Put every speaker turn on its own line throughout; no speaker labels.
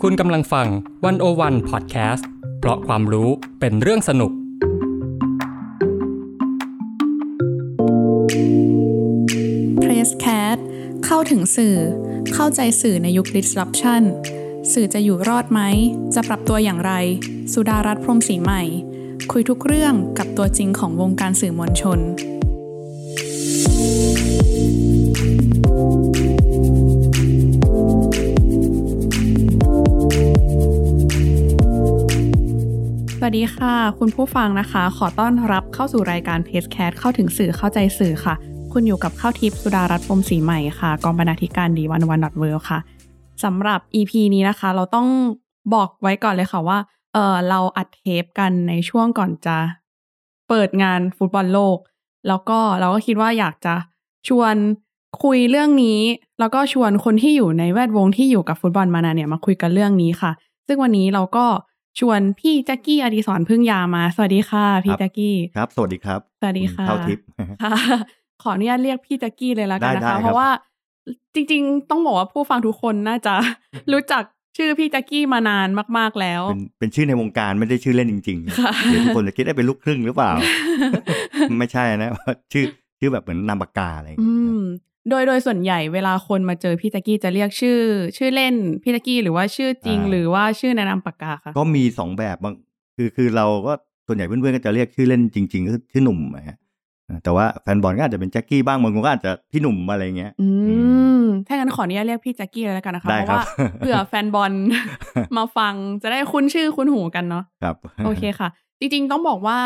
คุณกำลังฟังวันโอวันพอดแคสต์เพราะความรู้เป็นเรื่องสนุก
p r e s s c a t เข้าถึงสื่อ เข้าใจสื่อในยุค disruption สื่อจะอยู่รอดไหม จะปรับตัวอย่างไร สุดารัตน์พรหมศรีใหม่ คุยทุกเรื่องกับตัวจริงของวงการสื่อมวลชน สวัสดีค่ะ คุณผู้ฟังนะคะ ขอต้อนรับเข้าสู่รายการเพจแคสเข้าถึงสื่อเข้าใจสื่อค่ะ คุณอยู่กับข้าวทิพย์สุดารัตน์พรหมศรีใหม่ค่ะ กองบรรณาธิการดีวันวันดอทเวค่ะสำหรับ EP นี้นะคะ เราต้องบอกไว้ก่อนเลยค่ะว่าเออเราอัดเทปกันในช่วงก่อนจะเปิดงานฟุตบอลโลก แล้วก็เราก็คิดว่าอยากจะชวนคุยเรื่องนี้ แล้วก็ชวนคนที่อยู่ในแวดวงที่อยู่กับฟุตบอลมานานเนี่ยมาคุยกันเรื่องนี้ค่ะ ซึ่งวันนี้เราก็ชวนพี่แจ็กกี้อดีศรพึ่งยามา สวัสดีค่ะ พี่
ครับ
แจ็กกี้
ครับ สวัสดีครับ
สวัสดีค่ะ
ณเท่าทิพย์
ค่ะ ขออนุญาตเรียกพี่แจ็กกี้เลยละกันนะ
ได้ได้ครั
คะ
บ
เพราะว่าจริงๆ ต้องบอกว่าผู้ฟังทุกคนน่าจะ รู้จักชื่อพี่แจ็กกี้มานานมากๆแล้ว
เป็นเป็นชื่อในวงการไม่ได้ชื่อเล่นจริงๆ
ค่ะ
เดี๋ยวทุกคนจะคิดได้เป็นลูกครึ่งหรือเปล่า ไม่ใช่นะ ชื่อชื่อแบบเหมือนนามปากกาอะไรอย่า ง
อื
เงี้ย
ม โดยโดยส่วนใหญ่เวลาคนมาเจอพี่แจ็กกี้จะเรียกชื่อ ชื่อเล่นพี่แจ็กกี้หรือว่าชื่อจริงหรือว่าชื่อในนามปากกาค่ะ
ก็มีสองแบบบางคือคือเราก็ส่วนใหญ่เพื่อนๆก็จะเรียกชื่อเล่นจริงๆก็คือชื่อหนุ่มนะฮะแต่ว่าแฟนบอลก็อาจจะเป็นแจ็คกี้บ้างบางคนก็อาจจะพี่หนุ่มอะไรอย่างเงี้ย
อื
อื
ม ถ้างั้นขออนุญาตเรียกพี่แจ็กกี้เลยละกันนะคะ
ได้
เพราะ
ครับ
ว่าเผื่อแฟนบอล มาฟังจะได้คุ้นชื่อคุ้นหูกันเนาะ
ครับ
โอเคค่ะ จริงๆต้องบอกว่า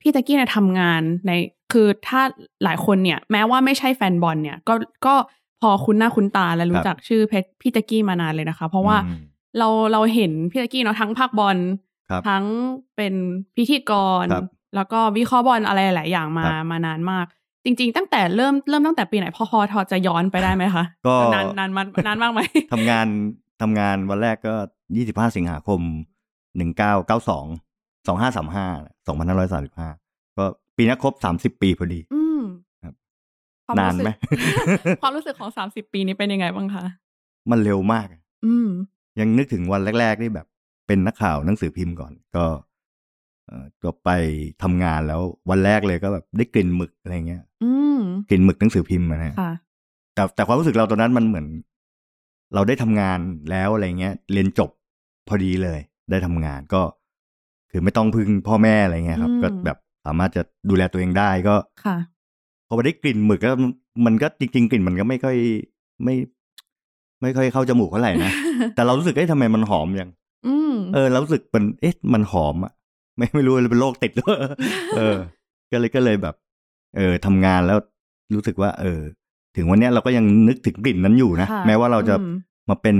พี่ตะกี้เนี่ยทำงานในคือถ้าหลายคนเนี่ย แม้ว่าไม่ใช่แฟนบอลเนี่ย ก็ก็พอคุ้นหน้าคุ้นตาและรู้จักชื่อเพชรพี่ตะกี้มานานเลยนะคะ เพราะว่า
อืม
เราเราเห็นพี่ตะกี้เนาะทั้งภาคบอล
ครับ
ทั้งเป็นพิธีกร
ครับ
แล้วก็วิเคราะห์บอลอะไรหลายอย่างมา
ครับ
มานานมาก จริง ๆ ตั้งแต่เริ่มเริ่มตั้งแต่ปีไหนพอพอทอจะย้อนไปได้ไหมคะ
ก็
นานนานมานาน มากไหม
ทำงานทำงานวันแรกก็ยี่สิบห้าสิงหาคมหนึ่งเก้าเก้าสองสองห้าสามห้าสองพันห้าร้อยสามสิบห้าก็ปีนี้ครบสามสิบปีพอดี
อืม
ครับ
ควรู้สึก
นานไหม
ความรู้สึกของสามสิบปีนี้เป็นยังไงบ้างคะ
มันเร็วมาก
อืม
ยังนึกถึงวันแรก ๆ นี่แบบ เป็นนักข่าวหนังสือพิมพ์ก่อน ก็เอ่อก็ไปทำงานแล้ววันแรกเลยก็แบบได้กลิ่นหมึกอะไรเงี้ย
อืม
กลิ่นหมึกหนังสือพิมพ์อะนะฮะ
ค่ะ
แต่แต่ความรู้สึกเราตอนนั้นมันเหมือน เราได้ทำงานแล้วอะไรเงี้ย เรียนจบพอดีเลย ได้ทำงานก็ คือไม่ต้องพึ่งพ่อแม่อะไรเงี้ยครับ
อืม
ก็แบบสามารถจะดูแลตัวเองได้ก็
ค่ะ
พอไปได้กลิ่นหมึกก็มันก็จริง ๆ กลิ่นมันก็ไม่ค่อยไม่ ไม่ค่อยเข้าจมูกเท่าไหร่ นะ แต่เรารู้สึกเอ้ยทำไมมันหอมอย่าง
อืม
เออเรารู้สึกมันเอ๊ะมันหอมอะ ไม่ไม่รู้เลยเป็นโร คติดหรือเปล่า เออ ก็เลยก็เลยแบบ เออทำงานแล้วรู้สึกว่า เออ ถึงวันเนี้ยเราก็ยังนึกถึงกลิ่นนั้นอยู่นะ
ค่ะ
แม้ว่าเราจะ
อืม
มาเป็น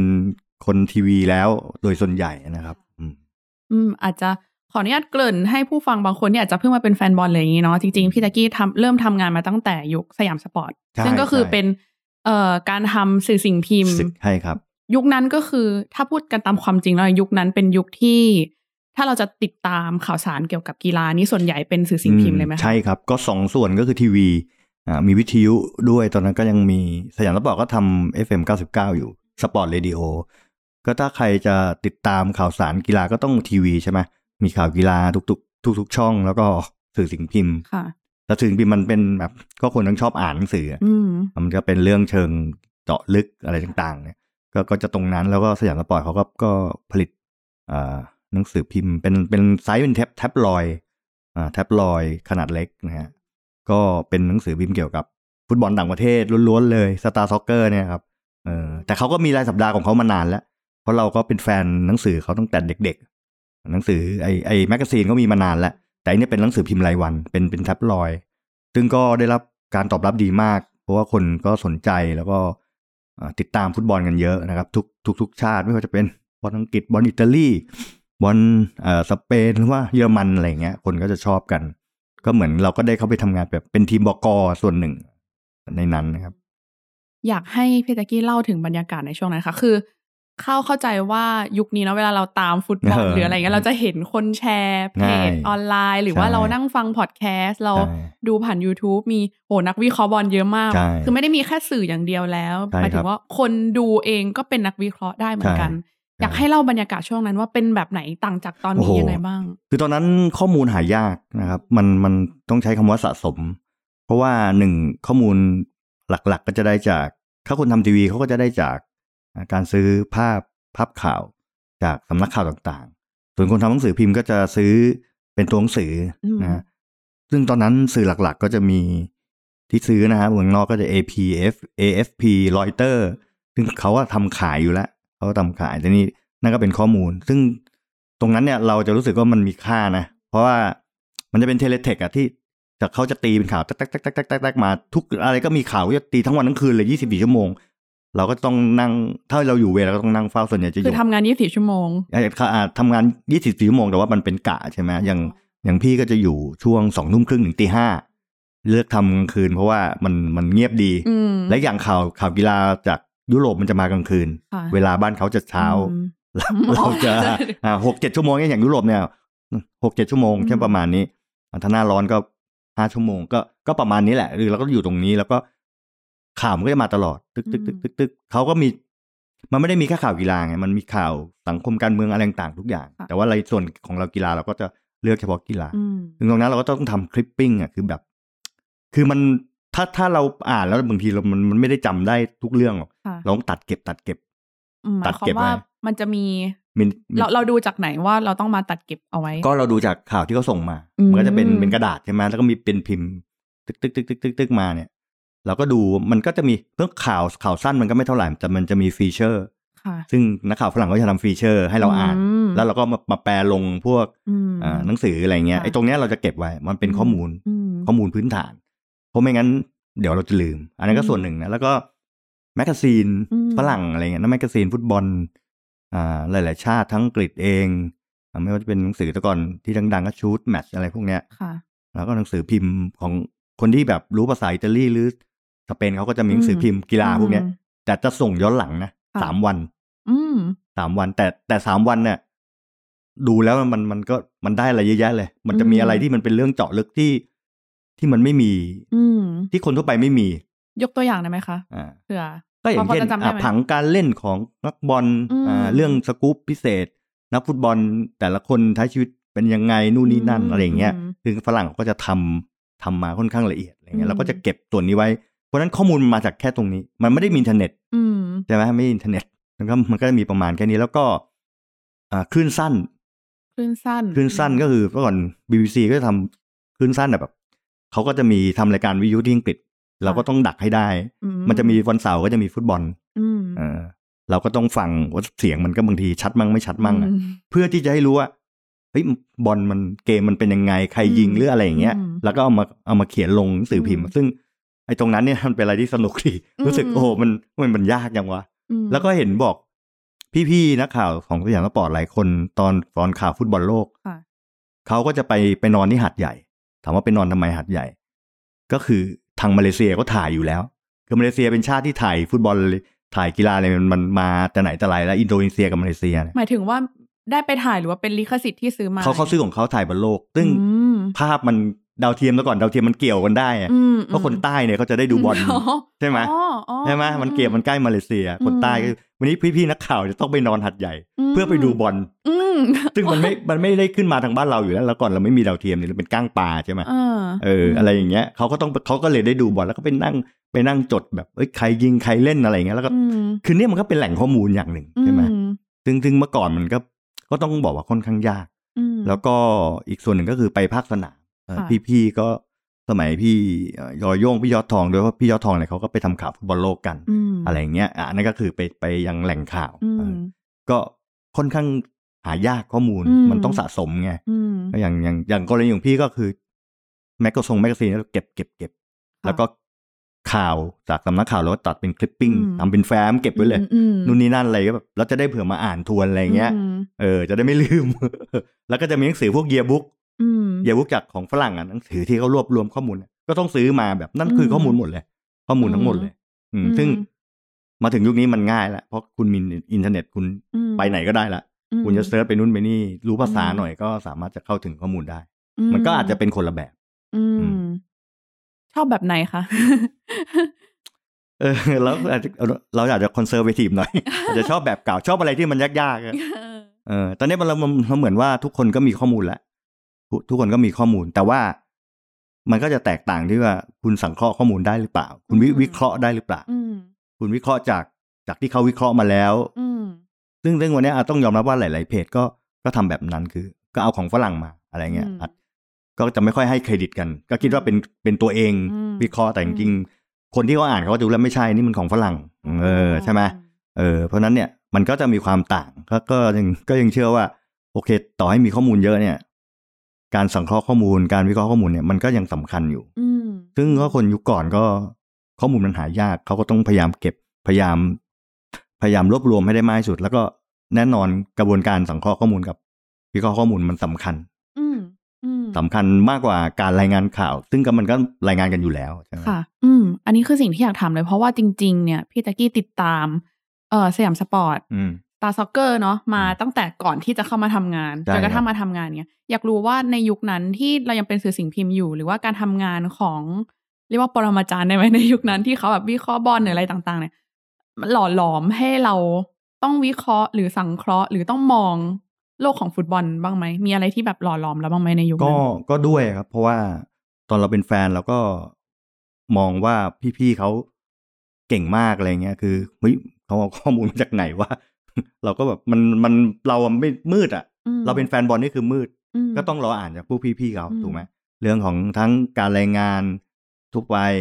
คนทีวีแล้วโดยส่วนใหญ่นะครับ อืม
อืม อาจจะขออนุญาตเกริ่นให้ผู้ฟังบางคนที่อาจจะเพิ่งมาเป็นแฟนบอลเลยอย่างนี้เนาะ จริงๆ พี่ตะกี้ทำเริ่มทำงานมาตั้งแต่ยุคสยามสปอร์ต
ใช่
ซึ่งก็คือ
ใช่
เป็น เอ่อ การทำสื่อสิ่งพิมพ์
ใช่ครับ
ยุคนั้นก็คือถ้าพูดกันตามความจริงแล้วยุคนั้นเป็นยุคที่ ถ้าเราจะติดตามข่าวสารเกี่ยวกับกีฬานี่ส่วนใหญ่เป็นสื่อสิ่งพิมพ์เลยไหมคะ
ใช่ครับ ก็สองส่วนก็คือทีวีอ่ามีวิทยุด้วยตอนนั้นก็ยังมีสยามสปอร์ตก็ทำ FM 99 อยู่สปอร์ตเรดิโอก็ถ้าใครจะติดตามข่าวสารกีฬาก็ต้องทีวีใช่ไหมมีข่าวกีฬาทุกๆ ทุก ๆ ช่อง แล้วก็สื่อสิ่งพิมพ์
ค่ะ
แต่สื่อสิ่งพิมพ์มันเป็นแบบก็คนต้องชอบอ่านหนังสืออะ
อืม
มันก็เป็นเรื่องเชิงเจาะลึกอะไรต่างๆเนี่ยก็ก็จะตรงนั้นแล้วก็สยามสปอร์ตเขาก็ก็ผลิตอ่าหนังสือพิมพ์เป็นเป็นไซส์เป็นแท็บแท็บลอยด์อ่าแท็บลอยด์ขนาดเล็กนะฮะก็เป็นหนังสือพิมพ์เกี่ยวกับฟุตบอลต่างประเทศล้วนๆเลยสตาร์ซ็อกเกอร์เนี่ยครับเออแต่เขาก็มีรายสัปดาห์ของเขามานานแล้ว เพราะเราก็เป็นแฟนหนังสือเขาตั้งแต่เด็กๆ หนังสือไอไอแมกกาซีนก็มีมานานแล้ว แต่อันนี้เป็นหนังสือพิมพ์รายวันเป็นเป็นแท็บลอยด์ ซึ่งก็ได้รับการตอบรับดีมาก เพราะว่าคนก็สนใจแล้วก็อ่าติดตามฟุตบอลกันเยอะนะครับ ทุกทุกทุกชาติไม่ว่าจะเป็นบอลอังกฤษบอลอิตาลีบอลเอ่อสเปนหรือว่าเยอรมันอะไรอย่างเงี้ย คนก็จะชอบกัน ก็เหมือนเราก็ได้เข้าไปทำงานแบบเป็นทีมบกส่วนหนึ่งในนั้นนะครับ
อยากให้พี่ตะกี้เล่าถึงบรรยากาศในช่วงนั้นค่ะ คือ เข้าเข้าใจว่ายุคนี้เนาะเวลาเราตามฟุตบอล
เออ
หรืออะไรเงี้ยเราจะเห็นคนแชร์เพ
ง่า
จ
ย
ออนไลน์ หรือว่า
ใช่
เรานั่งฟังพอดแคสต์เรา
ใช่
ดูผ่าน YouTube มีโอ้นักวิเคราะห์บอลเยอะมาก
ใช่
คือไม่ได้มีแค่สื่ออย่างเดียวแล้ว
ใช่
หมายถึ
ครั
ง
บ
ว่าคนดูเองก็เป็นนักวิเคราะห์ได้เหมือนกัน อยากให้เล่าบรรยากาศช่วงนั้นว่าเป็นแบบไหนต่างจากตอน
โอ้
นี้
โห
ยังไงบ้าง
คือตอนนั้นข้อมูลหายากนะครับ มันมันต้องใช้คำว่าสะสม เพราะว่าหนึ่งข้อมูลหลักๆ ก็จะได้จาก ถ้าคนทำทีวีเขาก็จะได้จากอ่าการซื้อภาพภาพข่าวจากสำนักข่าวต่างๆ ส่วนคนทำหนังสือพิมพ์ก็จะซื้อเป็นตัวหนังสืออ
ม
นะฮะซึ่งตอนนั้นสื่อหลักๆ ก็จะมีที่ซื้อนะฮะเมืองนอกก็จะ AP F AFP Reuters ซึ่งเขาว่าทำขายอยู่แล้วเขาก็ทำขายแต่นี่นั่นก็เป็นข้อมูล ซึ่งตรงนั้นเนี่ยเราจะรู้สึกว่ามันมีค่านะ เพราะว่ามันจะเป็นเทเลเทคอะที่แต่เขาจะตีเป็นข่าวแตักแตักแตักแตักแตักมาทุกอะไรก็มีข่าวจะตีทั้งวันทั้งคืนเลยยี่สิบสี่ชั่วโมง เราก็ต้องนั่งถ้าเราอยู่เวรเราก็ต้องนั่งเฝ้าส่วนใหญ่จะอ
คื
ยู่
อทำงาน24ชั่วโมง
เอ่อค่ะอ่าทำงานยี่สิบสี่ชั่วโมงแต่ว่ามันเป็นกะใช่ไหมอย่างอย่างพี่ก็จะอยู่ช่วงสองทุ่มครึ่งถึงตีห้าเลือกทำกลางคืน เพราะว่ามันมันเงียบดี
อืม
และอย่างข่าวข่าวกีฬาจากยุโรปมันจะมากลางคืน
ค่ะ
เวลาบ้านเขาจะเช้า
อืม
เราจะ
อ๋อ
หกเจ็ดชั่วโมงเนี่ยอย่างยุโรปเนี่ยหกเจ็ดชั่วโมง
อืม
แค่ประมาณนี้อ่ะถ้าหน้าร้อนก็ห้าชั่วโมงก็ก็ประมาณนี้แหละคือเราก็อยู่ตรงนี้แล้วก็ข่าวมันก็จะมาตลอด ตึกตึกตึกตึกตึกเขาก็มี มันไม่ได้มีแค่ข่าวกีฬาไงมันมีข่าวสังคมการเมืองอะไรต่างๆทุกอย่าง
ค่ะ
แต่ว่าในส่วนของเรากีฬาเราก็จะเลือกเฉพาะกีฬา
อืม
ถึงตรงนั้นเราก็ต้องทำคลิปปิ้งอ่ะคือแบบ คือมันถ้าถ้าเราอ่านแล้วบางทีเรามันมันไม่ได้จำได้ทุกเรื่องหรอก
ค่ะ
เราต้องตัดเก็บตัดเก็บ
อืมห
ตั
มายค
ด
วาม
เก็บไว้
ว่ามันจะมี
มันมัน
เราเราดูจากไหนว่าเราต้องมาตัดเก็บเอาไว้
ก็เราดูจากข่าวที่เขาส่งมา
อืม
มันก็จะเป็นเป็นกระดาษใช่ไหมแล้วก็มีเป็นพิมพ์ ตึกตึกตึกตึกตึกตึกมาเนี่ย เราก็ดูมันก็จะมีเรื่องข่าวข่าวสั้นมันก็ไม่เท่าไหร่แต่มันจะมีฟีเจอร์
ค่ะ
ซึ่งนักข่าวฝรั่งก็จะทำฟีเจอร์ให้เราอ่าน
ม
แล้วเราก็มามาแปลลงพวก
อืม
อ่าหนังสืออะไรเงี้ย
ค่ะ
ไอ้ตรงเนี้ยเราจะเก็บไว้ มันเป็นข้อมูล
ม
ข้อมูลพื้นฐาน เพราะไม่งั้นเดี๋ยวเราจะลืม อันนั้นก็
อืม
ส่วนหนึ่งนะ แล้วก็แมกกาซีน
อืม
ฝรั่งอะไรเงี้ยนะแมกกาซีนฟุตบอลอ่าหลาย ๆ ชาติทั้งอังกฤษเองอ่าไม่ว่าจะเป็นหนังสือแตะก่อนที่ดัง ๆ ก็ชูดแมทอะไรพวกเนี้ย
ค่ะ
แล้วก็หนังสือพิมพ์ของคนที่แบบรู้ภาษาอิตาลีหรือสเปนเขาก็จะมีหนังสือพิมพ์กีฬาพวกเนี้ย
อืม
แต่จะส่งย้อนหลังนะ
ค่ะ
สามวัน
อืม
สามวันแต่แต่สามวันเนี่ยดูแล้วมันมันก็มันได้อะไรเยอะแยะเลย มันจะมี
อืม
อะไรที่มันเป็นเรื่องเจาะลึกที่ที่มันไม่มี
อืม
ที่คนทั่วไปไม่มี
ยกตัวอย่างได้ไหมคะ
อ่า
เผื่อ
ก็อย่างเช่
พ
น
อจะจำได้ไหม
อ่ะผังการเล่นของนักบอล
อืม
อ่าเรื่องสกู๊ปพิเศษ นักฟุตบอลแต่ละคนใช้ชีวิตเป็นยังไงนู่นนี่นั่น
อืม
อะไรอย่างเงี้ย
อืม
คือฝรั่งเขาก็จะทำทำมาค่อนข้างละเอียดอะไรเงี้
อื
ย
ม
เราก็จะเก็บส่วนนี้ไว้ เพราะฉะนั้นข้อมูลมันมาจากแค่ตรงนี้ มันไม่ได้มีอินเทอร์เน็ต
อืม
ใช่ไหมไม่อินเทอร์เน็ตมันก็มันก็จะมีประมาณแค่นี้แล้วก็อ่าคลื่นสั้น
คลื่นสั้น
คลื่นสั้นก็คือเมื่อก่อน BBC ก็จะทำคลื่นสั้นแบบเขาก็จะมีทำรายการวิทยุที่อังกฤษ เราก็ต้องดักให้ได้
อื
มันจะมีวันเสาร์ก็จะมีฟุตบอล
อืม
เออเราก็ต้องฟังว่าเสียงมันก็บางทีชัดมั่งไม่ชัดมั่งอะ
อื
เพื่อที่จะให้รู้ว่าเฮ้ยบอลมันเกมมันเป็นยังไงใครยิง
อืม
หรืออะไรอย่างเงี้ย
อืม
แล้วก็เอามาเอามาเขียนลงหนังสือพิมพ์
อืม
ซึ่งไอ้ตรงนั้นเนี่ยมันเป็นอะไรที่สนุกดีรู้สึก
อืม
โอ้โหมันมันมันยากจังวะ
อืม
แล้วก็เห็นบอกพี่ๆนักข่าวของสยามสปอร์ตหลายคนตอนตอนข่าวฟุตบอลโลก
ค่ะ
เขาก็จะไปไปนอนที่หาดใหญ่ ถามว่าไปนอนทำไมหาดใหญ่ ก็คือทางมาเลเซียก็ถ่ายอยู่แล้ว คือมาเลเซียเป็นชาติที่ถ่ายฟุตบอลถ่ายกีฬาอะไรมันมันมาแต่ไหนแต่ไรแล้วอินโดนีเซียกับมาเลเซียเนี่ย
หมายถึงว่าได้ไปถ่ายหรือว่าเป็นลิขสิทธิ์ที่ซื้อมา
เขาเขาซื้อของเขาถ่ายบอลโลก ซึ่ง
อืม
ภาพมันดาวเทียมแล้วก่อนดาวเทียมมันเกี่ยวกันได้อะ
อืม
เพราะคนใต้เนี่ยเขาจะได้ดูบอล
อ๋อ
ใช่ไหม
อ๋ออ๋อ
ใช่ไหมมันเกี่ยวมันใกล้มาเลเซีย คนใต้ก็วันนี้พี่ๆนักข่าวจะต้องไปนอนหัดใหญ่ เพื่อไปดูบอล
อืม
ซึ่งมันไม่ มันไม่ได้ขึ้นมาทางบ้านเราอยู่แล้ว แล้วก่อนเราไม่มีดาวเทียมเนี่ยเราเป็นก้างปลาใช่ไหม
เออ
เออ อะไรอย่างเงี้ยเขาก็ต้องเขาก็เลยได้ดูบอลแล้วก็ไปนั่งไปนั่งจดแบบเอ้ยใครยิงใครเล่นอะไรอย่างเงี้ยแล้วก็
อืม
คือเนี่ยมันก็เป็นแหล่งข้อมูลอย่างหนึ่งใช่ไหม
อื
ซึ่งซึ่งเมื่อก่อนมันก็ ก็ต้องบอกว่าค่อนข้างยาก
อืม
แล้วก็อีกส่วนหนึ่งก็คือไปภาคสนามเออ
ค่ะ
พี่ๆก็สมัยพี่เอ่อยอโยงพี่ยอดทองด้วยเพราะพี่ยอดทองเนี่ยเขาก็ไปทำข่าวฟุตบอลโลกกัน
ม
อะไรอย่างเงี้ยอ่ะอันนั่นก็คือไปไปยังแหล่งข่าว
อื
เอ
ม
อ ก็ค่อนข้างหายากข้อมูล
อืม
มันต้องสะสมไง
อืม
อย่างอย่างอย่างกรณีของพี่ก็คือ แมกกาซงแมกกาซีนเก็บเก็บเก็บ
ค่ะ
แล้วก็ข่าวจากสำนักข่าวแล้วก็ตัดเป็นคลิปปิ้ง
อืม
ทำเป็นแฟ้มเก็บไว้เลย
อืม
นู่นนี่นั่นอะไรก็แบบแล้วจะได้เผื่อมาอ่านทวนอะไรอย่างเงี้ย
อืม
เออจะได้ไม่ลืม แล้วก็จะมีหนังสือพวกเยียบุ๊ก
อืม
เยียบุ๊กจากของฝรั่งอ่ะหนังสือที่เขารวบรวมข้อมูลเนี่ยก็ต้องซื้อมาแบบนั่นคือ
ม
ข้อมูลหมดเลย ข้อมูลทั้งหมดเลย อืม
อืม
ซึ่งมาถึงยุคนี้มันง่ายละเพราะคุณมีอินเทอร์เน็ตคุณ
อืม
ไปไหนก็ได้ละ
อืม
คุณจะเซิร์ชไปนู่นไปนี่ รู้ภาษา
อืม
หน่อยก็สามารถจะเข้าถึงข้อมูลได้ มันก็อาจจะเป็นคนละแบบ
อืม
อืม
ชอบแบบไหนคะ
เออแล้วอาจจะเราอาจจะคอนเซอร์เวทีฟหน่อย อาจจะชอบแบบเก่าชอบอะไรที่มันยากๆอะ เออตอนนี้มันเรามันมันเหมือนว่าทุกคนก็มีข้อมูลแล้วทุกทุกคนก็มีข้อมูล แต่ว่ามันก็จะแตกต่างที่ว่าคุณสังเคราะห์ข้อมูลได้หรือเปล่า คุณวิ
อืม
วิเคราะห์ได้หรือเปล่า
อืม
คุณวิเคราะห์จากจากที่เขาวิเคราะห์มาแล้ว
อืม
ซึ่งซึ่งวันนี้อาจต้องยอมรับว่าหลาย ๆ เพจก็ก็ทำแบบนั้นคือ ก็เอาของฝรั่งมาอะไรเงี้ย
อืม
อาจก็จะไม่ค่อยให้เครดิตกัน ก็คิดว่าเป็นเป็นตัวเอง
อืม
วิเคราะห์แต่จริงๆคนที่เขาอ่านเขาก็ดูแล้วไม่ใช่นี่มันของฝรั่งเออใช่ไหม เออเพราะฉะนั้นเนี่ยมันก็จะมีความต่างก็ก็ยังก็ยังเชื่อว่า โอเค ต่อให้มีข้อมูลเยอะเนี่ย การสังเคราะห์ข้อมูลการวิเคราะห์ข้อมูลเนี่ยมันก็ยังสำคัญอยู่
อืม
ซึ่งก็คนยุคก่อนก็ข้อมูลมันหายากเขาก็ต้องพยายามเก็บพยายาม พยายามรวบรวมให้ได้มากที่สุด แล้วก็แน่นอนกระบวนการสังเคราะห์ข้อมูลกับ วิเคราะห์ข้อมูลมันสำคัญ
อืมอืม
สำคัญมากกว่าการรายงานข่าว ซึ่งก็มันก็รายงานกันอยู่แล้วใช่ไหม
ค่ะ อืม อันนี้คือสิ่งที่อยากถามเลยเพราะว่าจริง ๆ เนี่ยพี่แจ็กกี้ติดตามเออสยามสปอร์ต
อืม
ตาซ็อกเกอร์เนาะมา
อืม
ตั้งแต่ก่อนที่จะเข้ามาทำงาน
ใช่
จนกระทั่
ครั
ง
บ
มาทำงานเนี่ย อยากรู้ว่าในยุคนั้นที่เรายังเป็นสื่อสิ่งพิมพ์อยู่ หรือว่าการทำงานของ เรียกว่าปรมาจารย์ได้ไหมในยุคนั้นที่เขาแบบวิเคราะห์บอลหรืออะไรต่าง ๆ เนี่ยมันหล่อหลอมให้เราต้องวิเคราะห์หรือสังเคราะห์ หรือต้องมองโลกของฟุตบอลบ้างไหมมีอะไรที่แบบหล่อหลอมแล้วบ้างไหมในยุค
ก็
นั้น
ก็ด้วยครับ เพราะว่าตอนเราเป็นแฟนเราก็มองว่าพี่ๆเขาเก่งมากอะไรเงี้ยคือเฮ้ยเขาเอาข้อมูลมาจากไหนว่า เราก็แบบมันมันเราอะไม่มืดอ่ะ
อืม
เราเป็นแฟนบอลนี่คือมืด
ม
ก็ต้องรออ่านจากพวกพี่ๆเขา
อืม
ถูกไหมเรื่องของทั้งการรายงานทุกวัย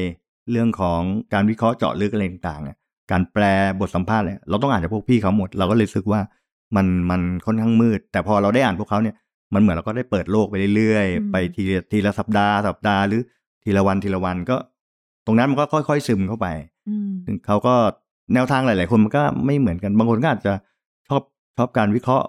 เรื่องของการวิเคราะห์เจาะลึกอะไรต่างๆเนี่ยการแปลบทสัมภาษณ์เนี่ยเราต้องอ่านจากพวกพี่เขาหมด เราก็เลยรู้สึกว่ามันมันค่อนข้างมืด แต่พอเราได้อ่านพวกเขาเนี่ยมันเหมือนเราก็ได้เปิดโลกไปเรื่อย
อืม
ๆไปทีละทีละสัปดาห์สัปดาห์หรือทีละวันทีละวันก็ ตรงนั้นมันก็ค่อยๆซึมเข้าไป
อืม
ซึ่งเขาก็แนวทางหลาย ๆ คนมันก็ไม่เหมือนกันบางคนก็อาจจะชอบชอบการวิเคราะห์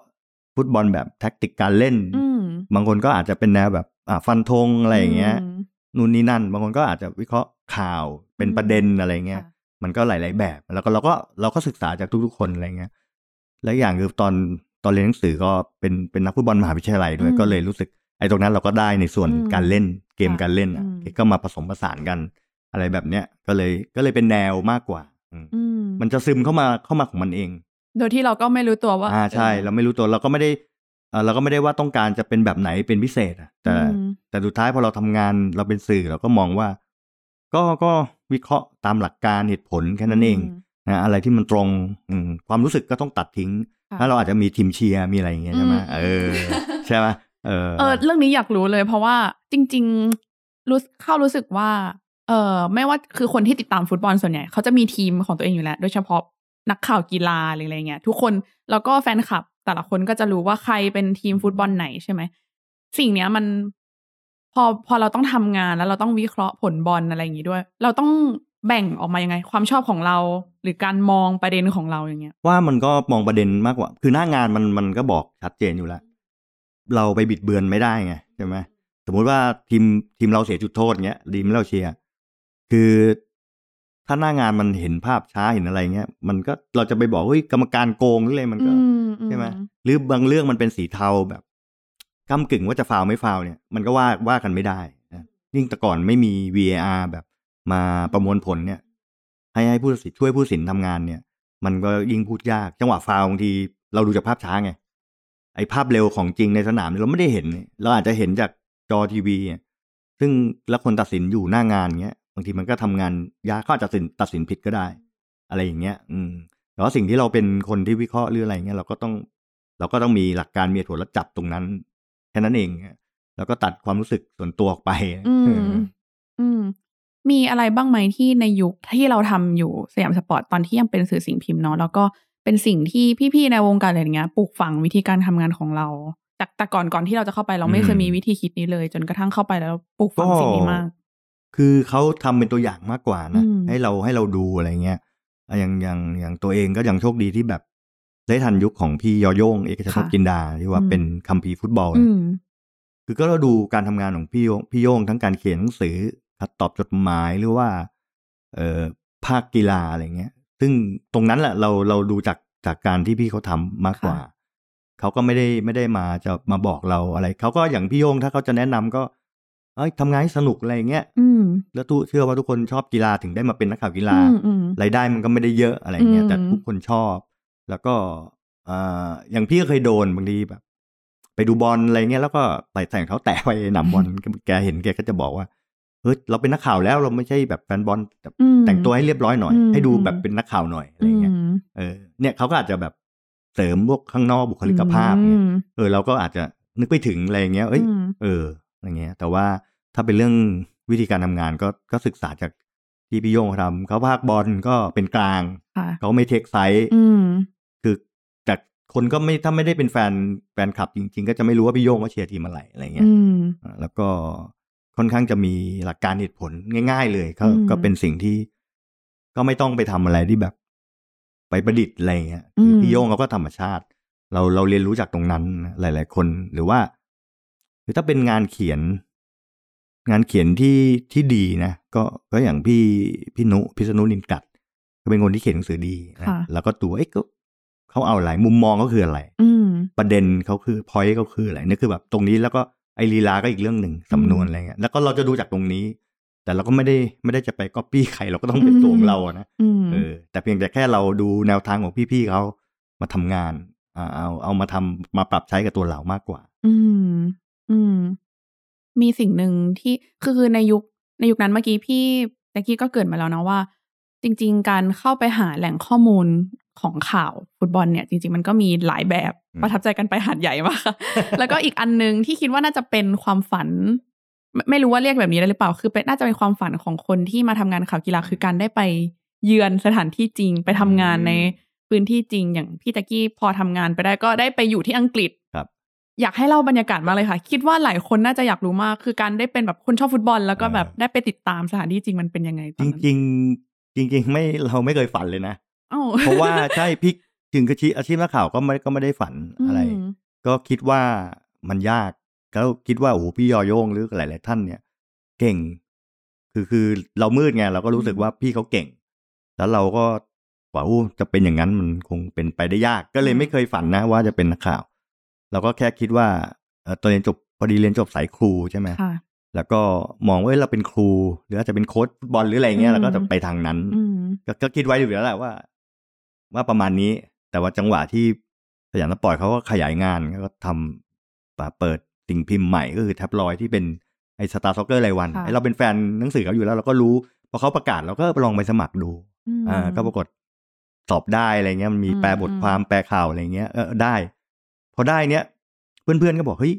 ฟุตบอลแบบแท็กติกการเล่น
อืม
บางคนก็อาจจะเป็นแนวแบบอ่ะฟันธงอะไรอย่างเงี้ย
ม
นู่นนี่นั่น บางคนก็อาจจะวิเคราะห์ข่าวเป็น
อืม
ประเด็นอะไรเงี้ย
ค่ะ
มันก็หลาย ๆ แบบ แล้วก็เราก็เราก็ศึกษาจากทุก ๆ คนอะไรเงี้ยและอย่างคือตอนตอนเรียนหนังสือก็เป็นเป็นนักฟุตบอลมหาวิทยาลัยด้วย
อืม
ก็เลยรู้สึกไอ้ตรงนั้นเราก็ได้ในส่วน
อืม
การเล่นเกมการเล่นอ่ะ
อืม
ก็มาผสมผสานกันอะไรแบบเนี้ยก็เลยก็เลยเป็นแนวมากกว่าอืม
อืม
มันจะซึมเข้ามาเข้ามาของมันเอง
โดยที่เราก็ไม่รู้ตัวว่า
อ่าใช่
ออ
เราไม่รู้ตัวเราก็ไม่ได้เอ่อเราก็ไม่ได้ว่าต้องการจะเป็นแบบไหนเป็นพิเศษอ่ะแต่
อืม
แต่สุดท้ายพอเราทำงานเราเป็นสื่อเราก็มองว่า ก็ก็วิเคราะห์ตามหลักการเหตุผลแค่นั้นเอง
ม
นะอะไรที่มันตรงอืมความรู้สึกก็ต้องตัดทิ้ง
ค่ะ
ถ้าเราอาจจะมีทีมเชียร์มีอะไรอย่างเงี้ยใช่ไหม
อืม
เออใช่ไหมเออ
เออเรื่องนี้อยากรู้เลย เพราะว่าจริง ๆ รู้เข้ารู้สึกว่า เออไม่ว่าคือคนที่ติดตามฟุตบอลส่วนใหญ่เขาจะมีทีมของตัวเองอยู่แล้ว โดยเฉพาะนักข่าวกีฬาหรืออะไรเงี้ยทุกคนแล้วก็แฟนคลับ แต่ละคนก็จะรู้ว่าใครเป็นทีมฟุตบอลไหนใช่ไหมสิ่งเนี้ยมัน พอพอเราต้องทำงานแล้วเราต้องวิเคราะห์ผลบอลอะไรอย่างงี้ด้วย เราต้องแบ่งออกมายังไง ความชอบของเรา หรือการมองประเด็นของเราอย่างเงี้ย
ว่ามันก็มองประเด็นมากกว่า คือหน้างานมันมันก็บอกชัดเจนอยู่แล้ว เราไปบิดเบือนไม่ได้ไงใช่ไหมสมมุติว่าทีมทีมเราเสียจุดโทษเงี้ยทีมเราเชียร์คือถ้าหน้างานมันเห็นภาพช้าเห็นอะไรเงี้ยมันก็เราจะไปบอกเฮ้ยกรรมการโกงหรืออะไรมันก็
อือื
ใช่ไหมหรือบางเรื่องมันเป็นสีเทาแบบก้ากึ่งว่าจะฟาวไม่ฟาวเนี่ย มันก็ว่าว่ากันไม่ได้นะยิ่งแต่ก่อนไม่มี VAR แบบมาประมวลผลเนี่ย ให้ให้ผู้ตัดสินช่วยผู้ตัดสินทำงานเนี่ย มันก็ยิ่งพูดยาก จังหวะฟาวบางทีเราดูจากภาพช้าไง ไอภาพเร็วของจริงในสนามเนี่ยเราไม่ได้เห็น เราอาจจะเห็นจากจอทีวีอะซึ่งแล้วคนตัดสินอยู่หน้างานเงี้ยบางทีมันก็ทำงานยากเขาอาจจะตัดสินตัดสินผิดก็ได้ อะไรอย่างเงี้ย อืม แต่ว่าสิ่งที่เราเป็นคนที่วิเคราะห์หรืออะไรเงี้ยเราก็ต้อง เราก็ต้องมีหลักการมีเหตุผลและจับตรงนั้นแค่นั้นเองฮะแล้วก็ตัดความรู้สึกส่วนตัวออกไป
อื
เอ
ม
อ
อืม มีอะไรบ้างไหมที่ในยุคที่เราทำอยู่สยามสปอร์ตตอนที่ยังเป็นสื่อสิ่งพิมพ์เนาะแล้วก็เป็นสิ่งที่พี่ๆในวงการอะไรอย่างเงี้ยปลูกฝังวิธีการทำงานของเรา จากแต่ก่อนก่อนที่เราจะเข้าไปเราไม่เคยมีวิธีคิดนี้เลย จนกระทั่งเข้าไปแล้วปลูกฝังสิ่งนี้มาก
คือเขาทำเป็นตัวอย่างมากกว่านะ
อืม
ให้เราให้เราดูอะไรเงี้ยอ่ะอย่างอย่างอย่างตัวเองก็ยังโชคดีที่แบบได้ทันยุคของพี่ยอโยง เอกชัยทพจินดาที่ว่าเป็นคัมภีร์ฟุตบอล
อื
เนี่ย
ม
คือก็เราดูการทำงานของพี่โยงพี่โยงทั้งการเขียนหนังสือคัดตอบจดหมายหรือว่า เอ่อภาคกีฬาอะไรเงี้ย ซึ่งตรงนั้นแหละเราเราดูจากจากการที่พี่เขาทำมากกว่า
ค่ะ
เขาก็ไม่ได้ไม่ได้มาจะมาบอกเราอะไร เขาก็อย่างพี่โยงถ้าเขาจะแนะนำก็ เอ้ยทำงานให้สนุกอะไรอย่างเงี้ย
อืม
แล้วทุกเชื่อว่าทุกคนชอบกีฬาถึงได้มาเป็นนักข่าวกีฬา
อืมอืม
รายได้มันก็ไม่ได้เยอะอะไรอย่างเงี้ย
อืม
แต่ทุกคนชอบ แล้วก็อ่าอย่างพี่ก็เคยโดนบางทีแบบ ไปดูบอลอะไรเงี้ยแล้วก็ใส่ใส่รองเท้าแตะไปหนำบอล แกเห็นแกก็จะบอกว่าเฮ้ยเราเป็นนักข่าวแล้วเราไม่ใช่แบบแฟนบอลแต่
อืม
แต่งตัวให้เรียบร้อยหน่อย
อืม
ให้ดูแบบเป็นนักข่าวหน่อยอะไรเงี้ย
ม
เออเนี่ยเขาก็อาจจะแบบเสริมพวกข้างนอกบุคลิกภาพเงี้ย
อืม
เออเราก็อาจจะนึกไปถึงอะไรเงี้ยเอ้ย
อืม
เอออย่างเงี้ย แต่ว่าถ้าเป็นเรื่องวิธีการทำงานก็ก็ศึกษาจากที่พี่โยงเขาทำเขาภาคบอลก็เป็นกลาง
ค่ะ
เขาไม่เทคไซส์
อืม
คือแต่คนก็ไม่ถ้าไม่ได้เป็นแฟนแฟนคลับจริง ๆ ก็จะไม่รู้ว่าพี่โยงว่าเชียร์ทีมอะไรอะไรเงี้ย
อืม
อ่าแล้วก็ค่อนข้างจะมีหลักการเหตุผลง่าย ๆ เลยก็
อืม
ก็เป็นสิ่งที่ ก็ไม่ต้องไปทำอะไรที่แบบ ไปประดิษฐ์อะไรเงี้ย
อืม
คือพี่โยงเขาก็ธรรมชาติ เราเราเรียนรู้จากตรงนั้นนะหลาย ๆ คนหรือว่าหรือถ้าเป็นงานเขียน งานเขียนที่ที่ดีนะก็ก็อย่างพี่พี่นุพิษณุนินกัดก็เป็นคนที่เขียนหนังสือดีนะ
ค่ะ
แล้วก็ตัวเอ๊ะก็เขาเอาอะไรมุมมองเขาคืออะไร
อืม
ประเด็นเขาคือพอยต์เขาคืออะไรนี่คือแบบตรงนี้แล้วก็ไอลีลาก็อีกเรื่องหนึ่งสำนวนอะไรเงี้ยแล้วก็เราจะดูจากตรงนี้ แต่เราก็ไม่ได้ไม่ได้จะไปก๊อปปี้ใครเราก็ต้องเป็นตัวของเราอะนะ
อืม
เออแต่เพียงแต่แค่เราดูแนวทางของพี่ๆเขามาทำงานอ่าเอาเอามาทำมาปรับใช้กับตัวเรามากกว่า
อืม อืม มีสิ่งหนึ่งที่คือคือในยุคในยุคนั้นเมื่อกี้พี่ตะกี้ก็เกริดมาแล้วนะว่า จริง ๆ การเข้าไปหาแหล่งข้อมูลของข่าวฟุตบอลเนี่ย จริง ๆ มันก็มีหลายแบบ
อืม
ประทับใจกันไปหาดใหญ่มาก แล้วก็อีกอันหนึงที่คิดว่าน่าจะเป็นความฝัน ไม่ไม่รู้ว่าเรียกแบบนี้ได้หรือเปล่า คือเป็นน่าจะเป็นความฝันของคนที่มาทำงานข่าวกีฬาคือการได้ไปเยือนสถานที่จริง ไปทำงานใน พื้นที่จริงอย่างพี่ตะกี้พอทำงานไปได้ก็ได้ไปอยู่ที่อังกฤษ
ครับ
อยากให้เล่าบรรยากาศมากเลยค่ะ คิดว่าหลายคนน่าจะอยากรู้มาก คือการได้เป็นแบบคนชอบฟุตบอล แล้วก็แบบ
เออ
ได้ไปติดตามสถานที่จริงมันเป็นยังไงตอน
จ
นั้น
ริง ๆ จริง ๆ ไม่เราไม่เคยฝันเลยนะ
อ้
เพราะว่าใช่พี่ถึงกระชีอาชีพนักข่าวก็ไม่ก็ไม่ได้ฝันอะไร
ม
ก็คิดว่ามันยากแล้วคิดว่าโอ้โหพี่ยอโยงหรือหลายๆท่านเนี่ย เก่ง คือคือเรามืดไงเราก็รู้สึกว่าพี่เขาเก่ง แล้วเราก็ว่าโอ้จะเป็นอย่างนั้นมันคงเป็นไปได้ยาก ก็เลยไม่เคยฝันนะว่าจะเป็นนักข่าว เราก็แค่คิดว่าเอ่อตอนเรียนจบพอดีเรียนจบสายครูใช่ไหม
ค่ะ
แล้วก็มองว่าเอ้ยเราเป็นครู หรืออาจจะเป็นโค้ชฟุตบอลหรืออะไรเงี้ย
อืม
เราก็จะไปทางนั้น
อืม
ก็ก็คิดไว้อยู่แล้วแหละว่า ว่าประมาณนี้ แต่ว่าจังหวะที่สยามสปอร์ตเขาก็ขยายงานก็ทำเปิดสิ่งพิมพ์ใหม่ก็คือแท็บลอยด์ที่เป็นไอสตาร์ซ็อกเกอร์รายวัน
ค่ะ
ไอเราเป็นแฟนหนังสือเขาอยู่แล้ว เราก็รู้พอเขาประกาศเราก็ลองไปสมัครดู
ม
อ่าก็ปรากฏสอบได้อะไรเงี้ยมันมี
อืม
แปลบทความแปลข่าวอะไรเงี้ยเออได้ พอได้เนี้ยเพื่อนๆก็บอกเฮ้ย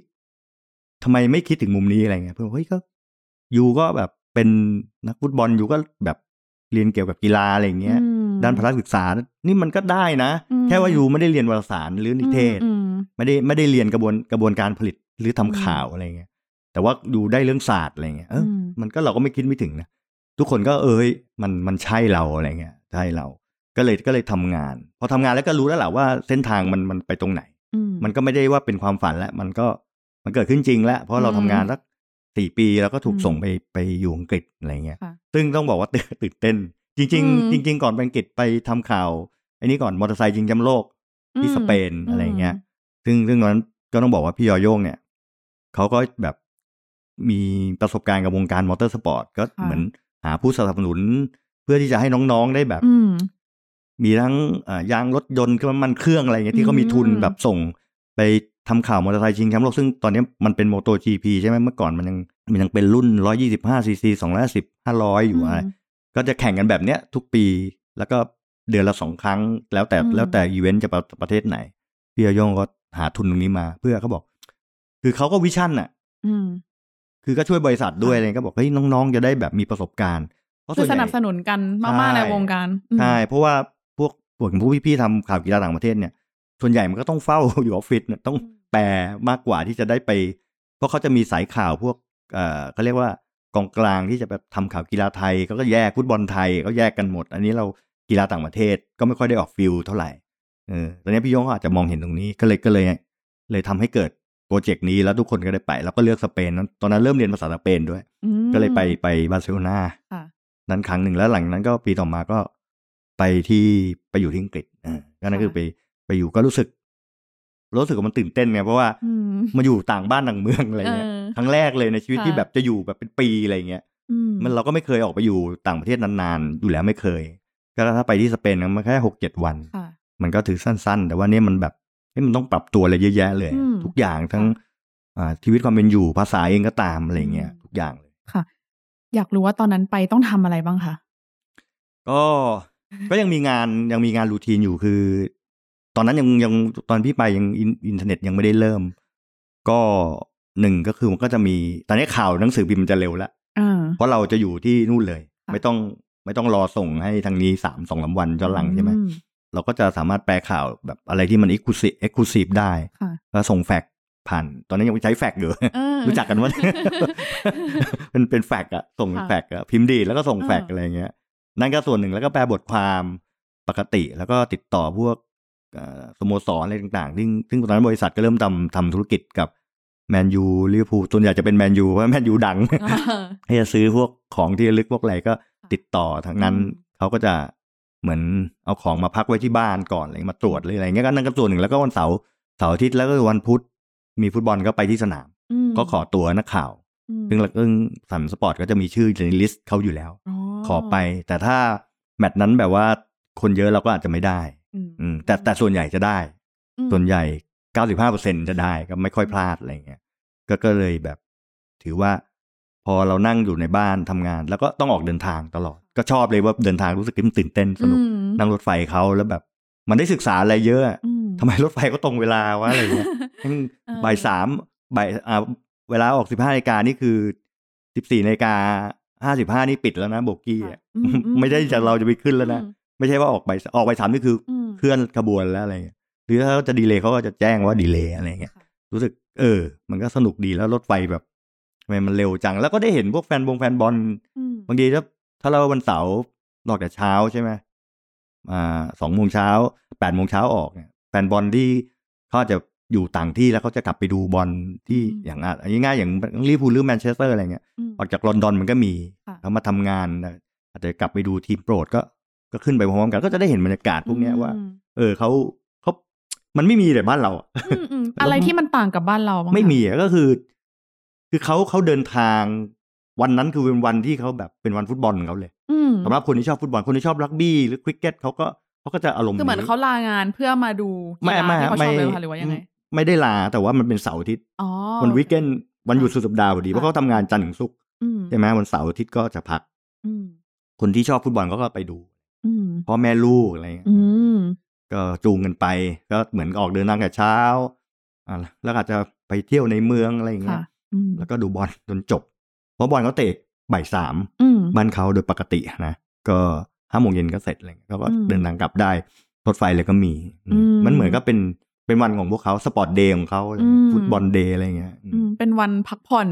ทำไมไม่คิดถึงมุมนี้อะไรเงี้ยเพื่อนบอกเฮ้ยก็ยูก็แบบเป็นนักฟุตบอลยูก็แบบเรียนเกี่ยวกับกีฬาอะไรเงี้ย
อืม
ด้านพละศึกษา นี่มันก็ได้นะ
อืม
แค่ว่ายูไม่ได้เรียนวารสารหรือนิเทศ
อืม
ไม่ได้ไม่ได้เรียนกระบวนกระบวนการผลิตหรือทำ
อืม
ข่าวอะไรเงี้ย แต่ว่าดูได้เรื่องศาสตร์อะไรเงี้ยเอออ
ม
มันก็เราก็ไม่คิดไม่ถึงนะ ทุกคนก็เอ้ยมันมันใช่เราอะไรเงี้ยใช่เรา ก็เลยก็เลยทำงาน พอทำงานแล้วก็รู้แล้วแหละว่าเส้นทางมันมันไปตรงไหน
อืม
มันก็ไม่ได้ว่าเป็นความฝันแล้วมันก็มันเกิดขึ้นจริงแล้ว เพราะเรา
อืม
ทำงานสักสี่ปีแล้วก็ถูก
อืม
ส่งไปไปอยู่อังกฤษอะไรเงี้ย
ค่ะ
ซึ่งต้องบอกว่า ตื่นตื่นเต้น จริง
อืม
ๆ จริง ๆ ก่อนไปอังกฤษไปทำข่าวไอ้นี่ก่อนมอเตอร์ไซค์ชิงแชมป์โลก ที่สเปน
ม
อะไรเงี้ย ซึ่งซึ่งตอนนั้นก็ต้องบอกว่าพี่ยอโย่งเนี่ยเขาก็แบบมีประสบการณ์กับวงการมอเตอร์สปอร์ตก็เหมือนหาผู้สนับสนุน เพื่อที่จะให้น้องๆได้แบบ
อืม
มีทั้งเอ่อยางรถยนต์เครื่องน้ำมันเครื่องอะไรเงี้ยที่เขามีทุน
อืม
แบบส่งไปทำข่าวมอเตอร์ไซค์ชิงแชมป์โลกซึ่งตอนนี้มันเป็นโมโต GP ใช่ไหมเมื่อก่อนมันยังมันยังเป็นรุ่น 125ซีซี210 500 อยู่อะไร ก็จะแข่งกันแบบเนี้ยทุกปี แล้วก็เดือนละสองครั้ง แล้วแต่
อืม
แล้วแต่อีเวนต์จะประประเทศไหน พี่อโยงก็หาทุนตรงนี้มา เพื่อเขาบอก คือเขาก็วิชั่นน่ะ
อืม
คือก็ช่วยบริษัทด้วยอะไรก็บอกเฮ้ยน้องๆ จะได้แบบมีประสบการณ์เพราะ
คื
ส่ว
อน
ให
ส
ญ่
นับสนุนกันมากๆ
ใช่
ในวงการอืม
ใช่เพราะว่าพวกพวกผู้พี่ๆทำข่าวกีฬาต่างประเทศเนี่ย ส่วนใหญ่มันก็ต้องเฝ้า อยู่ออฟฟิศเนี่ยต้อง
อืม
แปลมากกว่าที่จะได้ไป เพราะเขาจะมีสายข่าวพวกเอ่อเขาเรียกว่ากองกลางที่จะแบบทำข่าวกีฬาไทยเขาก็แยกฟุตบอลไทยก็แยกกันหมด อันนี้เรากีฬาต่างประเทศก็ไม่ค่อยได้ออกฟิลเท่าไหร่เออตอนนี้พี่โยงก็อาจจะมองเห็นตรงนี้ก็เลยก็เลย เลยทำให้เกิดโปรเจกต์นี้แล้วทุกคนก็ได้ไปแล้วก็เลือกสเปนนั้นตอนนั้นเริ่มเรียนภาษาสเปนด้วย
อืม
ก็เลยไปไปบาร์เซโลนา
ค่ะ
นั้นครั้งหนึ่งแล้วหลังนั้นก็ปีต่อมาก็ไปที่ไปอยู่ที่อังกฤษอ่าก็นั่นคือไปไปอยู่ก็รู้สึก รู้สึกว่ามันตื่นเต้นไงเพราะว่า
อืม
มาอยู่ต่างบ้านต่างเมืองอะไรเงี้ย
เออ
ครั้งแรกเลยในชีวิต
ค่ะ
ที่แบบจะอยู่แบบเป็นปีอะไรเงี้ย
อืม
มันเราก็ไม่เคยออกไปอยู่ต่างประเทศนานๆอยู่แล้วไม่เคย ก็ถ้าไปที่สเปนมันแค่หกเจ็ดวัน
ค่ะ
มันก็ถือสั้นๆ แต่ว่าเนี่ยมันแบบเฮ้ยมันต้องปรับตัวอะไรเยอะแยะเลย
อืม
ทุกอย่างทั้ง
ค่ะ
อ่าชีวิตความเป็นอยู่ภาษาเองก็ตามอะไรเงี้ย
อืม
ทุกอย่างเลย
ค่ะ อยากรู้ว่าตอนนั้นไปต้องทำอะไรบ้างคะ
ก็ก็ยังมีงานยังมีงานรูทีนอยู่คือ ตอนนั้นยังยังตอนพี่ไปยังอินอินเทอร์เน็ตยังไม่ได้เริ่ม ก็หนึ่งก็คือมันก็จะมีตอนนี้ข่าวหนังสือพิมพ์มันจะเร็วละ
อ่า
เพราะเราจะอยู่ที่นู่นเลย
ค่ะ
ไม่ต้องไม่ต้องรอส่งให้ทางนี้สามสองสามวันย้อนหลังใช่ไหม
อื
เราก็จะสามารถแปลข่าวแบบอะไรที่มันเอ็กซ์คลูซีฟเอ็กซ์คลูซีฟได้
ค่ะ
แล้วส่งแฟกซ์ผ่าน ตอนนั้นยังใช้แฟกซ์อยู่
เออ
รู้จักกันว่า เป็นเป็นแฟกซ์อะส่งเป็น
ค่ะ
แฟกซ์อะพิมพ์ดีดแล้วก็ส่ง
อ่า
แฟกซ์อะไรเงี้ย นั่นก็ส่วนหนึ่งแล้วก็แปลบทความปกติแล้วก็ติดต่อพวกเอ่อสโมสรอะไรต่างๆซึ่งซึ่งตอนนั้นบริษัทก็เริ่มทำทำธุรกิจกับแมนยูลิเวอร์พูลส่วนใหญ่จะเป็นแมนยูเพราะแมนยูดัง
อ่า
ให้จะซื้อพวกของที่ระลึกพวกอะไรก็ติดต่อทางนั้น
อืม
เขาก็จะเหมือนเอาของมาพักไว้ที่บ้านก่อนอะไรเงี้ยมาตรวจหรืออะไรเงี้ยก็นั่นก็ส่วนหนึ่งแล้วก็วันเสาร์เสาร์อาทิตย์แล้วก็วันพุธมีฟุตบอลก็ไปที่สนาม
ม
ก็ขอตัวนักข่าว
ม
ซึ่งซึ่งสันสปอร์ตก็จะมีชื่ออยู่ในลิสต์เขาอยู่แล้ว ขอไป แต่ถ้าแมตช์นั้นแบบว่าคนเยอะเราก็อาจจะไม่ได้
อืม
อืมแต่แต่ส่วนใหญ่จะได้
อืม
ส่วนใหญ่เก้าสิบห้าเปอร์เซ็นจะได้ก็ไม่ค่อยพลาดอะไรเงี้ยก็ก็เลยแบบ ถือว่า พอเรานั่งอยู่ในบ้านทำงาน แล้วก็ต้องออกเดินทางตลอด ก็ชอบเลยว่าเดินทางรู้สึกตื่นเต้นสนุก
อืม
นั่งรถไฟเขาแล้วแบบ มันได้ศึกษาอะไรเยอะอะ
อืม
ทำไมรถไฟก็ตรงเวลาวะอะไรเงี้ย แม่ง
เออ
บ่ายสามบ่ายอ่าเวลาออกสิบห้านาฬิกานี่คือสิบสี่นาฬิกาห้าสิบห้านี่ปิดแล้วนะโบกี้อ่ะ
อื อื
ไม่ได้จะเราจะไปขึ้นแล้วนะ
อืม
ไม่ใช่ว่าออกไปออกไปสามนี่คือ
อืม
เคลื่อนขบวนแล้วอะไรเงี้ยหรือถ้าจะดีเลยเขาก็จะแจ้งว่าดีเลยอะไรเงี้ย
ค่ะ
รู้สึก เออ มันก็สนุกดีแล้วรถไฟแบบทำไมมันเร็วจัง แล้วก็ได้เห็นพวกแฟนบงแฟนบอล
อืม
บางทีถ้าถ้าเราวันเสาร์ออกแต่เช้าใช่ไหมอ่าสองโมงเช้าแปดโมงเช้าออกเนี่ยแฟนบอลที่เขาอาจจะอยู่ต่างที่แล้วเขาจะกลับไปดูบอลที่
อืม
อย่างอ่ะง่ายๆอย่างลิเวอร์พูลหรือแมนเชสเตอร์อะไรเงี้ย
อืม
ออกจากลอนดอนมันก็มี
ค่ะ
เขามาทำงานนะอาจจะกลับไปดูทีมโปรดก็ก็ขึ้นไปพร้อมๆกันก็จะได้เห็นบรรยากาศพวกเนี้ยว่า
อืม
เออเขาเขามันไม่มีแต่บ้านเราอะ
อืมอืมอะไรที่มันต่างกับบ้านเราบ้างคะ
ไม่มีอะก็คือ คือเขาเขาเดินทาง วันนั้นคือเป็นวันที่เขาแบบเป็นวันฟุตบอลของเขาเลย
อืม
สำหรับคนที่ชอบฟุตบอลคนที่ชอบรักบี้หรือคริกเก็ตเขาก็เขาก็จะอารมณ์
คือเหมือนเขาลางานเพื่อมาดู
ไม่ไม่
กีฬาที่เขาช
ไม่
อบเลยเหรอคะหรือว่ายังไง
ไม่ได้ลาแต่ว่ามันเป็นเสาร์อาทิตย์
อ๋อ
วันวีคเกนวันหยุดสุดสัปดาห์พอดี
ค่ะ
เพราะเขาทำงานจันทร์ถึงศุกร์
อืม
ใช่ไหมวันเสาร์อาทิตย์ก็จะพัก
อืม
คนที่ชอบฟุตบอลเขาก็ไปดู
อืม
พ่อแม่ลูกอะไรเงี้ย
อืม
ก็จูงกันไป ก็เหมือนออกเดินทางแต่เช้าอ่ะแล้วก็อาจจะไปเที่ยวในเมืองอะไรอย่างเงี้
ค่ะ
ย
อืม
แล้วก็ดูบอลจนจบ เพราะบอลเขาเตะบ่ายสาม
อืม
บ้านเขาโดยปกตินะก็ห้าโมงเย็นก็เสร็จอะไรเลยเขาก็
อืม
เดินทางกลับได้รถไฟเลยก็มีอืม
อืม
มันเหมือนก็เป็นเป็นวันของพวกเขาสปอร์ตเดย์ของเขาอะไรเงี้ย
อืม
ฟุตบอลเดย์อะไรเงี้ยอืม
อืมเป็นวันพักผ่อน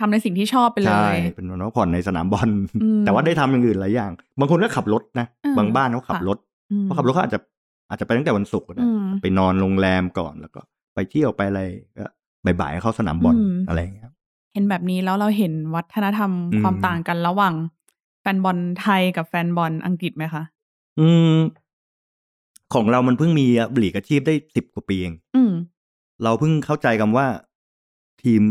ทำในสิ่งที่ชอบไปเล
ใช่
ย
เป็นวันพักผ่อนในสนามบอล
อืม
แต่ว่าได้ทำอย่างอื่นหลายอย่าง บางคนก็ขับรถนะ
อืม
บางบ้านเขาขับ
ค่ะ
รถ
อืม
เพราะขับรถเขาอาจจะอาจจะไปตั้งแต่วันศุกร์นะ
อืม
ไปนอนโรงแรมก่อนแล้วก็ไปเที่ยวไปอะไรก็บ่ายๆเข้าสนามบอล
อืม
อะไรเงี้ย
เห็นแบบนี้แล้วเราเห็นวัฒนธรรม
อืม
ความต่างกันระหว่างแฟนบอลไทยกับแฟนบอลอังกฤษไหมคะ
อืม ของเรามันเพิ่งมีหลีกอาชีพได้สิบกว่าปีเอง
อืม
เราเพิ่งเข้าใจคำว่าทีม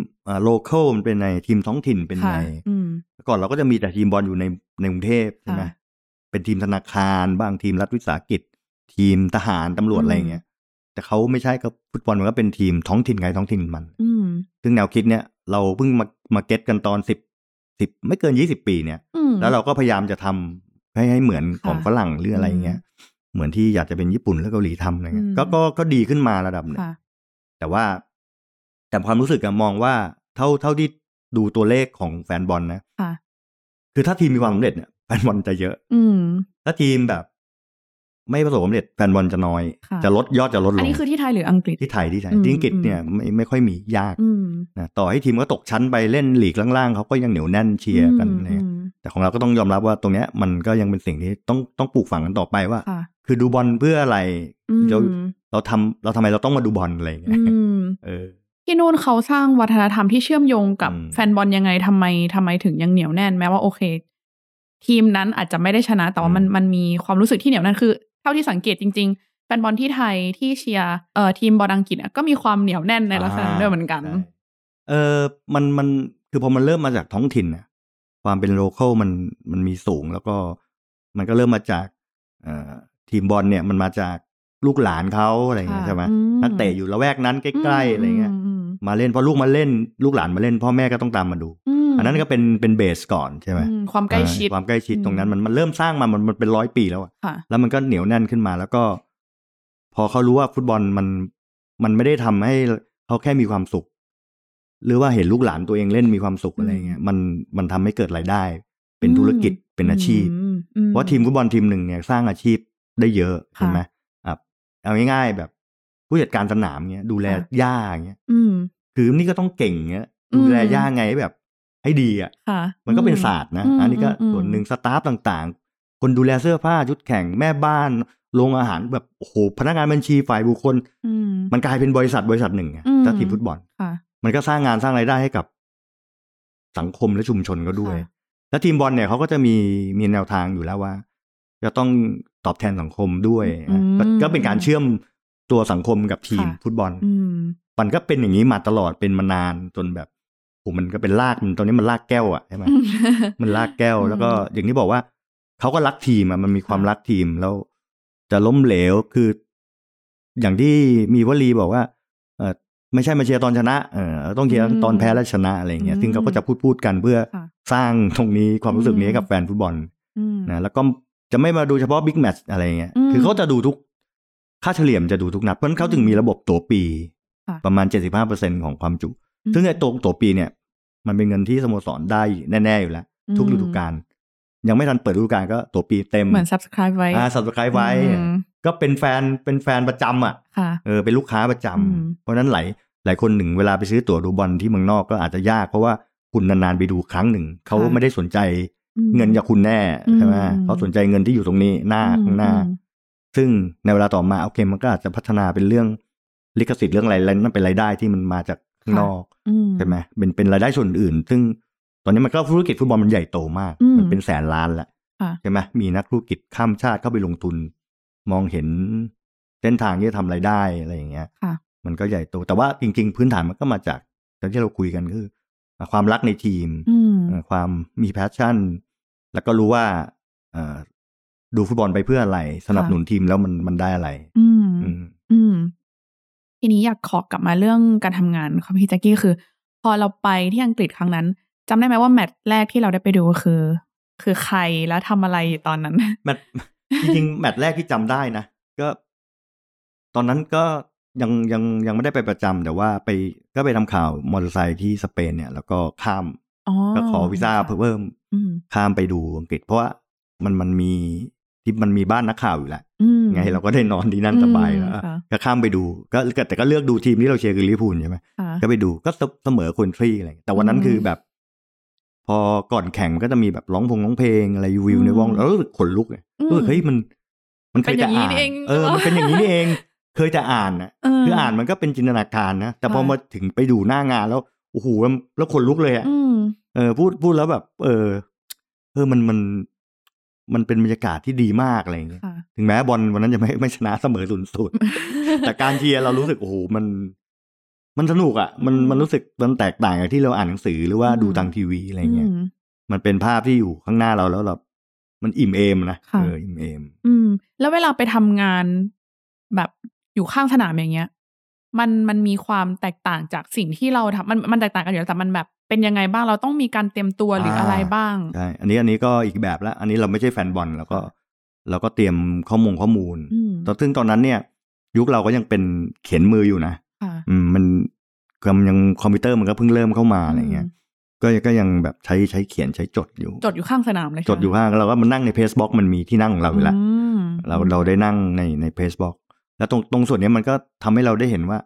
โลเคอลมันเป็นไงทีมท้องถิ่นเป็น
ค่ะ
ไง
อืม
แต่ก่อนเราก็จะมีแต่ทีมบอลอยู่ในในกรุงเทพใช่ไหม
ค่ะ
เป็นทีมธนาคารบ้างทีมรัฐวิสาหกิจ ทีมทหารตำรวจอะไรอย่างเงี้ยแต่เขาไม่ใช่ก็ฟุตบอลมันก็เป็นทีมท้องถิ่นใครท้องถิ่นมัน
อืม
ซึ่งแนวคิดเนี่ยเราเพิ่งมามาเก็ตกันตอนสิบสิบไม่เกินยี่สิบปีเนี่ย
อืม
แล้วเราก็พยายามจะทำให้ให้เหมือน
ค่ะ
ของฝรั่งหรืออะไรอย่างเงี้ย เหมือนที่อยากจะเป็นญี่ปุ่นและเกาหลีทำอะไรเงี้ย
อืม
ก็ก็ก็ดีขึ้นมาระดับหนึง
ค่ะ
แต่ว่าแต่ความรู้สึกอะมองว่าเท่าเท่าที่ดูตัวเลขของแฟนบอลนะ
ค่ะ
คือถ้าทีมมีความสำเร็จเนี่ยแฟนบอลจะเยอะ
อืม
ถ้าทีมแบบ ไม่ประสบความสำเร็จแฟนบอลจะน้อย
ค่ะ
จะลดยอดจะลดล
อัน
ง
นี้คือที่ไทยหรืออังกฤษ
ที่ไทยที่ไทย
อืม
ที่อังกฤษ
อืม
เนี่ยไม่ไม่ค่อยมียาก
อืม
นะต่อให้ทีมก็ตกชั้นไปเล่นหลีกล่างๆเขาก็ยังเหนียวแน่นเชียร์กัน
อืม
อะไร
อื
เงี้ย
ม
แต่ของเราก็ต้องยอมรับว่าตรงเนี้ยมันก็ยังเป็นสิ่งที่ต้องต้องปลูกฝังกันต่อไปว่า
ค่ะ
คือดูบอลเพื่ออะไร
อืม
เดี๋ยว เราทำเราทำไมเราต้องมาดูบอลอะไรเงี้
อื
ย
ม
เออ
ที่นู่นเขาสร้างวัฒนธรรมที่เชื่อมโยงกับ
อืม
แฟนบอลยังไงทำไมทำไมถึงยังเหนียวแน่นแม้ว่าโอเค ทีมนั้นอาจจะไม่ได้ชนะ แต่ว่ามันมันมีความรู้สึกที่เหนียวแน่นคือ เท่าที่สังเกตจริง แฟนบอลที่ไทยที่เชียร์เอ่อทีมบอลอังกฤษอะก็มีความเหนียวแน่นในลักษณะนั้นด้วยเหมือนกัน
ใช่เออมันมันคือพอมันเริ่มมาจากท้องถิ่นนะความเป็นโลเคอลมันมันมีสูงแล้วก็มันก็เริ่มมาจากเอ่อทีมบอลเนี่ยมันมาจากลูกหลานเขาอะไรอย่างเงี้ย
ค่ะ
ใช่ไหม
อืม
นักเตะอยู่ละแวกนั้นใกล้ๆอะไรเงี้ย
ม
มาเล่นพอลูกมาเล่น ลูกหลานมาเล่น พ่อแม่ก็ต้องตามมาดู
ม
อันนั้นก็เป็นเป็นเบสก่อนใช่ไหม
อืมความใกล้ชิด
เออความใกล้ชิด
อืม
ตรงนั้นมันมันเริ่มสร้างมามันมันเป็นร้อยปีแล้วอะ
ค่ะ
แล้วมันก็เหนียวแน่นขึ้นมาแล้วก็ พอเขารู้ว่าฟุตบอลมันมันไม่ได้ทำให้เขาแค่มีความสุข หรือว่าเห็นลูกหลานตัวเองเล่นมีความสุขอะไรเงี้ยมันมันทำให้เกิดรายได้ เป็นธุรกิจเป็นอาชีพ
อืมอื
เพราะทีมฟุตบอลทีมหนึ่งเนี่ยสร้างอาชีพได้เยอะใช่ไหมอ่ะเอาง่ายๆ แบบผู้จัดการสนามเงี้ยดูแลหญ้าเงี้ย
อืม
คือนี่ก็ต้องเก่งเงี้ย
อืม
ดูแลหญ้าไงให้แบบ ให้ดีอ่ะ
ค่ะ
มันก็เป็น
อื
ศาสตร์นะ
อืม
อันนี้ก็
อืม
ส่วนหนึ่งสตาฟต่างๆ คนดูแลเสื้อผ้าชุดแข่งแม่บ้านโรงอาหารแบบโอ้โหพนักงานบัญชีฝ่ายบุคคล
อืม
มันกลายเป็นบริษัทบริษัทหนึ่งไง
อืม
ถ้าทีมฟุตบอล
ค่ะ
มันก็สร้างงานสร้างรายได้ให้กับสังคมและชุมชนก็ด้วย
ค่ะ
แล้วทีมบอลเนี่ยเขาก็จะมีมีแนวทางอยู่แล้วว่า จะต้องตอบแทนสังคมด้วย
อืม
ก็ก็เป็นการเชื่อมตัวสังคมกับทีม
ค่ะ
ฟุตบอล
อืม
มันก็เป็นอย่างนี้มาตลอดเป็นมานานจนแบบโอ้โหมันก็เป็นลากมันตอนนี้มันลากแก้วอะใช่ไหม มันลากแก้ว
อืม
แล้วก็อย่างที่บอกว่าเขาก็รักทีมอะมันมีความ
ค่ะ
รักทีมแล้ว จะล้มเหลวคือ อย่างที่มีวลีบอกว่า เออไม่ใช่มาเชียร์ตอนชนะเออต้องเชียร์ตอนแพ้และชนะอะไรอย่างเงี้ย
อืม
ซึ่งเขาก็จะพูดพูดกันเพื่อ
ค่ะ
สร้างตรงนี้ความรู้สึกนี้ให้กับแฟนฟุตบอล
อืม
นะแล้วก็จะไม่มาดูเฉพาะบิ๊กแมตช์อะไรอย่างเงี้ย
อืม
คือเขาจะดูทุกค่าเฉลี่ยมจะดูทุกนัดเพราะฉะนั้นเขาจึงมีระบบตัวปี
ค่ะ
ประมาณ 75%ของความจุ ซึ่งไอ้ตัวตัวปีเนี่ย มันเป็นเงินที่สโมสรได้แน่ ๆ อยู่แล้ว ทุกฤดูกาลยังไม่ทันเปิดฤดูกาลก็ตัวปีเต็ม
เหมือน subscribe ไว้
อ่าสับสกายไว้
อืม
ก็เป็นแฟนเป็นแฟนประจำอ่ะ
ค่ะ
เออเป็นลูกค้าประจำ
อืม
เพราะฉะนั้นหลายหลายคนหนึ่งเวลาไปซื้อตั๋วดูบอลที่เมืองนอกก็อาจจะยากเพราะว่าคุณนานๆไปดูครั้งหนึ่ง เขาไม่ได้สนใจ
อืม
เงินจากคุณแน่
อืม
ใช่ไหมเขาสนใจเงินที่อยู่ตรงนี้หน้าข้างหน้า
อืม
ซึ่งในเวลาต่อมาโอเคมันก็อาจจะพัฒนาเป็นเรื่องลิขสิทธิ์เรื่องอะไรแล้วนั่นเป็นรายได้ที่มันมาจากข้าง
ค่ะ
นอก
อืม
ใช่ไหมเป็นเป็นรายได้ส่วนอื่น ซึ่งตอนนี้มันก็ธุรกิจฟุตบอลมันใหญ่โตมาก
อืม
มันเป็นแสนล้านแหละ
ค่ะ
ใช่ไหมมีนักธุรกิจข้ามชาติเข้าไปลงทุน มองเห็นเส้นทางที่จะทำรายได้อะไรอย่างเงี้ย
ค่ะ
มันก็ใหญ่โต แต่ว่าจริง ๆ พื้นฐานมันก็มาจากอย่างที่เราคุยกันคือ ความรักในทีม
อืม
เอ่อความมีแพชชั่น แล้วก็รู้ว่าเอ่อดูฟุตบอลไปเพื่ออะไร สนับสนุนทีมแล้วมันมันได้อะไร
อืม
อืม
อืม ทีนี้อยากขอกลับมาเรื่องการทำงานของพี่แจ็กกี้คือ พอเราไปที่อังกฤษครั้งนั้นจำได้ไหมว่าแมตช์แรกที่เราได้ไปดูคือ คือใครแล้วทำอะไรอยู่ตอนนั้น
แมตช์ จริงๆแมตช์แรกที่จำได้นะ ก็ ตอนนั้นก็ยังยังยังไม่ได้ไปประจำแต่ว่าไปก็ไปทำข่าวมอเตอร์ไซค์ที่สเปนเนี่ย แล้วก็ข้าม
อ๋อ
ก็ขอวีซ่าเพิ่ม
อืม
ข้ามไปดูอังกฤษ เพราะว่ามันมันมีที่มันมีบ้านนักข่าวอยู่แล้ว
อืม
ไงเราก็ได้นอนที่นั่นสบายแล้ว
อืมค่ะ
ก็ข้ามไปดูก็ก็แต่ก็เลือกดูทีมที่เราเชียร์คือลิเวอร์พูลใช่ไหม
ค่ะ
ก็ไปดูก็เสมอคนทรีอะไรอย่างเงี้ยแต่วันนั้น
อืม
คือแบบ พอก่อนแข่งมันก็จะมีแบบร้องพงร้องเพลงอะไรวิว
อืม
ในวงแล้วรู้สึกขนลุกเนี่ย
อืม
รู้สึกเฮ้ยมัน มันเคย
เป็นอ
จะ
ย่างนี้
อ่าน
นี่เอง
เออมันเป็นอย่างนี้ นี่เอง เคยจะอ่านนะ
เออ
คืออ่านมันก็เป็นจินตนาการนะแต่พอ
ค่ะ
มาถึงไปดูหน้างานแล้วโอ้โหแล้วแล้วขนลุกเลยอะ
อืม
เออพูดพูดแล้วแบบ เออ เออมันมัน มันเป็นบรรยากาศที่ดีมากอะไรอย่างเงี้ย
ค่ะ
ถึงแม้บอลวันนั้นจะไม่ไม่ชนะเสมอศูนย์ศู นย์ แต่การเชียร์เรารู้สึกโอ้โหมัน มันสนุกอะ่ะ มัน
อืม
มันรู้สึกมันแตกต่างจากที่เราอ่านหนังสือหรือว่า
อืม
ดูทางทีวีอะไรเงี้ย
อืม
มันเป็นภาพที่อยู่ข้างหน้าเราแล้วเรามันอิ่มเอมนะ
ค่ะ
เอออิ่มเอม
อืม แล้วเวลาไปทำงานแบบอยู่ข้างสนามอย่างเงี้ย มันมันมีความแตกต่างจากสิ่งที่เราทำมันมันแตกต่างกันอยู่แล้วแต่มันแบบเป็นยังไงบ้างเราต้องมีการเตรียมตัวหรืออะไรบ้าง
ใช่อันนี้อันนี้ก็อีกแบบละอันนี้เราไม่ใช่แฟนบอลเราก็เราก็เตรียมข้อมูลข้อมูล
อืม
ตอนซึ่งตอนนั้นเนี่ย ยุคเราก็ยังเป็นเขียนมืออยู่นะ
ค่ะ
อืมมันก็ยังคอมพิวเตอร์มันก็เพิ่งเริ่มเข้ามาอะไรเงี้ยก็ก็ยังแบบใช้ใช้เขียนใช้จดอยู่
จดอยู่ข้างสนามเลยใช่
จ
ไหม
ดอยู่ข้างเราก็มันนั่งในเพจบล็อกมันมีที่นั่งของเราอยู่แล้ว
อืม
เราเราได้นั่งในในเพจบล็อกแล้วตรงตรงส่วนเนี้ยมันก็ทำให้เราได้เห็นว่า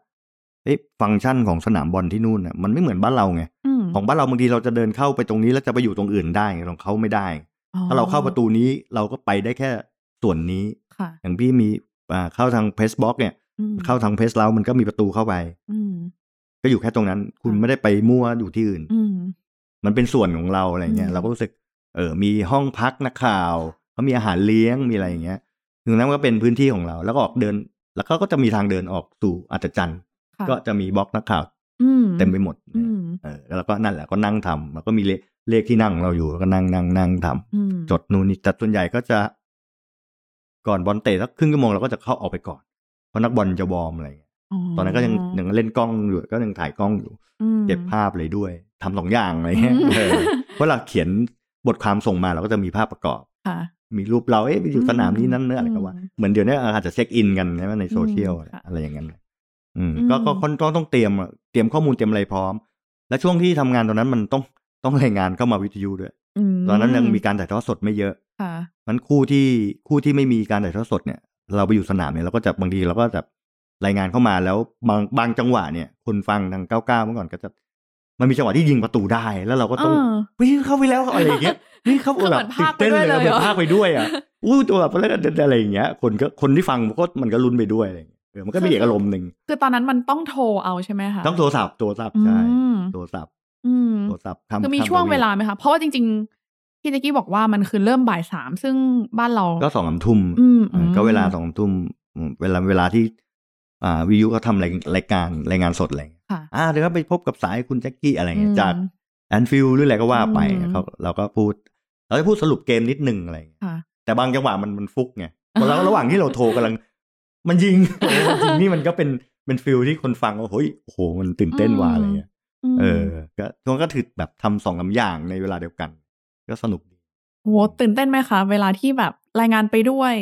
เอ๊ะฟังก์ชันของสนามบอลที่นู่นน่ะมันไม่เหมือนบ้านเราไง
อืม
ของบ้านเราบางทีเราจะเดินเข้าไปตรงนี้แล้วจะไปอยู่ตรงอื่นได้ไงของเขาไม่ได้
อ๋อ
ถ้าเราเข้าประตูนี้เราก็ไปได้แค่ส่วนนี้
ค่ะ
อย่างพี่มีอ่าเข้าทางเพจบล็อกเนี่ย
อืม
เข้าทางเพจเรามันก็มีประตูเข้าไป
อืม
ก็อยู่แค่ตรงนั้น คุณ
ค่ะ
ไม่ได้ไปมั่วอยู่ที่อื่น
อืม
มันเป็นส่วนของเราอะไรเงี้ย
อืม
เราก็รู้สึกเออมีห้องพักนักข่าวเขามีอาหารเลี้ยงมีอะไรอย่างเงี้ยถึงนั้นก็เป็นพื้นที่ของเรา แล้วก็ออกเดิน แล้วก็ก็จะมีทางเดินออกสู่อัศจรรย์
ค่ะ
ก็จะมีบล็อกนักข่าว
อื
เต็มไปหมด
อืม
เออแล้วก็นั่นแหละก็นั่งทำแล้วก็มีเลขเลขที่นั่งของเราอยู่แล้วก็นั่งนั่งนั่งทำ
อืม
จดนู่นนี่แต่ส่วนใหญ่ก็จะก่อนบอลเตะสักครึ่งชั่วโมงเราก็จะเข้าออกไปก่อน เพราะนักบอลจะวอร์มอะไรอย่างเงี้ยตอนนั้นก็ยังยังเล่นกล้องอยู่ก็ยังถ่ายกล้องอยู่
อืม
เก็บภาพเลยด้วยทำสองอย่างอะไรเงี้ย
อืม
เออเพราะเราเขียนบทความส่งมาเราก็จะมีภาพประกอบ
ค่ะ
มีรูปเราเอ๊ะไปอยู่สนามนี้นั่นเนื้อะอะไรก็
อืม
ว่าเหมือนเดี๋ยวนี้อาจจะเช็คอินกันใช่ไหมในโซเชียล
อืมค่ะ
อะไรอย่างเงี้ยอืม
อืม
ก็ก็ค่อนข้างต้องเตรียมอะเตรียมข้อมูลเตรียมอะไรพร้อม และช่วงที่ทำงานตอนนั้นมันต้องต้องรายงานเข้ามาวิทยุด้วย
ม
ตอนนั้นยังมีการถ่ายทอดสดไม่เยอะ
ค่ะ
มันคู่ที่คู่ที่ไม่มีการถ่ายทอดสดเนี่ย เราไปอยู่สนามเนี่ยเราก็จะบางทีเราก็จะรายงานเข้ามาแล้วบางบางจังหวะเนี่ย คนฟังทางเก้าเก้าเมื่อก่อนก็จะ มันมีจังหวะที่ยิงประตูได้แล้วเราก็ต้อง
เออ
วิ่งเข้าไปแล้วอะไรอย่างเงี้ย วิ่งเข้า
คือเห
แบ
มื
บ
อน
ตื่
ภาพ
นเต้นเล
ไป
ย
ด้วยเลย
เหมือ
เหรอ
นภาพไปด้วยอ่ะอู้ตัวแบบแล้วก็อะไรอย่างเงี้ย คนก็คนที่ฟังมันก็มันก็ลุ้นไปด้วยอะไรอย่างเงี้ยเออมันก็มีเอกอารมณ์หนึ่ง
คือตอนนั้นมันต้องโทรเอาใช่ไหมคะ
ต้องโทรศัพท์โทรศัพท์
อื
ใช่
ม
โทรศัพท์
อืม
โทรศัพท์ข้าม
คือมี
ข้าม
ช่วง
ทวีป
เวลาไหมคะ เพราะว่าจริงๆที่ตะกี้บอกว่ามันคือเริ่มบ่ายสามซึ่งบ้านเรา
ก็สองสามทุ่ม
อืม
เออก็เวลาสองทุ่มอืมเวลาเวลาที่ อ่าวิวก็ทำรายรายการรายงานสดอะไรอย่างเงี้ย
ค่ะ
อ่าเดี๋ยวก็ไปพบกับสายคุณแจ็คกี้อะไรเงี้ย
อืม
จากแอนฟิลหรืออะไรก็ว่าไป
อืม
เขาเราก็พูด เราจะพูดสรุปเกมนิดหนึงอะไรเงี้ย
ค่ะ
แต่บางจังหวะมันมันฟุกไงเพราะเราระหว่างที่เราโทรกำลัง มัน ยิง โอ้โหมันยิงนี่มันก็เป็นเป็นฟิลที่คนฟังว่าเฮ้ยโอ้โหมันตื่นเต้นว่ะอะไรเงี้ย
ม
เออ ก็ช่วงก็ถือแบบทำสองสามอย่างในเวลาเดียวกัน ก็สนุกดี
โหตื่นเต้นไหมคะ เวลาที่แบบรายงานไปด้วย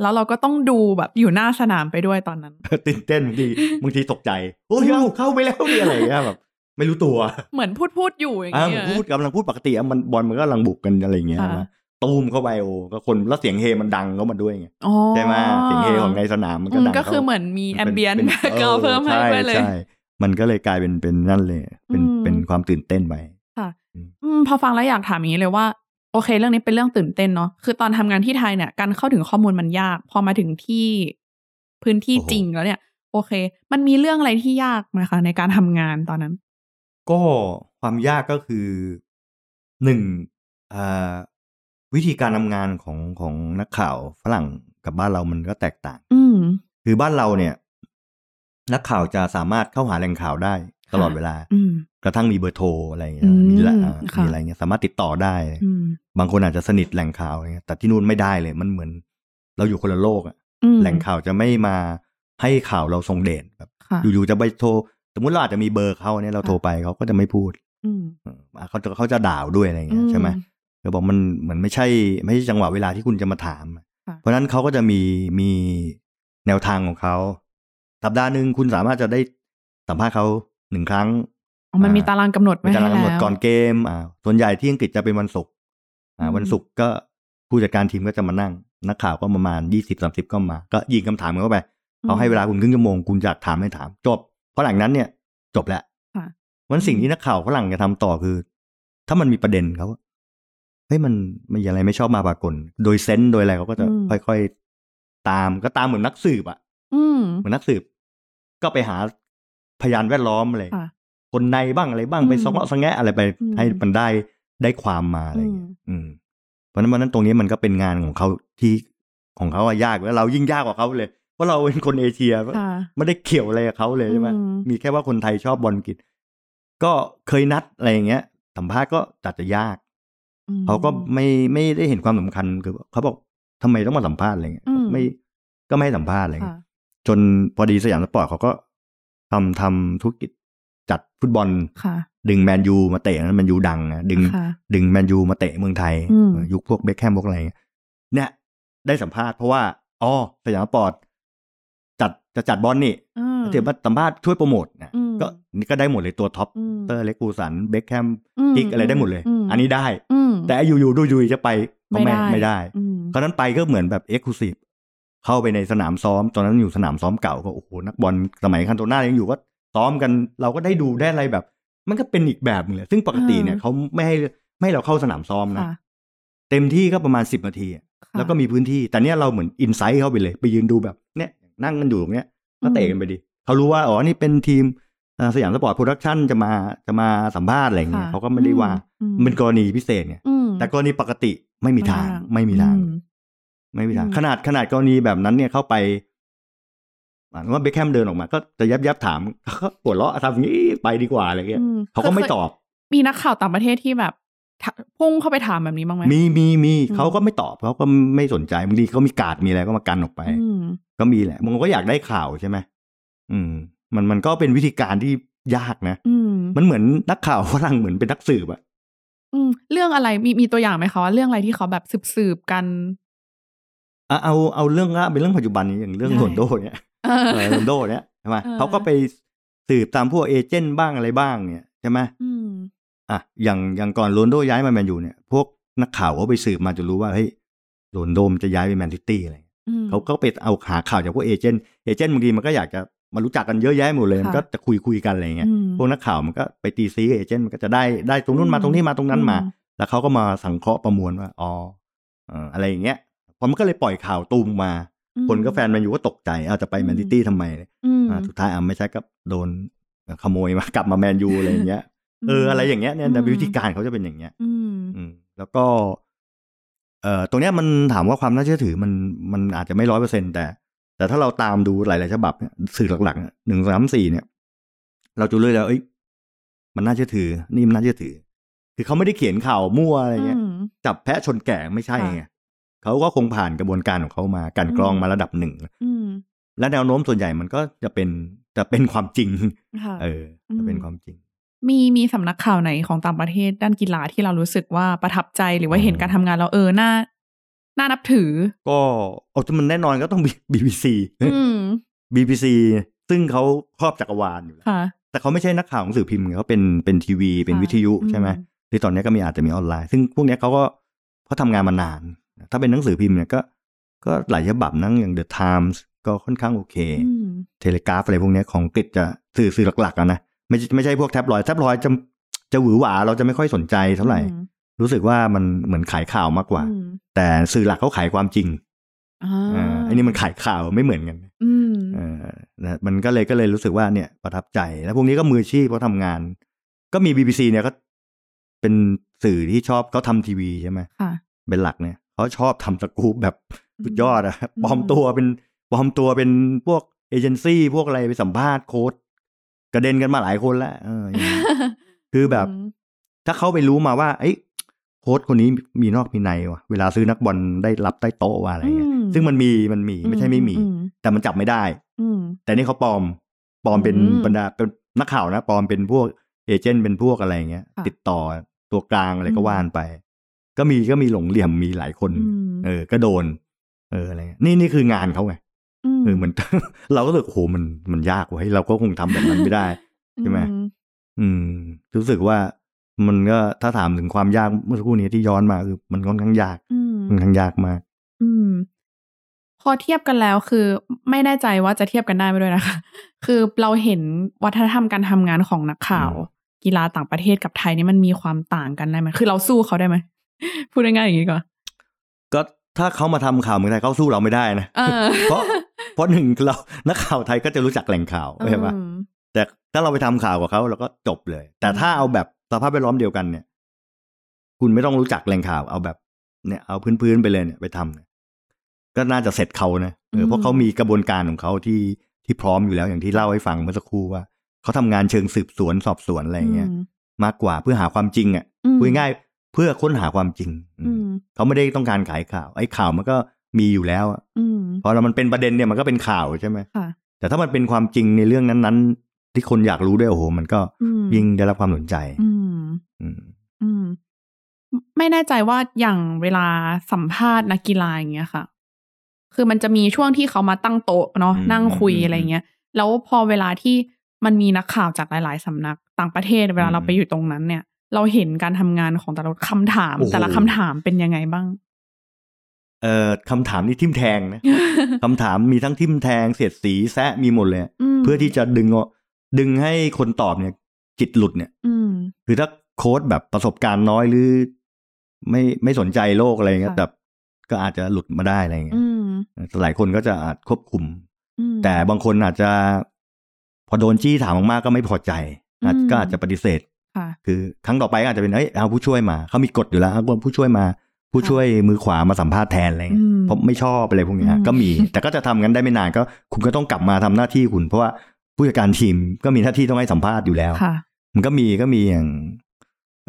แล้วเราก็ต้องดูแบบอยู่หน้าสนามไปด้วยตอนนั้น
ตื่นเต้นบาง ทีบางทีตกใจโอ้ยเอ้าเข้าไปแล้ว นี่อะไรอย่างเงี้ยแบบ ไม่รู้ตัว
เหมือนพูดพูดๆอยู่อย่าง
อ่า
เงี้ย
พูดกำลังพูดปกติอ่ะมันบอลมันก็กำลังบุกกันอะไรอย่างเงี้ย
ค่ะ
นะตูมเข้าไปโอ้ก็คนแล้วเสียงเฮมันดังเข้ามาด้วยไง
อ๋อ
ใช่ไหมเสียงเฮของในสนามมันก็
อืม
ดัง
ก็คือเหมือนมีแอมเบียนแบ็คกราวด์เพิ่มให้ไปเลย
ใช่มันก็เลยกลายเป็นเป็นนั่นเลย เป็น
อืม
เป็นความตื่นเต้นไป
อืมพอฟังแล้วอยากถามอย่างนี้เลยว่า โอเค เรื่องนี้เป็นเรื่องตื่นเต้นเนาะคือตอนทำงานที่ไทยเนี่ยการเข้าถึงข้อมูลมันยาก พอมาถึงที่พื้นที่
โอ้โห
จริงแล้วเนี่ย โอเค มันมีเรื่องอะไรที่ยากไหมคะในการทำงานตอนนั้น
ก็ความยากก็คือหนึ่งอ่าวิธีการทำงานของของนักข่าวฝรั่งกับบ้านเรามันก็แตกต่าง
อืม
คือบ้านเราเนี่ย นักข่าวจะสามารถเข้าหาแหล่งข่าวได้ตลอดเวลา
อืม
กระทั่งมีเบอร์โทรอะไรอย่างเงี้
อื
ย
ม
มีละ
ค่ะ
มีอะไรเงี้ยสามารถติดต่อได้
อืม
บางคนอาจจะสนิทแหล่งข่าวอะไรเงี้ยแต่ที่นู่นไม่ได้เลย มันเหมือน เราอยู่คนละโลกอะ
อืม
แหล่งข่าวจะไม่มาให้ข่าวเราทรงเดชแบบ
ค่ะ
อยู่ๆจะไปโทรสมมติเราอาจจะมีเบอร์เขาเนี่ยเราโทรไปเขาก็จะไม่พูด
อืม
เอออ่ะเขาจะเขาจะด่าด้วยอะไรเงี้ยใช่ไหม
อื
เราบอกมันเหมือนไม่ใช่ ไม่ใช่จังหวะเวลาที่คุณจะมาถาม
ค่ะ
เพราะฉะนั้นเขาก็จะมีมีแนวทางของเขาสัปดาห์หนึ่งคุณสามารถจะได้สัมภาษณ์เขาหนึ่งครั้ง
อ๋อมันมีตารางกำหนด
เป็
ไว้
นตา
ให้
ราง
แล้
กำหนด
ว
ก่อนเกมอ่าส่วนใหญ่ที่อังกฤษจะเป็นวันศุกร์อ่า
อืม
วันศุกร์ก็ผู้จัดการทีมก็จะมานั่ง นักข่าวก็ประมาณยี่สิบสามสิบก็มา ก็ยิงคำถามเข้าไป เขาให้เวลาคุณครึ่งชั่วโมงคุณอยากถามไม่ถาม จบ เพราะหลังนั้นเนี่ย จบแล้ว
ค่ะ
วันสิ่งที่นักข่าวฝรั่งจะทำต่อคือ ถ้ามันมีประเด็นเขาว่าเฮ้ยมันมันมีอะไรไม่ชอบมาปรากฏโดยเซนส์โดยอะไรเขาก็จะ
อืม
ค่อยๆตามก็ตามเหมือนนักสืบอะ
อืม
เหมือนนักสืบ ก็ไปหาพยานแวดล้อมอะไร
ค่ะ
คนในบ้างอะไรบ้างไป
อืม
สองเลาะสงแงะอะไรไป
อืม
ให้มันได้ได้ความมาอะไรอย่างเงี้ย อืมเพราะฉะนั้นวันนั้นตรงนี้มันก็เป็นงานของเขาที่ของเขาอะยากแล้วเรายิ่งยากกว่าเขาเลย เพราะเราเป็นคนเอเชีย
ค่ะ
ไม่ได้เขี่ยวอะไรกับเขาเลยใช่ไหม
อืม
มีแค่ว่าคนไทยชอบบอลอังกฤษก็เคยนัดอะไรอย่างเงี้ยสัมภาษณ์ก็จัดจะยาก
อืม
เขาก็ไม่ไม่ได้เห็นความสำคัญคือเขาบอกทำไมต้องมาสัมภาษณ์อะไรเงี้ย
อืม
ไม่ก็ไม่ให้สัมภาษณ์อะไร
ค่ะ
เงี้ยจนพอดีสยามสปอร์ตเขาก็ทำทำธุรกิจจัดฟุตบอล
ค่ะ
ดึงแมนยูมาเตะนั้นแมนยูดังนะดึง
ค่ะ
ดึงแมนยูมาเตะเมืองไทย
อืม
เออยุคพวกเบคแฮมพวกอะไรเงี้ยเนี่ย ได้สัมภาษณ์เพราะว่าอ๋อสยามปอร์ตจัดจะจัดบอลนี่
อืม
เทียบว่าสัมภาษณ์ช่วยโปรโมทนะ
อืม
ก็นี่ก็ได้หมดเลยตัวท็อป
อืม
เตอร์เล็กกูสันเบคแฮม
ม
กิกอะไรได้หมดเลย อันนี้ได้
อืม
แต่อยู่ๆดูยุยจะไปก็ไม่
ไม่ได้
ไม่ได้
อืม
เพราะฉะนั้นไปก็เหมือนแบบเอ็กซ์คลูซีฟเข้าไปในสนามซ้อม ตอนนั้นอยู่สนามซ้อมเก่าก็โอ้โหนักบอลสมัยคันโตน่ายังอยู่ก็ซ้อมกัน เราก็ได้ดูได้อะไรแบบ มันก็เป็นอีกแบบหนึงเลยซึ่งปกติเนี่ย
อ่า
เขาไม่ให้ไม่ให้เราเข้าสนามซ้อมนะ
ค่ะ
เต็มที่ก็ประมาณสิบนาทีอะ
ค่ะ
แล้วก็มีพื้นที่ แต่เนี้ยเราเหมือนอินไซต์เข้าไปเลย ไปยืนดูแบบเนี่ยนั่งกันอยู่ตรงเนี้ยก็เตะกันไปดิเขารู้ว่า อ๋อ นี่เป็นทีมเอ่อสยามสปอร์ตโปรดักชั่นจะมาจะมาสัมภาษณ์อะไรอย่างเงี้ย
ค่ะ
เขาก็ไม่ได้ว่า
อืม
มันเป็นกรณีพิเศษไง
อืม
แต่กรณีปกติไม่มีทาง ไม่มีทาง
อื
ไม่มีทาง
อืม
ขนาดขนาดกรณีแบบนั้นเนี่ยเข้าไป อ่านว่าเบคแฮมเดินออกมาก็จะยับยับๆถาม ก็หัวเราะทำอย่างนี้ไปดีกว่าอะไรเงี้ย
อื
เขาก็ไม่ตอบ
มีนักข่าวต่างประเทศที่แบบถพุ่งเข้าไปถามแบบนี้บ้างไหม
มีมีมี
อืม
เขาก็ไม่ตอบเขาก็ไม่สนใจบางทีเขามีการดมีอะไรก็มากันออกไป
อืม
ก็มีแหละมันก็อยากได้ข่าวใช่ไหมอืม มันมันก็เป็นวิธีการที่ยากนะ
อืม
มันเหมือนนักข่าวฝรั่งเหมือนเป็นนักสืบอะ
อืมเรื่องอะไรมีมีตัวอย่างไหมคะว่าเรื่องอะไรที่เขาแบบสืบสืบๆกัน
อ่ะเอาเอาเรื่องละเป็นเรื่องปัจจุบันนี้อย่างเรื่อง
ได้
โรนลโดเนี่ย
เออ
เออโรนลโดเนี่ยใช่ไหม
เออ
เขาก็ไปสืบตามพวกเอเจนต์บ้างอะไรบ้างเนี่ยใช่ไหม
อืม
อ่ะอย่างอย่างก่อนโรนลโดย้ายมาแมนยูเนี่ยพวกนักข่าวก็ไปสืบมาจนรู้ว่าเฮ้ยโรนลโดมันจะย้ายไปแมนซิตี้อะไร
อืม
เขาก็ไปเอาหาข่าวจากพวกเอเจนต์เอเจนต์บางทีมันก็อยากจะมารู้จักกันเยอะแยะหมดเลย
ค่ะ
มันก็จะคุยคุยกันอะไรเงี้ย
อืม
พวกนักข่าวมันก็ไปตีซีกับเอเจนต์มันก็จะได้ได้ตรงนู้นมา
อืม
ตรงนี้มาตรงนั้นมา
อืม
แล้วเขาก็มาสังเคราะห์ประมวลว่าอ๋อเอ่ออะไรอย่างเงี้ยพอมันก็เลยปล่อยข่าวตูมมา คนก็แฟนแมันอยู่ก็ตกใจเอาจะไปแมนซิตี้ทำไมเนี่ย
อืม
อ่าสุดท้ายอ่ะไม่ใช่ก็โดนขโมยมากลับ มาแมนยูอะไรอย่างเงี้ยเอออะไรอย่างเงี้ยเนี่ยแต่วิธีการเขาจะเป็นอย่างเงี้ย
อืม
อืมแล้วก็ เอ่อตรงเนี้ยมันถามว่าความน่าเชื่อถือมันมันอาจจะไม่ร้อยเปอร์เซ็นแต่ แต่ถ้าเราตามดูหลาย ๆ ฉบับเนี่ยสื่อหลักๆหนึ่งสามสี่ย1-3-4 เนี่ย เราจะรู้เลยแล้วเอ้ยมันน่าเชื่อถือ นี่มันน่าเชื่อถือ คือเขาไม่ได้เขียนข่าวมั่วอะไรเงี้ย จับแพะชนแกะไม่ใช่ไงเขาก็คงผ่านกระบวนการของเขามากลันกรอง
อืม
มาระดับหนึ่ง
อืม
และแนวโน้มส่วนใหญ่มันก็จะเป็นจะเป็นความจริง
ค่ะ
เออจะเป็น
อืม
ความจริง
มีมีสำนักข่าวไหนของต่างประเทศด้านกีฬาที่เรารู้สึกว่าประทับใจหรือว่าเห็นการทำงานเราเออน่าน่านับถือ
ก็เอาแต่มันแน่นอนก็ต้อง บีบีซี
อืม
BBC ซึ่งเขาครอบจักรวาลอยู่แล้ว
ค่ะ
แต่เขาไม่ใช่นักข่าวของสื่อพิมพ์ไงเขาเป็นเป็นทีวีเป็น
ค่ะ
วิทยุ
อืม
ใช่ไหมหรือตอนนี้ก็มีอาจจะมีออนไลน์ ซึ่งพวกเนี้ยเขาก็เขาทำงานมานาน ถ้าเป็นหนังสือพิมพ์เนี่ยก็ก็หลายฉบับนั่งอย่าง The Times ก็ค่อนข้างโอเค
อืม
เทเลกราฟอะไรพวกเนี้ยของอังกฤษจะสื่อสื่อหลักๆอะนะไม่ใช่ไม่ใช่พวกแท็บลอยด์แท็บลอยด์จะจะหวือหวาเราจะไม่ค่อยสนใจเท่าไหร่
อืม
รู้สึกว่ามันเหมือนขายข่าวมากกว่า
อืม
แต่สื่อหลักเขาขายความจริง
อ่า
อ่าอันนี้มันขายข่าวไม่เหมือนกัน
อืม
เออนะมันก็เลยก็เลยรู้สึกว่าเนี่ยประทับใจ แล้วพวกนี้ก็มืออาชีพเขาทำงาน ก็มี BBC เนี่ยก็เป็นสื่อที่ชอบเขาทำทีวีใช่ไหม
ค่ะ
เป็นหลักเนี่ยเขาชอบทำสกู๊ปแบบสุดยอดอะ
อืม
ปลอมตัวเป็นปลอมตัวเป็นพวกเอเจนซี่พวกอะไรไปสัมภาษณ์โค้ดกระเด็นกันมาหลายคนแล้วเออ อย่างนี้คือแบบ
ม
ถ้าเขาไปรู้มาว่า เอ้ยโค้ดคนนี้มีนอกมีในว่ะเวลาซื้อนักบอลได้รับใต้โต๊ะว่าอะไรเงี้ยซึ่งมันมีมันมีไม่ใช่ไม่มี
อื
แต่มันจับไม่ได้
อืม
แต่นี่เขาปลอม ปลอมเป็น
อืม
บรรดาเป็นนักข่าวนะ ปลอมเป็นพวกเอเจนต์เป็นพวกอะไรอย่างเงี้ย
ค่ะ
ติดต่อตัวกลางอะไรก็
อืม
ว่านไป ก็มีก็มีหลงเหลี่ยมมีหลายคน
อืม
เออ ก็โดน เอออะไรเงี้ยนี่นี่คืองานเขาไงเออเหมือน เราก็รู้สึกโหมันมันยากเว้ยเราก็คงทำแบบนั้นไม่ได้ ใช่ไหม
อื
อืม รู้สึกว่ามันก็ถ้าถามถึงความยากเมื่อสักครู่นี้ที่ย้อนมาคือมันค่อนข้างยาก
อืม
ค่อนข้างยากมาก
อืม พอเทียบกันแล้วคือไม่แน่ใจว่าจะเทียบกันได้ไหมด้วยนะคะ คือเราเห็นวัฒนธรรมการทำงานของนักข่าว
อืม
กีฬาต่างประเทศกับไทยนี่มันมีความต่างกันได้ไหมคือเราสู้เขาได้ไหม พูดง่ายๆอย่างนี้ก่อน
ก็ถ้าเขามาทำข่าวเมืองไทยเขาสู้เราไม่ได้นะ
เออ
เพราะเพราะหนึ่งเรานักข่าวไทยก็จะรู้จักแหล่งข่าวใช่ไหม
อืม
แต่ถ้าเราไปทำข่าวกับเขาเราก็จบเลย แต่ถ้าเอาแบบสภาพแวดล้อมเดียวกันเนี่ย คุณไม่ต้องรู้จักแหล่งข่าวเอาแบบเนี่ยเอาพื้นๆไปเลยเนี่ยไปทำเนี่ยก็น่าจะเสร็จเขานะเออเพ
อื
ราะ
ม
เขามีกระบวนการของเขาที่ที่พร้อมอยู่แล้วอย่างที่เล่าให้ฟังเมื่อสักครู่ว่าเขาทำงานเชิงสืบสวนสอบสวนอะไรอย่างเงี้ยมากกว่าเพื่อหาความจริงอ่ะ
อืม
พูดง่ายๆเพื่อค้นหาความจริงอื
อื
ม
ม
เขาไม่ได้ต้องการขายข่าว ไอ้ข่าวมันก็มีอยู่แล้วอะ
อืม
พอเรามันเป็นประเด็นเนี่ยมันก็เป็นข่าวใช่ไหม
ค่ะ
แต่ถ้ามันเป็นความจริงในเรื่องนั้นๆ ที่คนอยากรู้ด้วยโอ้โห มันก็
อืม
ยิ่งได้รับความสนใจ
อืม
อืม
อืม ไม่แน่ใจว่าอย่างเวลาสัมภาษณ์นักกีฬาอย่างเงี้ยค่ะ คือมันจะมีช่วงที่เขามาตั้งโต๊ะเนาะ
อืม
นั่งคุย
อืม
อะไรเงี้ย แล้วพอเวลาที่มันมีนักข่าวจากหลาย ๆสำนักต่างประเทศเวลา
อืม
เราไปอยู่ตรงนั้นเนี่ย เราเห็นการทำงานของแต่ละคำถาม
โอ้โห
แต่ละคำถามเป็นยังไงบ้าง
เอ่อคำถามนี่ทิมแทงนะ คำถามมีทั้งทิมแทง เสียดสีแซะมีหมดเลย
ม
เพื่อที่จะดึงเอาดึงให้คนตอบเนี่ย จิตหลุดเนี่ย
อืม
คือถ้าโค้ดแบบประสบการณ์น้อยหรือ ไม่ไม่สนใจโลกอะไรเงี้ย
ค่ะ
แต่ก็อาจจะหลุดมาได้อะไรเงี้ย
อืม
แต่หลายคนก็จะอาจควบคุม
อืม
แต่บางคนอาจจะ พอโดนจี้ถามมากๆก็ไม่พอใจอาจ
อืม
ก็อาจจะปฏิเสธ
ค่ะ
คือครั้งต่อไปก็อาจจะเป็นเอ้ยเอาผู้ช่วยมาเขามีกฎอยู่แล้วเอาผู้ช่วยมา ผู้ช่วยมือขวามาสัมภาษณ์แทนอะไรเงี้ย
อืม
เพราะไม่ชอบอะไรพวกเนี้ย
อืม
ก็มี แต่ก็จะทำงั้นได้ไม่นานก็คุณก็ต้องกลับมาทำหน้าที่คุณ เพราะว่าผู้จัดการทีมก็มีหน้าที่ต้องให้สัมภาษณ์อยู่แล้ว
ค่ะ
มันก็มีก็มีอย่าง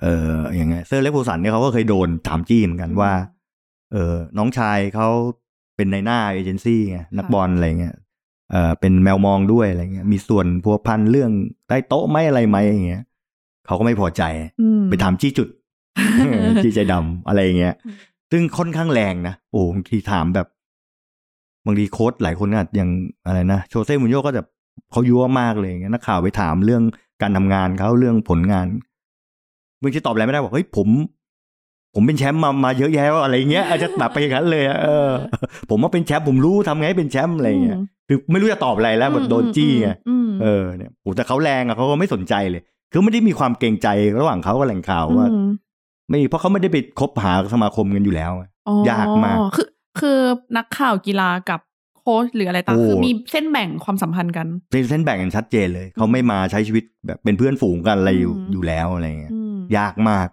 เอออย่างไงเซอร์เล็กโพสันเนี่ยเขาก็เคยโดนถามจี้เหมือนกันว่า เออน้องชายเขาเป็นในายหน้าเอเจนซี่ไงนัก
ค่ะ
บอลอะไรเงี้ยเออเป็นแมวมองด้วยอะไรเงี้ยมีส่วนพัวพันเรื่องใต้โต๊ะไหม่อะไรไหมอย่างเงี้ยเขาก็ไม่พอใจ
อืม
ไปถามจี้จุด จี้ใจดำอะไรอย่างเงี้ย
อืม
ซึ่งค่อนข้างแรงนะ โอ้บางทีถามแบบ บางทีโค้ดหลายคนก็อาจยังอะไรนะ โชเซ่มุนโยก็จะเขายั่วมากเลยอย่างเงี้ยนักข่าวไปถามเรื่องการทำงานเขาเรื่องผลงานมึงจะตอบอะไรไม่ได้บอกเฮ้ยผม ผมเป็นแชมป์มามาเยอะแยะอะไรอย่างเงี้ยอาจจะแบบไปอย่างนั้นเลยอะเออ ผมว่าเป็นแชมป์ผมรู้ทำไงให้เป็นแชมป์อะไรอย่างเงี้ยคือไม่รู้จะตอบอะไรแล้วเหมือนโดนจี้ไง
อืม
เออเนี่ยโอ้แต่เขาแรงอะเขาก็ไม่สนใจเลย คือไม่ได้มีความเกรงใจระหว่างเขากับแหล่งข่าวว่า
อืม
ไม่เพราะเขาไม่ได้ไปคบหาสมาคมกันอยู่แล้วอะ
อ๋อย
ากมาก
คือคือนักข่าวกีฬากับโค้ชหรืออะไรต่าง
โอ้
คือมีเส้นแบ่งความสัมพันธ์กัน
เป็นเส้นแบ่งกันชัดเจนเลย เขาไม่มาใช้ชีวิตแบบเป็นเพื่อนฝูงกันอะไรอยู่
อืม
อยู่แล้วอะไรเงี้ย
อืม
ยากมาก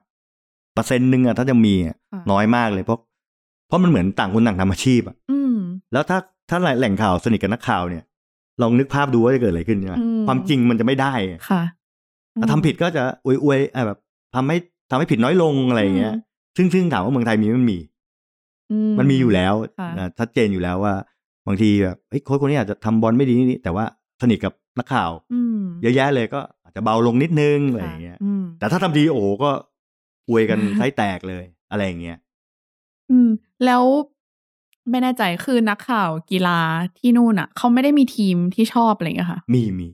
เปอร์เซ็นต์หนึ่งอะถ้าจะมีอะ
ค่ะ
น้อยมากเลยเพราะเพราะมันเหมือนต่างคนต่างทำอาชีพอะ
อืม
แล้วถ้าถ้าแหล่งข่าวสนิทกับนักข่าวเนี่ย ลองนึกภาพดูว่าจะเกิดอะไรขึ้นใช่ไหม
อืม
ความจริงมันจะไม่ได้อะ
ค่ะ
ถ้าทำผิดก็จะอวยอวยๆอ่ะแบบทำให้ทำให้ผิดน้อยลงอะไรเงี้ย ซึ่งซึ่งถามว่าเมืองไทยมีไหมมันมี
อื
มันมีอยู่แล้ว
ค่ะ
นะชัดเจนอยู่แล้วว่าบางทีแบบเอ้ยโค้ชคนนี้อาจจะทำบอลไม่ดีนี่แต่ว่าสนิทกับนักข่าว
อืม
เยอะแยะเลยก็อาจจะเบาลงนิดนึงอะไรอย่างเงี้ย
ค่ะอืม
แต่ถ้าทำดีโอ้โหก็อวยกัน ไส้แตกเลยอะไรอย่างเงี้ย
อืม แล้วไม่แน่ใจคือนักข่าวกีฬาที่นู่นอ่ะ เขาไม่ได้มีทีมที่ชอบอะไรอย่างเงี้ยค่ะ
มีมี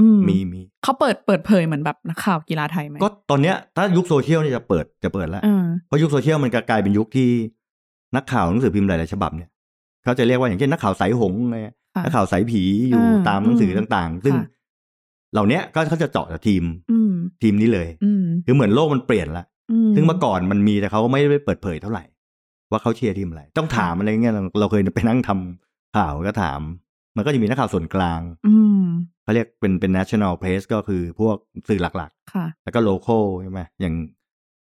อืม
มีมี
เขาเปิดเปิดเผยเหมือนแบบนักข่าวกีฬาไทยไหม
ก็ตอนเนี้ยถ้ายุคโซเชียลเนี่ยจะเปิดจะเปิดแล้ว
เออ
เพราะยุคโซเชียลมันก็กลายเป็นยุคที่นักข่าวหนังสือพิมพ์หลายๆฉบับเนี่ยเขาจะเรียกว่าอย่างเช่นนักข่าวสายหงส์อะไรเงี้ย
ค่ะ
นักข่าวสายผีอยู่
อ่า
ตามหนังสือ
ม
ต่างๆ ซึ่ง
ค่ะ
เหล่าเนี้ยก็เขาจะเจาะกับทีม
อืม
ทีมนี้เลย
อืม
คือเหมือนโลกมันเปลี่ยนละ
อืม
ซึ่งเมื่อก่อนมันมีแต่เขาก็ไม่ได้เปิดเผยเท่าไหร่ ว่าเขาเชียร์ทีมอะไร ต้องถามอะไรเงี้ยเราเราเคยไปนั่งทำข่าวก็ถาม มันก็จะมีนักข่าวส่วนกลาง
อืม
เขาเรียกเป็นเป็น national press ก็คือพวกสื่อหลัก
ค่ะ
ๆ แล้วก็ local ใช่ไหมอย่าง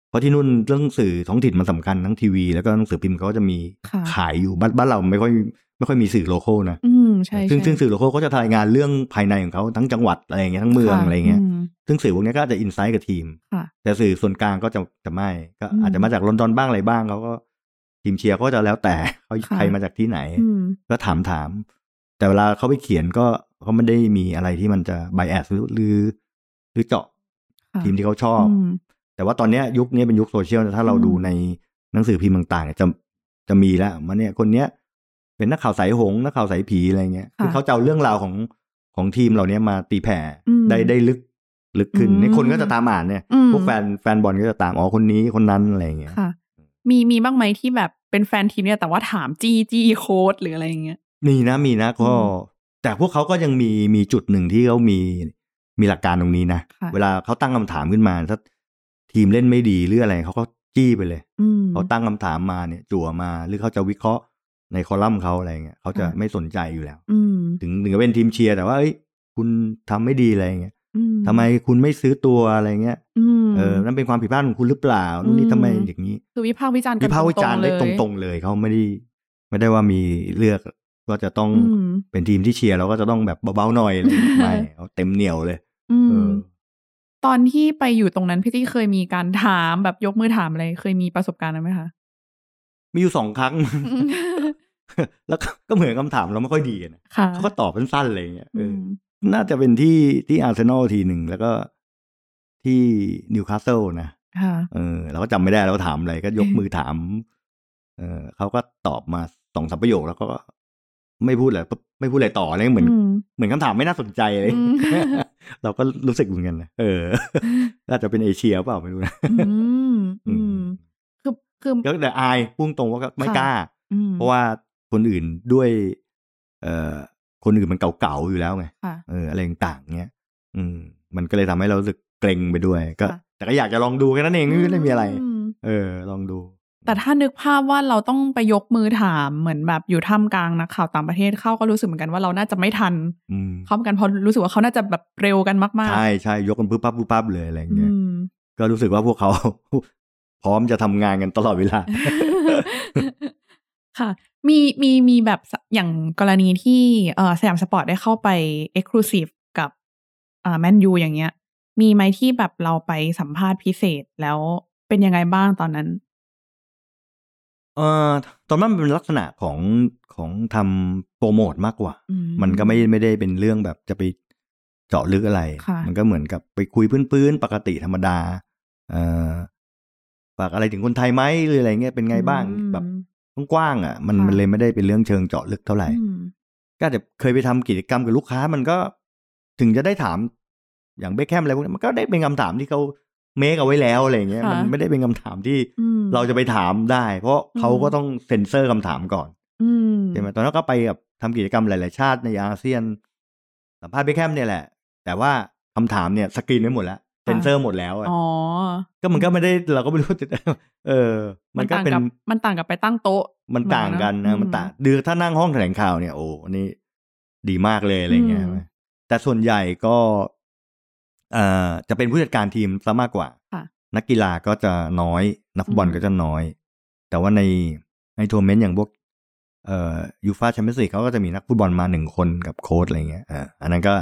เพราะที่นู่นเรื่องสื่อท้องถิ่นมันสำคัญทั้งทีวี แล้วก็หนังสือพิมพ์เขาก็จะมี
ค่ะ
ขายอยู่บ้านบ้านเราไม่ค่อยไม่ค่อยมีสื่อ local นะ
อืม ใช่
ซึ่งซึ่ง
ใช่
สื่อ local ก็จะรายงานเรื่องภายในของเขาทั้งจังหวัดอะไรเงี้ยทั้งเมือง
ค่
อะไรเงี้ย
ม
ซึ่งสื่อพวกเนี้ยก็อาจจะอินไซต์กับทีม
ค่ะ
แต่สื่อส่วนกลางก็จะจะไม่ ก็
อืม
อาจจะมาจากลอนดอนบ้างอะไรบ้างเขาก็ ทีมเชียร์ก็จะแล้วแต่เขา
ค่ะ
ใครมาจากที่ไหน
อืม
ก็ถามถาม แต่เวลาเขาไปเขียนก็เขาไม่ได้มีอะไรที่มันจะไบแอสหรือหรือหรือเจาะ
ค่ะ
ทีมที่เขาชอบ
อืม
แต่ว่าตอนเนี้ยยุคนี้เป็นยุคโซเชียลนะถ้าเรา
อืม
ดูในหนังสือพิมพ์ต่างๆเนี่ยจะจะมีแล้วมันเนี่ยคนเนี้ย เป็นนักข่าวสายหงส์นักข่าวสายผีอะไรเงี้ยคือเขาจะเอาเรื่องราวของของทีมเหล่านี้มาตีแผ่
อืม
ได้ได้ลึกลึกขึ้น
อืม
นี่คนก็จะตามอ่านเนี่ย
อืม
พวกแฟนแฟนบอลก็จะตามอ๋อคนนี้คนนั้นอะไรเงี้ย
ค่ะ มีมีบ้างไหมที่แบบเป็นแฟนทีมเนี่ยแต่ว่าถามจี้จี้โค้ดหรืออะไรอย่างเงี้ย
มีนะมีนะก็
อื
แต่พวกเขาก็ยังมีมีจุดหนึ่งที่เขามีมีหลักการตรงนี้นะ
ค่ะ
เวลาเขาตั้งคำถามขึ้นมาถ้าทีมเล่นไม่ดีหรืออะไรเขาก็จี้ไปเลย
อืม
เขาตั้งคำถามมาเนี่ย จั่วมาหรือเขาจะวิเคราะห์ในคอลัมน์เขาอะไรเงี้ยเขาจะ
ค่ะ
ไม่สนใจอยู่แล้ว
อืม
ถึงถึงจะเป็นทีมเชียร์แต่ว่าเอ้ยคุณทำไม่ดีอะไรเงี้ย
อื
ทำไมคุณไม่ซื้อตัวอะไรเงี้ย
อืม
เออนั่นเป็นความผิดพลาดของคุณหรือเปล่านู่นนี่
อืม
ทำไมอย่างนี้
คือวิพากษ์วิจารณ์กัน
วิพากษ์วิจารณ์ได้ตรงๆเลยเขาไม่ได้ไม่ได้ว่ามีเลือกว่าจะต้อง
ๆอืม
เป็นทีมที่เชียร์เราก็จะต้องแบบเบาๆหน่อยอะไรเงี้ย ไม่เขาเต็มเหนียวเลย
อื
เอ
ม
อ
ตอนที่ไปอยู่ตรงนั้นพี่ตี้เคยมีการถามแบบยกมือถามอะไรเคยมีประสบการณ์นั้นไหมคะ
มีอยู่สองครั้ง
อืม
แล้วก็ก็เหมือนคำถามเราไม่ค่อยดีอะนะ
ค่ะ
เขาก็ตอบสั้นๆอะไรเงี้ยเอ
อื
ออ
ม
น่าจะเป็นที่ที่อาร์เซนอลทีหนึ่งแล้วก็ที่นิวคาสเซิลนะ
ค่ะ
เออเราก็จำไม่ได้แล้ววาถามอะไรก็ยกมือถาม เออเขาก็ตอบมาสองสามประโยคแล้วก็ไม่พูดอะไรปุ๊บไม่พูดอะไรต่อเลยเหมือน
อืม
เหมือนคำถามไม่น่าสนใจเลย
อืม
เราก็รู้สึกเหมือนกันนะเออ อาจจะเป็นเอเชียเปล่าไม่รู้นะ
อืมอืมคือคือ
ก็แต่อายพุ่งตรงว่าก็ไม่กล้า
อืม
เพราะว่าคนอื่นด้วย เอ่อคนอื่นมันเก่าๆอยู่แล้วไง
ค่ะ
เอออะไรต่างๆเงี้ย อืม มันก็เลยทำให้เรารู้สึกเกรงไปด้วย ก็
ค่ะ
แต่ก็อยากจะลองดูแค่นั้นเองไม่ได้มีอะไร
ม
เออ ลองดู
แต่ถ้านึกภาพว่าเราต้องไปยกมือถามเหมือนแบบอยู่ท่ามกลางนะข่าวต่างประเทศเข้าก็รู้สึกเหมือนกันว่าเราน่าจะไม่ทัน
อืม
เขาเหมือนกันเพราะรู้สึกว่าเขาน่าจะแบบเร็วกันมากๆ
ใช่ใช่ยกกันพึบพับพึบพับเลยอะไรอย่าง
อื
เงี้ย
ม
ก็รู้สึกว่าพวกเขา พร้อมจะทำงานกันตลอดเวลา
ค่ะ มีมีมีแบบสอย่างกรณีที่เออสยามสปอร์ตได้เข้าไปเอ็กซ์คลูซีฟกับเออแมนยูอย่างเงี้ย มีไหมที่แบบเราไปสัมภาษณ์พิเศษแล้วเป็นยังไงบ้างตอนนั้น
เอ่อตอนนั้นมันเป็นลักษณะของของทำโปรโมทมากกว่า
อื
มันก็ไม่ไม่ได้เป็นเรื่องแบบจะไปเจาะลึกอะไร
ค่ะ
มันก็เหมือนกับไปคุยพื้นๆปกติธรรมดา เอ่อฝากอะไรถึงคนไทยไหมหรืออะไรเงี้ยเป็นไงบ้าง
อืม
แบบกว้างๆอ่ะ มัน
ค่ะ
มันเลยไม่ได้เป็นเรื่องเชิงเจาะลึกเท่าไหร่
อืม
ก็จะเคยไปทำกิจกรรมกับลูกค้ามันก็ถึงจะได้ถามอย่างเบคแคมอะไรพวกนี้มันก็ได้เป็นคำถามที่เขาเมคเอาไว้แล้วอะไรอย่างเงี้ย
ค่ะ
มันไม่ได้เป็นคำถามที่
อืม
เราจะไปถามได้ เพราะเขาก็ต้องเซ็นเซอร์คำถามก่อน
อืม
ใช่ไหมตอนนั้นก็ไปกับทำกิจกรรมหลาย ๆ ชาติในอาเซียน สัมภาษณ์เบคแคมเนี่ยแหละ แต่ว่าคำถามเนี่ยสกรีนไว้หมดแล้วเซ็นเซอร์หมดแล้วอะ
อ๋อ
ก็มันก็ไม่ได้เราก็ไม่รู้ จะเออ มันก็
ต่าง
เป็น
บมันต่างกับไปตั้งโต๊ะ
มันต่างกัน
มา
นะ
เนอะ
มันต่างดือถ้านั่งห้องแถลงข่าวเนี่ยโอ้อันนี้ดีมากเลยอะไรเงี้ย
อืม
ใช่ไหมแต่ส่วนใหญ่ก็เอ่อจะเป็นผู้จัดการทีมซะมากกว่า
ค่ะ
นักกีฬาก็จะน้อย นักฟุตบอล
อืม
ก็จะน้อย แต่ว่าในในทัวร์เมนต์อย่างพวกเอ่อยูฟาแชมเปี้ยนส์ลีกเขาก็จะมีนักฟุตบอลมาหนึ่งคนกับโค้ชอะไรเงี้ยเอออันนั้นก็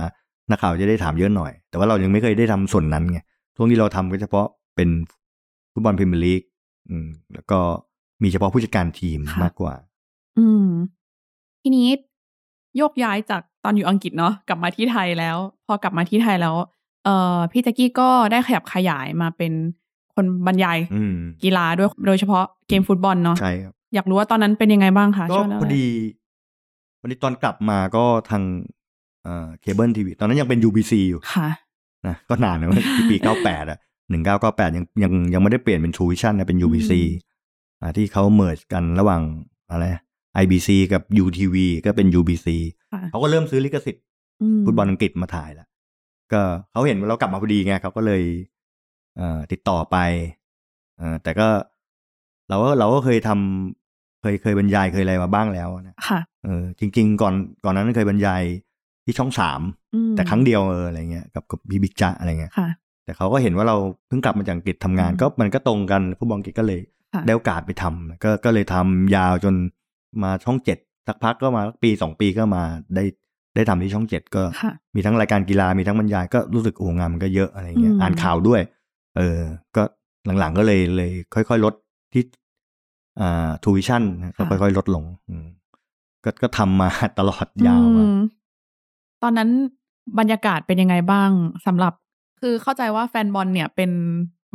นักข่าวจะได้ถามเยอะหน่อย แต่ว่าเรายังไม่เคยได้ทำส่วนนั้นไงช่วงที่เราทำก็เฉพาะเป็นฟุตบอลพรีเมียร์ลีกอืมแล้วก็มีเฉพาะผู้จัดการทีม
ค่ะ
มากกว่า
อืม ทีนี้โยกย้ายจากตอนอยู่อังกฤษเนาะกลับมาที่ไทยแล้ว พอกลับมาที่ไทยแล้ว เอ่อพี่แจ็กกี้ก็ได้ขยับขยายมาเป็นคนบรรยาย
อืม
กีฬาด้วยโดยเฉพาะเกมฟุตบอลเนาะ
ใช่ครับ
อยากรู้ว่าตอนนั้นเป็นยังไงบ้างคะ
ก็
ช่วงแร
พอดีพอดีตอนกลับมาก็ทางเอ่อเคเบิลทีวีตอนนั้นยังเป็น UBC อยู่
ค่ะ
นะก็นานนะ ปี 98 อ่ะ 1998 ยังยังยังไม่ได้เปลี่ยนเป็นชูวิชั่นนะเป็น UBC
อืม
อ่าที่เขาเมิร์จกันระหว่างอะไร IBC กับ UTV ก็เป็น UBC
ค่ะ
เขาก็เริ่มซื้อลิขสิทธิ์
ม
ฟุตบอลอังกฤษมาถ่ายแล้ว ก็เขาเห็นว่าเรากลับมาพอดีไงเขาก็เลยเอ่อติดต่อไปเอ่อแต่ก็เราก็เราก็เคยทำเคยเคยบรรยายเคยอะไรมาบ้างแล้วนะ
ค่ะ
เออจริง ๆ ก่อนก่อนนั้นเคยบรรยายที่ช่องสาม
อืม
แต่ครั้งเดียวเอออะไรเงี้ยกับกับบีบิกจะอะไรเงี้ย
ค่ะ
แต่เขาก็เห็นว่าเราเพิ่งกลับมาจากอังกฤษทำงาน
อืม
ก็มันก็ตรงกันผู้บอลอังกฤษก็เลย
ค่ะ
ได้โอกาสไปทำก็ก็เลยทำยาวจนมาช่องเจ็ดสักพักก็มาปีสองปีก็มาได้ได้ทำที่ช่องเจ็ดก็
ค่ะ
มีทั้งรายการกีฬามีทั้งบรรยายก็รู้สึกโอ้งานมันก็เยอะอะไรเงี้ย
อืม
อ่านข่าวด้วย เออ ก็หลังๆก็เลยเลย ค่อยๆลดที่อ่าทูวิชั่นก็ค่อยๆลดลงอืมก็ก็ทำมา ตลอดยาว
อื
มาม
ตอนนั้นบรรยากาศเป็นยังไงบ้างสำหรับ คือเข้าใจว่าแฟนบอลเนี่ยเป็น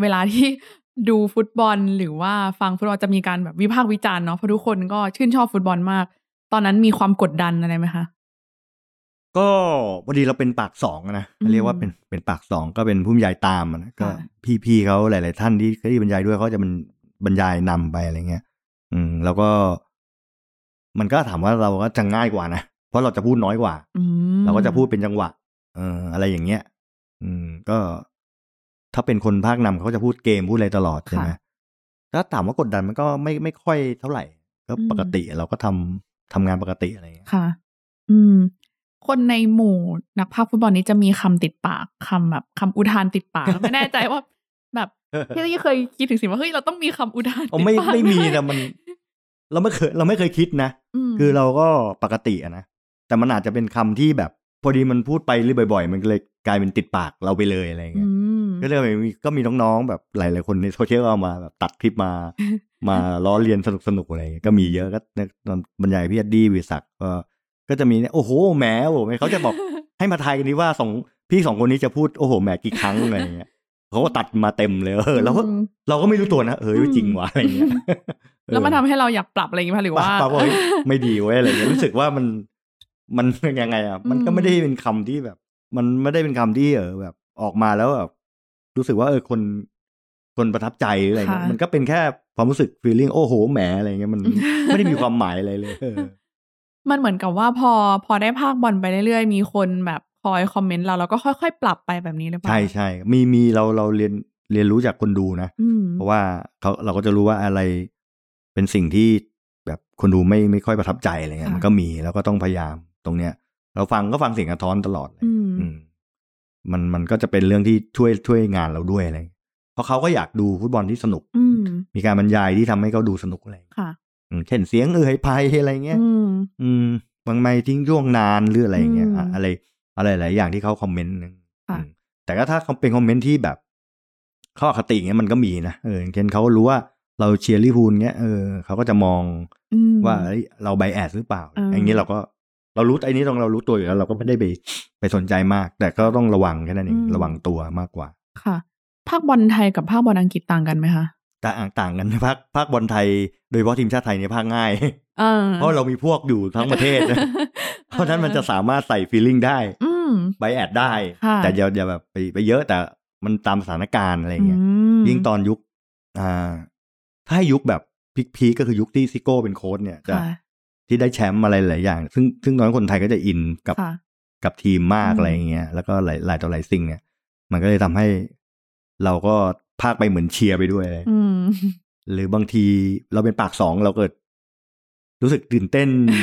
เวลาที่ ดูฟุตบอลหรือว่าฟังฟุตบอลจะมีการแบบวิพากษ์วิจารณ์เนาะเพราะทุกคนก็ชื่นชอบฟุตบอลมาก ตอนนั้นมีความกดดันอะไรไหมคะ
ก็พอดีเราเป็นปากสองอะนะ
อืม
เรียกว่าเป็นเป็นปากสองก็เป็นผู้บรรยายตามอะนะก็
ค่ะ
พี่ๆเขาหลาย ๆ ท่านที่ที่บรรยายด้วยเขาจะเป็นบรรยายนำไปอะไรเงี้ย อืม แล้วก็ มันก็ถามว่าเราก็จะง่ายกว่านะเพราะเราจะพูดน้อยกว่า
อืม
เราก็จะพูดเป็นจังหวะ เอออะไรอย่างเงี้ย อืม ก็ถ้าเป็นคนภาคนำเขาจะพูดเกมพูดอะไรตลอดใช่ไหมถ้าถามว่ากดดันมันก็ไม่ไม่ค่อยเท่าไหร่ ก็ปกติเราก็ทำทำงานปกติอะไรอย่างเงี้ย
ค่ะ อืม คนในหมู่นักพากย์ฟุตบอลนี้จะมีคำติดปากคำแบบคำอุทานติดปากไม่แน่ใจว่า แบบพี่ตะกี้ เคยคิดถึงสิ่งว่าเฮ้ยเราต้องมีคำอุทานติด
เอาไม่
ปาก
ไม่มี
ด้วย
นะ มัน เราไม่เคย เราไม่เคยคิดนะ
ม
คือเราก็ปกติอะนะ แต่มันอาจจะเป็นคำที่แบบ พอดีมันพูดไปเรื่อยบ่อยๆ มันก็เลยกลายเป็นติดปากเราไปเลยอะไรอย่างเงี้ย
ม
ก็เลยมีก็มีน้องๆแบบหลายๆคนในโซเชียลเอามาแบบตัดคลิปมา มาล้อเลียนสนุกๆอะไรอย่างเงี้ยก็มีเยอะก็เนี่ยตอนบรรยายพี่อดดี้วิศักดิ์ก็ก็จะมีเนี่ยโอ้โหแหมโอ้โหแหมเขาจะบอก ให้มาทายกันดีว่าสองพี่สองคนนี้จะพูดโอ้โหแหมกี่ครั้งอะไรอย่างเงี้ยเขาก็ตัดมาเต็มเลยเออเราก็
อืม
เราก็ไม่รู้ตัวนะเออจริงว่ะอะไรอย่างเงี้ย
แล้วมัน
เออ
ทำให้เราอยากปรับอะไรอย่างงี้ไหมหรือ ว่า
ปาบอกว่าไม่ดีเว้ยอะไรเงี้ยรู้สึกว่ามันมัน ยังไงอ่ะมันก็
อืม
ไม่ได้เป็นคำที่แบบ มันไม่ได้เป็นคำที่เออแบบ ออกมาแล้วแบบรู้สึกว่าเออคนคนประทับใจหรืออะไรเงี้ยมันก็เป็นแค่ความรู้สึก feeling โอ้โหแหมอะไรเงี้ยมันไม่ได้มีความหมายอะไรเลยเออ
มันเหมือนกับว่าพอพอได้ภาคบอลไปเรื่อยๆ มีคนแบบคอยคอมเมนต์เราเราก็ค่อยๆ ปรับไปแบบนี้หรือเปล่า
ใช่ใช่มีมีเราเราเรียนเรียนรู้จากคนดูนะ
อืม
เพราะว่าเขาเราก็จะรู้ว่าอะไรเป็นสิ่งที่แบบคนดูไม่ไม่ค่อยประทับใจอะไรเงี้ยมันก็มีแล้วก็ต้องพยายามตรงเนี้ย เราฟังก็ฟังเสียงสะท้อนตลอดเลย
อืม
อืมมันมันก็จะเป็นเรื่องที่ช่วยช่วยงานเราด้วยอะไรอย่างเงี้ยเพราะเขาก็อยากดูฟุตบอลที่สนุก
อืม ม
มีการบรรยายที่ทำให้เขาดูสนุกอะไรอย่างเงี้ย
ค่ะ
อืมเช่นเสียงเอ่ยไพอะไรเงี้ย
อืม
อืมบางไม่ทิ้งช่วงนานหรืออะไรอย่างเงี้ย
อืม
อะอะไรอะไรหลายอย่างที่เขาคอมเมนต์นึง
ค่ะ
อืมแต่ก็ถ้าเขาเป็นคอมเมนต์ที่แบบข้ออคติเงี้ยมันก็มีนะเอออย่างเช่นเขารู้ว่าเราเชียร์ลิเวอร์พูลเงี้ยเออเขาก็จะมอง
อืม
ว่าเอ้ยเราไบแอสหรือเปล่า
อืม
อย่างเงี้ยเราก็เรารู้ไอ้นี้ตรงเรารู้ตัวอยู่แล้ว เราก็ไม่ได้ไปไปสนใจมาก แต่ก็ต้องระวังแค่นั้นเองระวังตัวมากกว่า
ค่ะ ภาคบอลไทยกับภาคบอลอังกฤษต่างกันไหมคะ
แต่ต่างกันนะภาคภาคบอลไทย โดยเฉพาะทีมชาติไทยเนี่ยภาคง่าย
เออ
เพราะเรามีพวกอยู่ทั้งประเท ศนะเพราะฉะนั้นมันจะสามารถใส่ฟีลิ่งได้
อืม
ไบแอดได้
ค่ะ
แต่อย่าอย่าแบบไปไปเยอะแต่มันตามสถานการณ์อะไรเงี้ย
ม
ยิ่งตอนยุคอ่าถ้าให้ยุคแบบพีคๆก็คือยุคที่ซิโก้เป็นโค้ชเนี่ยจะ
ค่ะ
ที่ได้แชมป์อะไรหลายอย่าง ซึ่งซึ่งตอนนั้นคนไทยก็จะอินกับ
ค่ะ
กับทีมมาก
อืม
อะไรเงี้ยแล้วก็หลายหลายต่อหลายสิ่งเนี่ย มันก็เลยทำให้เราก็พากไปเหมือนเชียร์ไปด้วย
อืม
หรือบางทีเราเป็นปากสองเราเกิด รู้สึกตื่นเต้น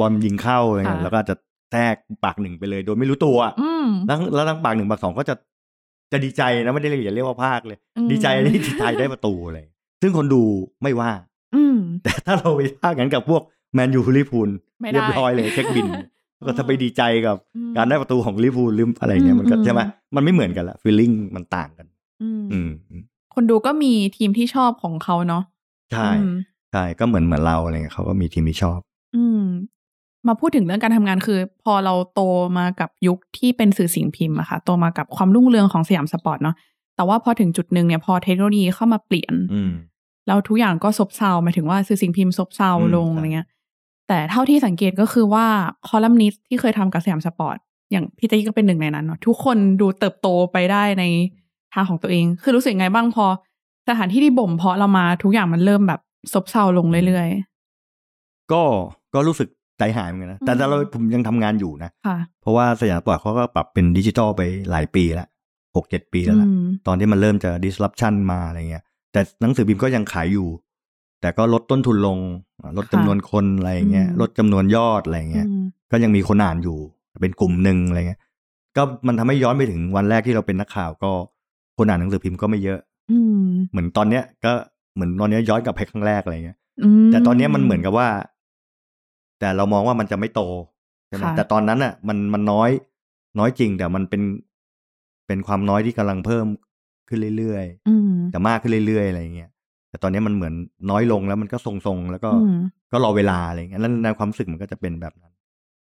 บอลยิงเข้าอะไรเงี้ย
ค่ะ
แล้วก็อาจจะแทรกปากหนึ่งไปเลย โดยไม่รู้ตัว
อืม
แล้วแล้วทางปากหนึ่งปากสองก็จะจะดีใจนะไม่ได้เรียกอย่าเรียกว่าภาคเลย
อืม
ดีใจที่ทีมไทยได้ประตูอะไรซึ่งคนดูไม่ว่า
อืม
แต่ถ้าเราไปภาคกันกับพวกแมนยูลิพูล
ไม่ได้
เรียบร้อยเลยเช็ค บิน ก็จะไปดีใจกับ
อืม
การได้ประตูของลิพูลหรืออะไรเงี้ยมันก็
อืม
ใช่ไหมมันไม่เหมือนกันละฟีลลิ่งมันต่างกัน
อืม
อืมอืม
คนดูก็มีทีมที่ชอบของเขาเนาะ
ใช่
อืม
ใช่ก็เหมือนเหมือนเราอะไรเงี้ยเขาก็มีทีมที่ชอบ
อืม มาพูดถึงเรื่องการทำงานคือ พอเราโตมากับยุคที่เป็นสื่อสิ่งพิมพ์อะค่ะโตมากับความรุ่งเรืองของสยามสปอร์ตเนาะแต่ว่าพอถึงจุดหนึ่งเนี่ยพอเทคโนโลยีเข้ามาเปลี่ยน
อืม
แล้วทุกอย่างก็ซบเซาหมายถึงว่าสื่อสิ่งพิมพ์ซบเซา
อืม
ลง
ใช่
อะไรเงี้ย แต่เท่าที่สังเกตก็คือว่าคอลัมนิสต์ที่เคยทำกับสยามสปอร์ต อย่างพี่เต้ยก็เป็นหนึ่งในนั้นเนาะทุกคนดูเติบโตไปได้ในทางของตัวเอง คือรู้สึกยังไงบ้างพอสถานที่ที่บ่มเพาะเรามาทุกอย่างมันเริ่มแบบซบเซาลงเรื่อย
ก็ก็รู้สึกใจหายเหมือนกันนะแต่แต่เรา
อืม
ผมยังทำงานอยู่นะ
ๆ ค่ะ
เพราะว่าสยามสปอร์ตเขาก็ปรับเป็นดิจิทัลไปหลายปีแล้วหกเจ็ดปีแล้วล่ะ
อืม
ตอนที่มันเริ่มจะ disruption มาอะไรเงี้ย แต่หนังสือพิมพ์ก็ยังขายอยู่ แต่ก็ลดต้นทุนลง ลดจำนวนคนอะไรเงี้ย
อืม
ลดจำนวนยอดอะไรเงี้ย
อืม
ก็ยังมีคนอ่านอยู่ เป็นกลุ่มหนึ่งอะไรเงี้ย ก็มันทำให้ย้อนไปถึงวันแรกที่เราเป็นนักข่าวก็คนอ่านหนังสือพิมพ์ก็ไม่เยอะ
อืม
เหมือนตอนเนี้ยก็เหมือนตอนเนี้ยย้อนกลับไปครั้งแรกอะไรเงี้ย
ม
แต่ตอนเนี้ยมันเหมือนกับว่า แต่เรามองว่ามันจะไม่โตใช่ไหม
ค่ะ
แต่ตอนนั้นอ่ะ มันมันน้อย น้อยจริง แต่มันเป็นเป็นความน้อยที่กำลังเพิ่มขึ้นเรื่อย
อืม
ๆแต่มากขึ้นเรื่อยๆอะไรอย่างเงี้ยแต่ตอนเนี้ยมันเหมือนน้อยลงแล้วมันก็ทรงๆแล้วก็
อืม
ก็รอเวลาอะไรอย่างเงี้ยแล้วในความรู้สึกมันก็จะเป็นแบบนั้น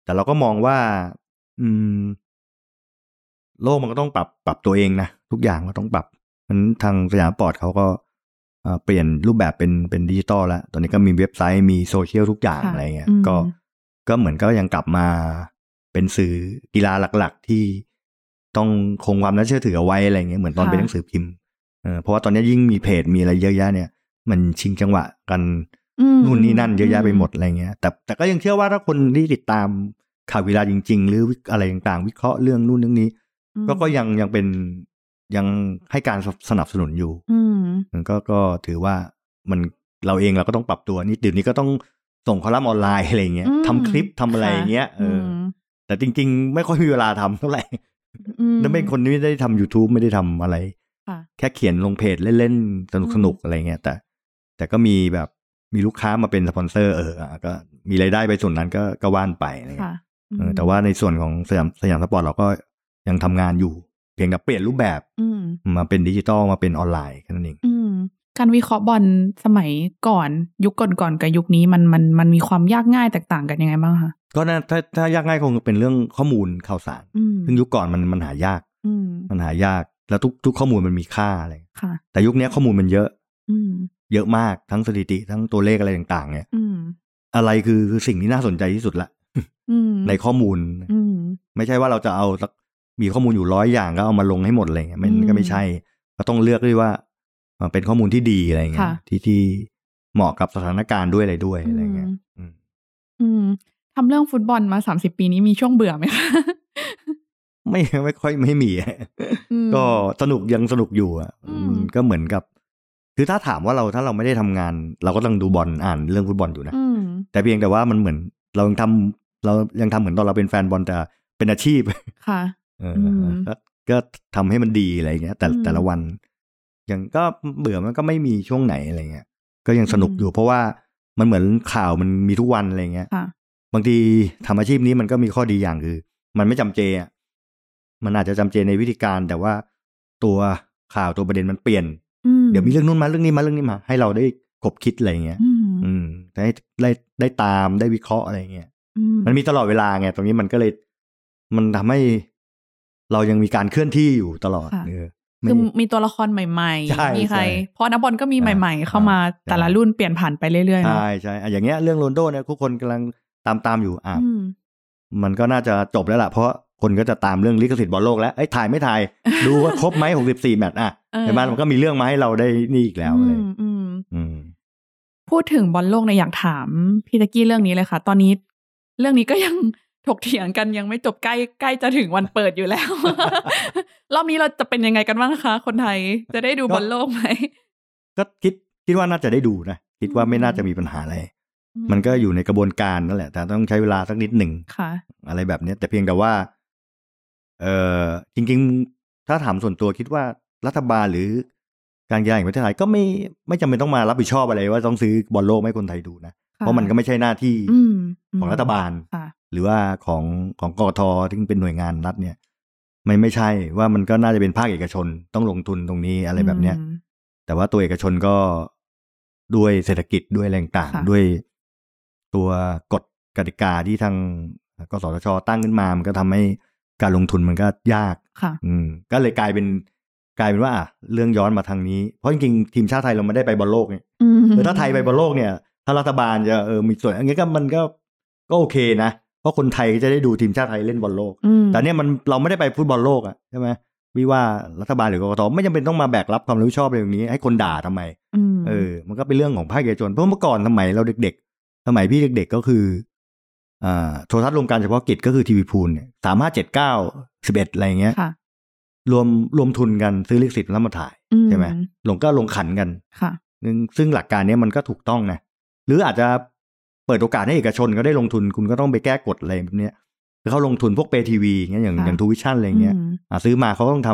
แต่เราก็มองว่า อืม โลกมันก็ต้องปรับปรับตัวเองนะทุกอย่างก็ต้องปรับมันทางสยามปอร์ตเขาก็เอ่อเปลี่ยนรูปแบบเป็นเป็นดิจิตอลแล้ว ตอนนี้ก็มีเว็บไซต์มีโซเชียลทุกอย่าง
ค่ะ
อะไรเงี้ย
อืม
ก็ก็เหมือนก็ยังกลับมาเป็นสื่อกีฬาหลัก ๆ ที่ต้องคงความน่าเชื่อถือเอาไว้อะไรเงี้ยเหมือนตอน
ค่ะ
เป็นหนังสือพิมพ์เออเพราะว่าตอนนี้ยิ่งมีเพจมีอะไรเยอะแยะเนี่ย มันชิงจังหวะกัน
อืม
นู่นนี่นั่นเยอะแยะไปหมดอะไรเงี้ย แต่แต่ก็ยังเชื่อว่าถ้าคนที่ติดตามข่าวเวลาจริง ๆ หรือวิอะไรต่างๆ วิเคราะห์เรื่องนู่นเรื่องนี้
อืม
ก็ก็ยังยังเป็นยังให้การสนับสนุนอยู่
อืม
มันก็ก็ถือว่ามันเราเองเราก็ต้องปรับตัวนี่เดี๋ยวนี้ก็ต้องส่งคอลัมน์ออนไลน์อะไรเงี้ย
อืม
ทำคลิปทำอะไรอย่างเงี้ยเอออ
ม
แต่จริง ๆ ไม่ค่อยมีเวลาทำเท่าไหร่
อืม
นั่นเป็นคนที่ไม่ได้ทำ youtube ไม่ได้ทำอะไร
ค่ะ
แค่เขียนลงเพจเล่นๆ สนุกๆ อะไรเงี้ยแต่ แต่ก็มีแบบมีลูกค้ามาเป็นสปอนเซอร์เอออ่ะก็มีรายได้ไปส่วนนั้นก็ก็ว่านไปอะไร
ค่ะ
เงี้ยเออแต่ว่าในส่วนของสยามสยามสปอร์ตเราก็ยังทำงานอยู่ เพียงแต่เปลี่ยนรูปแบบ
อืม
มาเป็นดิจิตอลมาเป็นออนไลน์แค่นั้นเอง
อืม การวิเคราะห์บอลสมัยก่อน ยุคก่อนๆกับยุคนี้มันมันมันมีความยากง่ายแตกต่างกันยังไงบ้างคะ
ก็น่าถ้าถ้ายากง่ายคงเป็นเรื่องข้อมูลข่าวสาร
อืม
ซึ่งยุคก่อนมันมันหายาก
อืม
มันหายาก แล้วทุกทุกข้อมูลมันมีค่าอะไร
ค่ะ
แต่ยุคเนี้ยข้อมูลมันเยอะ
อืม
เยอะมากทั้งสถิติทั้งตัวเลขอะไรต่างๆ เนี่ย
อืม
อะไรคือคือสิ่งที่น่าสนใจที่สุดละ
อืม
ในข้อมูล
อืม
ไม่ใช่ว่าเราจะเอาสักมีข้อมูลอยู่ร้อยอย่างก็เอามาลงให้หมดอะไรเงี้ยมัน
อืม
ก็ไม่ใช่ก็ต้องเลือกด้วยว่ามันเป็นข้อมูลที่ดีอะไรเงี้ย
ค่ะ
ที่ที่เหมาะกับสถานการณ์ด้วยอะไรด้วยอะไรเงี้ยอืม
อืมทำเรื่องฟุตบอลมาสามสิบปีนี้มีช่วงเบื่อไหมคะ
ไม่ไม่ค่อยไม่มี
อืม
ก็สนุกยังสนุกอยู่อ่ะ
อืม
ก็เหมือนกับ คือถ้าถามว่าเราถ้าเราไม่ได้ทำงาน เราก็ต้องดูบอลอ่านเรื่องฟุตบอลอยู่นะ
อืม
แต่เพียงแต่ว่ามันเหมือนเรายังทำเรายังทำเหมือนตอนเราเป็นแฟนบอลแต่เป็นอาชีพ
ค่ะ
เออ
อืม
ก็ก็ทำให้มันดีอะไรอย่างเงี้ย แต่
อืม
แต่ละวัน อย่างก็เบื่อมันก็ไม่มีช่วงไหนอะไรเงี้ยก็ยังสนุก
อืม
อยู่ เพราะว่ามันเหมือนข่าวมันมีทุกวันอะไรเงี้ย
ค่ะ
บางทีทำอาชีพนี้มันก็มีข้อดีอย่างคือ มันไม่จำเจอ่ะมันอาจจะจำเจในวิธีการ แต่ว่าตัวข่าวตัวประเด็นมันเปลี่ยน
อืม
เดี๋ยวมีเรื่องนู้นมาเรื่องนี้มาเรื่องนี้มา ให้เราได้กบคิดอะไรเงี้ย
อืม
อืมได้ได้ได้ตามได้วิเคราะห์อะไรเงี้ย
อืม
มันมีตลอดเวลาไงตรงนี้มันก็เลยมันทำให้เรายังมีการเคลื่อนที่อยู่ตลอดเออไม่
คือมีตัวละครใหม่
ใช่
ๆ มีใคร
ใช่
เพราะนักบอลก็มี
อ่า
ใหม่ ๆ เข้ามา
อ่า
แต่ละรุ่นเปลี่ยนผ่านไปเรื่อยๆเนอะ
ใช่ใช่อ่ะอย่างเงี้ยเรื่องโรนลโดเนี่ยทุกคนกำลังตามตามอยู่อ่ะ
อืม
มันก็น่าจะจบแล้วล่ะเพราะคนก็จะตามเรื่องลิขสิทธิ์บอลโลกแล้วเอ้ยถ่ายไม่ถ่าย ดูว่าครบไหมหกสิบสี่แมตช์อ่ะ
เออ
เห็นไหมมันก็มีเรื่องมาให้เราได้นี่อีกแล้วอะไร
อืมอืม
อืม
พูดถึงบอลโลกเนี่ยอยากถามพี่ตะกี้เรื่องนี้เลยค่ะ ตอนนี้เรื่องนี้ก็ยัง ถกเถียงกันยังไม่จบใกล้ใกล้จะถึงวันเปิดอยู่แล้ว รอบนี้เราจะเป็นยังไงกันบ้างคะ คนไทยจะได้ดู
ก็
บอลโลกไหม
ก็คิดคิดว่าน่าจะได้ดูนะคิดว่าไม่น่าจะมีปัญหาอะไรมันก็อยู่ในกระบวนการนั่นแหละแต่ต้องใช้เวลาสักนิดหนึ่ง
ค่ะ
อะไรแบบเนี้ยแต่เพียงแต่ว่า เออจริง ๆ ถ้าถามส่วนตัวคิดว่ารัฐบาลหรือการกีฬาแห่งประเทศไทยก็ไม่ไม่จำเป็นต้องมารับผิดชอบอะไรว่าต้องซื้อบอลโลกให้คนไทยดูนะ
ค่ะ
เพราะมันก็ไม่ใช่หน้าที่
อืมม
ของรัฐบาล
ค่ะ
หรือว่าของของกอทที่เป็นหน่วยงานรัฐเนี่ยไม่ไม่ใช่ว่ามันก็น่าจะเป็นภาคเอกชนต้องลงทุนตรงนี้อะไรแบบเนี้ย
ม
แต่ว่าตัวเอกชนก็ด้วยเศรษฐกิจด้วยแรงต่าง
ค่ะ
ด้วยตัวกฎกติกาที่ทางกสทชตั้งขึ้นมา มันก็ทำให้การลงทุนมันก็ยาก
ค่ะ
อืม ก็เลยกลายเป็นกลายเป็นว่าอ่ะเรื่องย้อนมาทางนี้เพราะจริงๆทีมชาติไทยเราไม่ได้ไปบอลโลกเนี่ย
อืม
เออถ้าไทยไปบอลโลกเนี่ย ถ้ารัฐบาลจะเออมีส่วนอันนี้ก็มันก็ก็โอเคนะเพราะคนไทยก็จะได้ดูทีมชาติไทยเล่นบอลโลก
อืม
แต่เนี่ยมันเราไม่ได้ไปฟุตบอลโลกอะใช่ไหมวิว่ารัฐบาลหรือกกตไม่จำเป็นต้องมาแบกรับความรับผิดชอบอะไรอย่างนี้ ให้คนด่าทำไม
อืม
เออ มันก็เป็นเรื่องของภาคเอกชนเพราะเมื่อก่อนสมัยเราเด็กๆ สมัยพี่เด็กๆก็คืออ่าโทรทัศน์รวมการเฉพาะกิจก็คือทีวีพูนเนี่ยสามห้าเจ็ดเก้าสิบเอ็ดอะไรอย่างเงี้ย
ค่ะ
รวมรวมทุนกันซื้อลิขสิทธิ์แล้วมาถ่าย
อื
ใช่ไหม ลงก็ลงขันกัน
ค่ะ
ซึ่งซึ่งหลักการเนี้ยมันก็ถูกต้องนะ หรืออาจจะเปิดโอกาสให้เอกชนก็ได้ลงทุนคุณก็ต้องไปแก้กฎอะไรแบบเนี้ยคือเขาลงทุนพวกเปทีวีเงี้ยอย่าง
ค่ะ
อย่างทูวิชั่นอะไรเงี้ย
ม
อ่ะซื้อมาเขาต้องท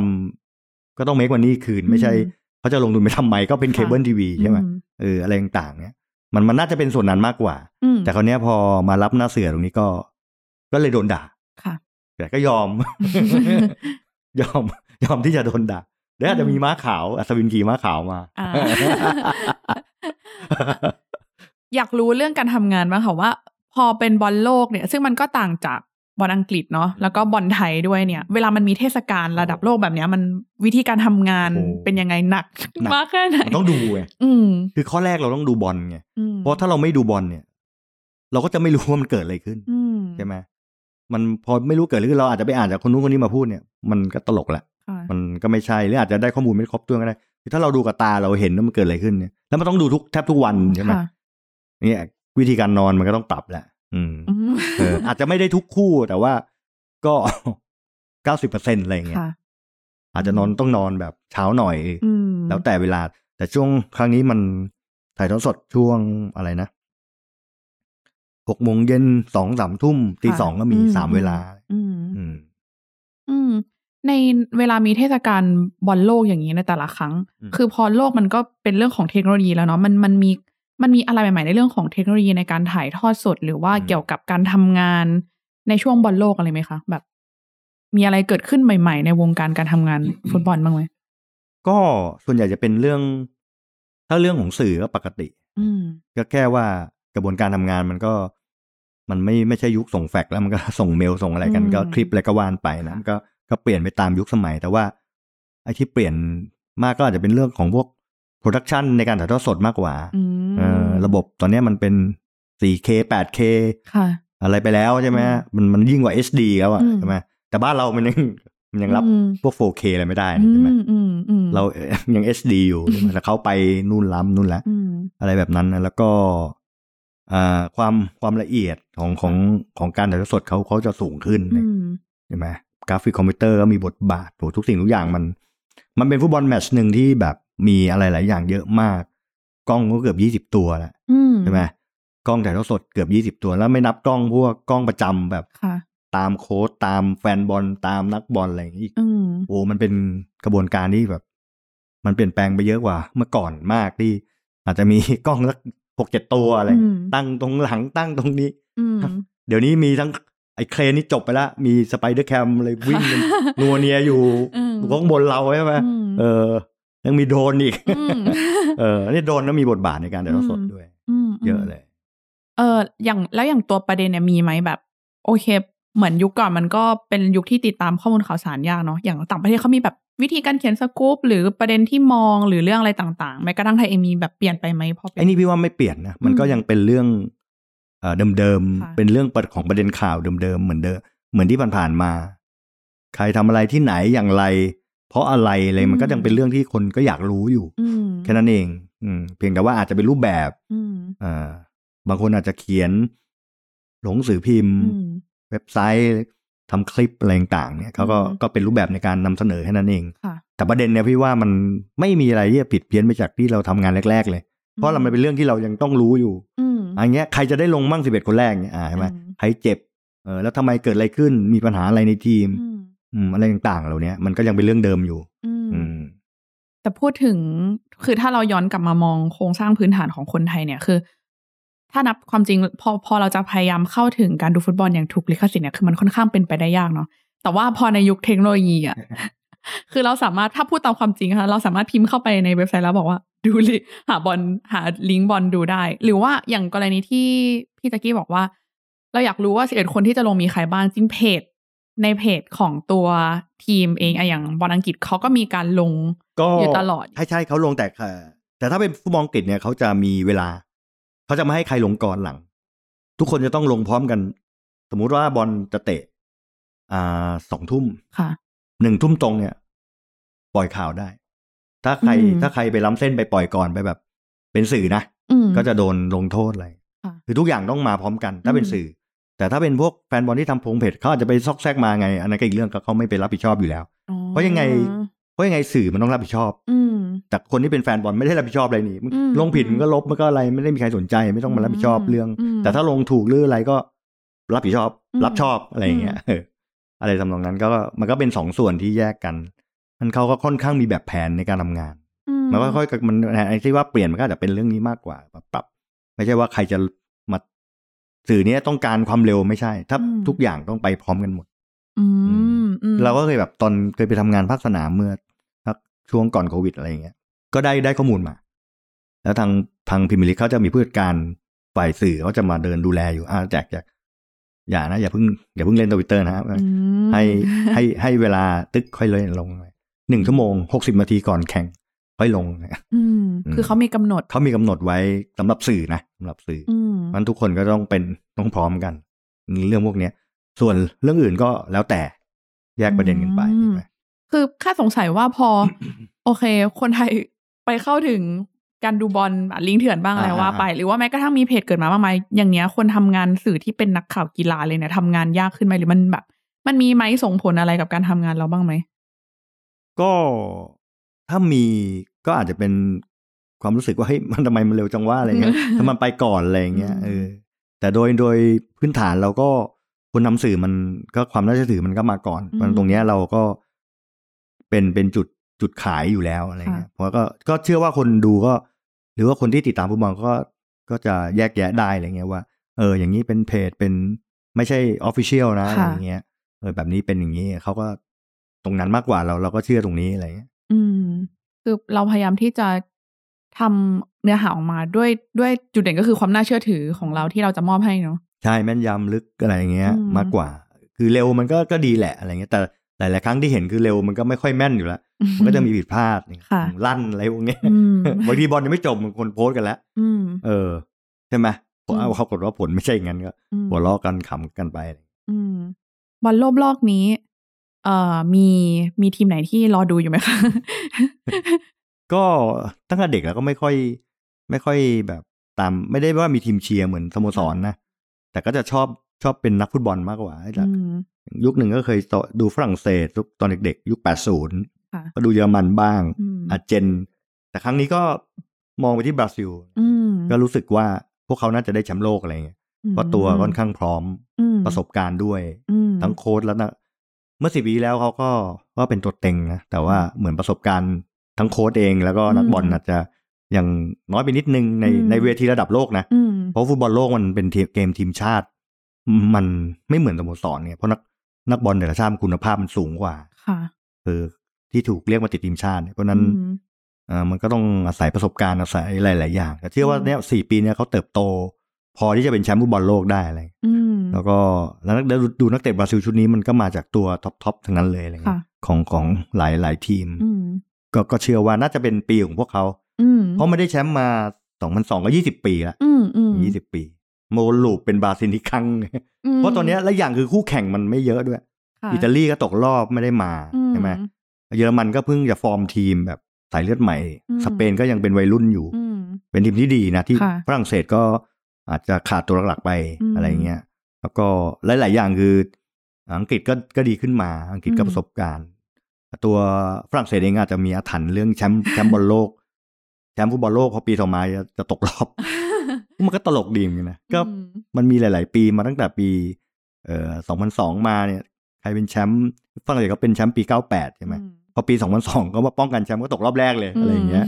ำก็ต้องเมควันนี้คืนไม่ใช่
อืม
เขาจะลงทุนไปทำไมก็เป็น
ค่ะ
เคเบิลทีวีใช่ไหม
อื
เอออะไรต่างๆเนี่ยมันมันน่าจะเป็นส่วนนั้นมากกว่า
อืม
แต่คราวเนี้ยพอมารับหน้าเสือตรงนี้ก็ ก็เลยโดนด่า
ค่ะ
แต่ก็ยอม ยอมยอมที่จะโดนด่าเดี๋ยวอาจจะมีม้าขาวอัศวินขี่ม้าขาวมา
อ่า อยากรู้เรื่องการทำงานบ้างค่ะว่า พอเป็นบอลโลกเนี่ย ซึ่งมันก็ต่างจากบอลอังกฤษเนาะแล้วก็บอลไทยด้วยเนี่ย เวลามันมีเทศกาลระดับโลกแบบเนี้ย มันวิธีการทำงาน
โอ้โห
เป็นยังไงหนัก
หนัก
มากแค่ไหน
มันต้องดูไง
อืม
คือข้อแรกเราต้องดูบอลไง
อืม
เพราะถ้าเราไม่ดูบอลเนี่ย เราก็จะไม่รู้ว่ามันเกิดอะไรขึ้น
อืม
ใช่ไหมมันพอไม่รู้เกิดหรือเราอาจจะไปอ่านจากคนนู้นคนนี้มาพูดเนี่ย มันก็ตลกแหละ
ค่ะ
มันก็ไม่ใช่หรืออาจจะได้ข้อมูลไม่ครบถ้วนก็ได้คือถ้าเราดูกับตาเราเห็นว่ามันเกิดอะไรขึ้นเนี่ยแล้วมันต้องดูทุกแทบทุกวันใช่ไหม
ค่ะ
เนี่ยวิธีการนอนมันก็ต้องปรับแหละ อืม
อืม
เอออาจจะไม่ได้ทุกคู่แต่ว่าก็ เก้าสิบเปอร์เซ็นต์อะไรอย่างเงี้ย
ค่ะ
อาจจะนอนต้องนอนแบบเช้าหน่อย
อืม
แล้วแต่เวลา แต่ช่วงครั้งนี้มันถ่ายทอดสดช่วงอะไรนะหกโมงเย็นสองสามทุ่มตี
ค่ะ
สองก็มี
อื
สามเวลา
อืม
อืม
อืม ในเวลามีเทศกาลบอลโลกอย่างนี้ในแต่ละครั้ง
อืม
คือพอโลกมันก็เป็นเรื่องของเทคโนโลยีแล้วเนาะมันมันมีมันมีอะไรใหม่ๆในเรื่องของเทคโนโลยีในการถ่ายทอดสด หรือว่าเกี่ยวกับการทำงานในช่วงบอลโลกอะไรไหมคะแบบ มีอะไรเกิดขึ้นใหม่ ๆ ในวงการการทำงาน ฟุตบอลบ้างไหม
ก็ส่วนใหญ่จะเป็นเรื่อง ถ้าเรื่องของสื่อก็ปกติ
อืม
ก็แค่ว่ากระบวนการทำงานมันก็ มันไม่ไม่ใช่ยุคส่งแฟกซ์แล้วมันก็ ส่งเมลส่งอะไรกัน
อืม
ก็คลิปอะไรก็ว่านไปนะ
ค่ะ
มันก็ก็เปลี่ยนไปตามยุคสมัย แต่ว่าไอ้ที่เปลี่ยนมากก็อาจจะเป็นเรื่องของพวกโปรดักชันในการถ่ายทอดสดมากกว่า
อืม
เออระบบตอนเนี้ยมันเป็น 4K 8K
ค่ะ
อะไรไปแล้วใช่ไหม
อืม
มันมันยิ่งกว่า HD แล้วอะ
อืม
ใช่ไหมแต่บ้านเรามันยังมันยังรับ
อืม
พวก 4K อะไรไม่ได้นะใช่ไหม
อืมอืมอืม
เรา เอ่อ ยัง HD อยู่ แต่เขาไปนู่นล้ำนู่นแล้ว
อืม
อะไรแบบนั้นนะแล้วก็อ่าความความละเอียดของของของการถ่ายทอดสดเขาเขาจะสูงขึ้น
อืม
ใช่ไหมกราฟิกคอมพิวเตอร์ก็มีบทบาทโหทุกสิ่งทุกอย่างมัน มันเป็นฟุตบอลแมตช์หนึ่งที่แบบมีอะไรหลายอย่างเยอะมาก กล้องก็เกือบยี่สิบ20 ตัวแล้ว
อืม
ใช่ไหมกล้องถ่ายทอดสดเกือบยี่สิบ20 ตัวแล้วไม่นับกล้องพวกกล้องประจำแบบ
ค่ะ
ตามโค้ชตามแฟนบอลตามนักบอลอะไรอย่างนี้อีก
อืม
โอ้มันเป็นกระบวนการที่แบบ มันเปลี่ยนแปลงไปเยอะกว่าเมื่อก่อนมากที่ อาจจะมี กล้องสักหกเจ็ดตัวอะไร
อืม
ตั้งตรงหลังตั้งตรงนี้
อืม
เดี๋ยวนี้มีทั้งไอ้เครนนี่จบไปละมีสไปเดอร์แคมเลยวิ่ง เป็น นัวเนียอยู่
อืม
ข้างบนเราใช่ไหม
ม
เออ ยังมีโดรนอีก
ม
เออนี่โดรนก็มีบทบาทในการถ่ายทอดสด
อืม
ด้วย
ม
เยอะเลย
เอออย่างแล้วอย่างตัวประเด็นเนี่ยมีไหมแบบ โอเค เหมือนยุคก่อนมันก็เป็นยุคที่ติดตามข้อมูลข่าวสารยากเนาะอย่างต่างประเทศเขามีแบบวิธีการเขียนสกู๊ปหรือประเด็นที่มองหรือเรื่องอะไรต่างๆแม้กระทั่งไทยเองมีแบบเปลี่ยนไปไหมพอเป็
ไอ้
น
นี่พี่ว่าไม่เปลี่ยนนะ มันก็
อืม
ยังเป็นเรื่องเอ่อเดิม
ค่ะ
ๆ เป็นเรื่องประของประเด็นข่าวเดิมๆ เหมือนเดิม เหมือนที่ผ่านๆมา ใครทำอะไรที่ไหนอย่างไร เพราะอะไรอะไรมันก็ยังเป็นเรื่องที่คนก็อยากรู้อยู่
อืม
แค่นั้นเอง อืม เพียงแต่ว่าอาจจะเป็นรูปแบบ
อืม
เอ่อบางคนอาจจะเขียนหลงสือพิมพ์
อืม
เว็บไซต์ทำคลิปอะไรต่างๆเนี่ยเขาก็
อืม
ก็เป็นรูปแบบในการนำเสนอแค่นั้นเอง
ค่ะ
แต่ประเด็นเนี่ยพี่ว่ามันไม่มีอะไรที่จะผิดเพี้ยนไปจากที่เราทำงานแรก ๆ เลย เพราะเรามันเป็นเรื่องที่เรายังต้องรู้อยู่
อืม
อันเงี้ยใครจะได้ลงมั่งสิบเอ็ดคนแรกเนี่ยอ่าใช่ไหม
อืม
ใครเจ็บเออแล้วทำไมเกิดอะไรขึ้นมีปัญหาอะไรในทีม
อืม
อืมอะไรต่างๆ เหล่าเนี้ยมันก็ยังเป็นเรื่องเดิมอยู่
อืม
อืม
แต่พูดถึงคือถ้าเราย้อนกลับมามองโครงสร้างพื้นฐานของคนไทยเนี่ยคือ ถ้านับความจริงพอพอเราจะพยายามเข้าถึงการดูฟุตบอลอย่างถูกลิขสิทธิ์เนี่ยคือมันค่อนข้างเป็นไปได้ยากเนาะแต่ว่าพอในยุคเทคโนโลยีอ่ะ คือเราสามารถถ้าพูดตามความจริงค่ะเราสามารถพิมพ์เข้าไปในเว็บไซต์แล้วบอกว่า ดูลิหาบอลหาลิงก์บอลดูได้ หรือว่าอย่างกรณีที่พี่ตะกี้บอกว่า เราอยากรู้ว่าสิเอ็ดคนที่จะลงมีใครบ้างจริงเพจ ในเพจของตัวทีมเองอะอย่างบอลอังกฤษเขาก็มีการลง
ก็
อยู่ตลอด
ใช่ใช่เขาลงแต่เอ่อแต่ถ้าเป็นฟุตบอลอังกฤษเนี่ยเขาจะมีเวลา เขาจะไม่ให้ใครลงก่อนหลัง ทุกคนจะต้องลงพร้อมกัน สมมุติว่าบอลจะเตะ อ่าสองทุ่ม
ค่ะ
หนึ่งทุ่มตรงเนี่ย ปล่อยข่าวได้ ถ้าใคร
อืม
ถ้าใครไปล้ำเส้นไปปล่อยก่อนไปแบบ เป็นสื่อนะ
อืม
ก็จะโดนลงโทษอะไร
ค่ะ
คือทุกอย่างต้องมาพร้อมกัน ถ้าเป็น
อืม
สื่อ แต่ถ้าเป็นพวกแฟนบอลที่ทำโพงเพจเขาอาจจะไปซอกแซกมาไง อันนั้นก็อีกเรื่องก็เขาไม่ไปรับผิดชอบอยู่แล้ว
อ๋อ
เพราะยังไง เพราะยังไงสื่อมันต้องรับผิดชอบ
อืม
แต่คนที่เป็นแฟนบอลไม่ได้รับผิดชอบอะไรนี่
อืม
ลงผิดมันก็ลบมันก็อะไรไม่ได้มีใครสนใจไม่ต้องมารับผิดชอบเรื่อง
อืม
แต่ถ้าลงถูกหรืออะไรก็รับผิดชอบ
อืม
รับชอบอะไรอย่างเงี้ยเอออะไรทำนองนั้นก็มันก็เป็นสองส่วนที่แยกกันมันเขาก็ค่อนข้างมีแบบแผนในการทำงาน
อื
มันก็ค่อยๆมันไอ้ที่ว่าเปลี่ยนมันก็อาจจะเป็นเรื่องนี้มากกว่าปรับไม่ใช่ว่าใครจะมาสื่อเนี้ยต้องการความเร็วไม่ใช่ ถ้าทุกอย่างต้องไปพร้อมกันหมด
อืมอืม
เราก็เคยแบบตอนเคยไปทำงานภาคสนามเมื่อสักช่วงก่อนโควิดอะไรอย่างเงี้ย ก็ได้ได้ข้อมูลมา แล้วทางทางพิมพ์ลิกเขาจะมีผู้จัดการฝ่ายสื่อเขาจะมาเดินดูแลอยู่อ่าแจกแจกอย่านะ อย่าเพิ่งอย่าเพิ่งเล่นทวิตเตอร์นะฮะ
อืม
ให้ให้ให้เวลาตึกค่อยเล่นลงหนึ่งชั่วโมงหกสิบนาทีก่อนแข่ง ค่อยลง
อืม
อืม
คือเขามีกำหนด
เขามีกำหนดไว้สำหรับสื่อนะสำหรับสื่ออ
อืม
มันทุกคนก็ต้องเป็นต้องพร้อมกันเรื่องพวกเนี้ย ส่วนเรื่องอื่นก็แล้วแต่แยกประเด็นกันไปใช่ไหม
คือแค่สงสัยว่าพอ โอเค คนไทยไปเข้าถึงการดูบอลอ่ะลิงก์เถื่อนบ้างอะไร
อ่า
ว่า
อ่า
ไป หรือว่าแม้กระทั่งมีเพจเกิดมามากมายอย่างเนี้ยคนทำงานสื่อที่เป็นนักข่าวกีฬาเลยเนี่ยทำงานยากขึ้นไหมหรือมันแบบ มันมีไหมส่งผลอะไรกับการทำงานเราบ้างไหม
ก็ถ้ามีก็อาจจะเป็นความรู้สึกว่าเฮ้ย มันทำไมมันเร็วจังว่าอะไรเงี้ ย
อืม
ทำไมมันไปก่อนอะไรเงี้ย
อืม
เออแต่โดยโดยพื้นฐานเราก็คนนำสื่อมันก็ความน่าเชื่อถือมันก็มาก่อนมันตรงเนี้ยเราก็เป็นเป็นจุดจุดขายอยู่แล้วอะไรเงี้ยเพราะก็ก็เชื่อว่าคนดูก็ หรือว่าคนที่ติดตามฟุตบอลก็ก็จะแยกแยะได้อะไรเงี้ยว่า เออ อย่างนี้เป็นเพจเป็นไม่ใช่ออฟฟิเชียลนะอะไร
ค่ะ
เงี้ย เออแบบนี้เป็นอย่างนี้เขาก็ตรงนั้นมากกว่าเราเราก็เชื่อตรงนี้อะไรเงี้ย
อืมคือเราพยายามที่จะทำเนื้อหาออกมาด้วยด้วยจุดเด่นก็คือความน่าเชื่อถือของเราที่เราจะมอบให้เนาะ
ใช่แม่นยำลึกอะไรเงี้ย
อืม
มากกว่า คือเร็วมันก็ก็ดีแหละอะไรเงี้ย แต่หลายๆครั้งที่เห็นคือเร็วมันก็ไม่ค่อยแม่นอยู่แล้วมันก็จะมีผิดพลาดเนี่ย
ค่ะ
ลั่นอะไรพวกเนี้ย
อืม
บางทีบอลยังไม่จบคนโพสต์กันแล้ว
อืม
เออใช่ไหม
อืม
เอาเขากดว่าผลไม่ใช่อย่างนั้นก็
อืม
หัวเราะกันขำกันไป
อืมบอลโลกรอบนี้ เอ่อมีมีทีมไหนที่รอดูอยู่ไหมคะ
ก็ตั้งแต่เด็กแล้วก็ไม่ค่อย ไม่ค่อยแบบตามไม่ได้ว่ามีทีมเชียร์เหมือนสโมสรนะแต่ก็จะชอบชอบเป็นนักฟุตบอลมากกว่าแต่
อืม
ยุคหนึ่งก็เคยต่อดูฝรั่งเศสยุคตอนเด็กๆ ยุค
ค่ะ
80 ก็ดูเยอรมันบ้าง
อืม
อาร์เจน แต่ครั้งนี้ก็มองไปที่บราซิล
อืม
ก็รู้สึกว่าพวกเขาน่าจะได้แชมป์โลกอะไรเงี้ยเพราะตัวค่อนข้างพร้อม
อืม
ประสบการณ์ด้วย
อืม
ทั้งโค้ชแล้วนะ เมื่อสิบปีแล้วเขาก็ก็เป็นตัวเต็งนะ แต่ว่าเหมือนประสบการณ์ ทั้งโค้ดเองแล้วก็นักบอล
อืม
อาจจะยังน้อยไปนิดนึงใน
อืม
ในเวทีระดับโลกนะ
อืม
เพราะฟุตบอลโลกมันเป็นทีมเกมทีมชาติ มันไม่เหมือนสโมสรเนี่ยเพราะนักนักบอลแต่ละชาติคุณภาพมันสูงกว่า
ค่ะ
คือที่ถูกเรียกมาติดทีมชาติเนี่ยเพราะฉะนั้น
อืม
เอ่อมันก็ต้องอาศัยประสบการณ์อาศัยหลาย ๆ อย่างแต่เชื่อว่า
อืม
เนี่ยสี่ปีเนี่ยเขาเติบโต พอที่จะเป็นแชมป์ฟุตบอลโลกได้อะไร
อืม
แล้วก็แล้วนักดูนักเตะบราซิลชุดนี้มันก็มาจากตัวท็อปทอปทั้งนั้นเลยอะไรเงี้
ค่ะ
ยของของหลายหลายทีม
อืม
ก็ก็เชื่อว่าน่าจะเป็นปีของพวกเขา
อืม
เพราะไม่ได้แชมป์มาสองพันสองก็ยี่สิบปีละ
อืมอืม
ยี่สิบปีโมลูปเป็นบราซิลอีกครั้ง
อืม
เพราะตอนเนี้ยและอย่างคือคู่แข่งมันไม่เยอะด้วย
ค่ะ
อิตาลีก็ตกรอบไม่ได้มา
อื
ใช่ไหม เยอรมันก็เพิ่งจะฟอร์มทีมแบบสายเลือดใหม่
อืม
สเปนก็ยังเป็นวัยรุ่นอยู่
อืม
เป็นทีมที่ดีนะที่
ค่ะ
ฝรั่งเศสก็อาจจะขาดตัวหลักๆไป
อืม
อะไรเงี้ย แล้วก็หลาย ๆ อย่างคืออังกฤษก็ก็ดีขึ้นมา อังกฤษก็
อืม
ประสบการณ์ ตัวฝรั่งเศสเองอาจจะมีอาถรรพ์เรื่องแชมป์ แชมป์บอลโลก แชมป์ฟุตบอลโลกพอปีต่อมาจะจะตกร อบ มันก็ตลกดีเหมือนกันนะก็
อืม
มันมีหลาย ๆ ปีมาตั้งแต่ปี เอ่อสองพันสองมาเนี่ย ใครเป็นแชมป์ฝรั่งเศสก็เป็นแชมป์ปีเก้าแปดใช่ไหม พอปีสองพันสองก็มาป้องกันแชมป์ก็ตกรอบแรกเลย อะไรอย่างเงี้ย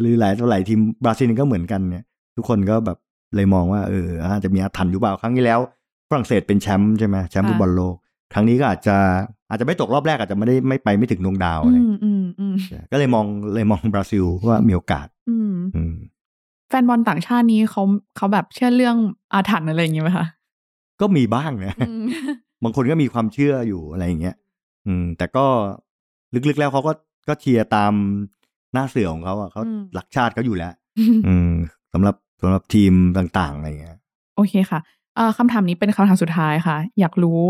หรือหลายต่อหลายทีมบราซิลก็เหมือนกันเนี่ย ทุกคนก็แบบเลยมองว่าเอออาจจะมีอาถรรพ์อยู่เปล่าครั้งที่แล้วฝรั่งเศสเป็นแชมป์ใช่ไหมแชมป์
ค่ะ
ฟุตบอลโลก ครั้งนี้ก็อาจจะอาจจะไม่ตกรอบแรกอาจจะไม่ได้ไม่ไปไม่ถึงดวงดาวอะไร
อืมอืมอืม
ก็เลยมองเลยมองบราซิลว่ามีโอกาส
อืม
อืม
แฟนบอลต่างชาตินี้เขาเขาแบบเชื่อเรื่องอาถรรพ์อะไรอย่างงี้ไหมคะ
ก็มี บ้างนะ
อืม
บางคนก็มีความเชื่ออยู่อะไรอย่างเงี้ย อืม แต่ก็ลึกๆแล้วเขาก็ก็เชียร์ตามหน้าเสือของเขาอ่ะเขา
อืม
รักชาติเขาอยู่ แล้ว อืมสำหรับสำหรับทีมต่างๆอะไรอย่างเงี้ย
โอเคค่ะเอ่อคำถามนี้เป็นคำถามสุดท้ายค่ะ อยากรู้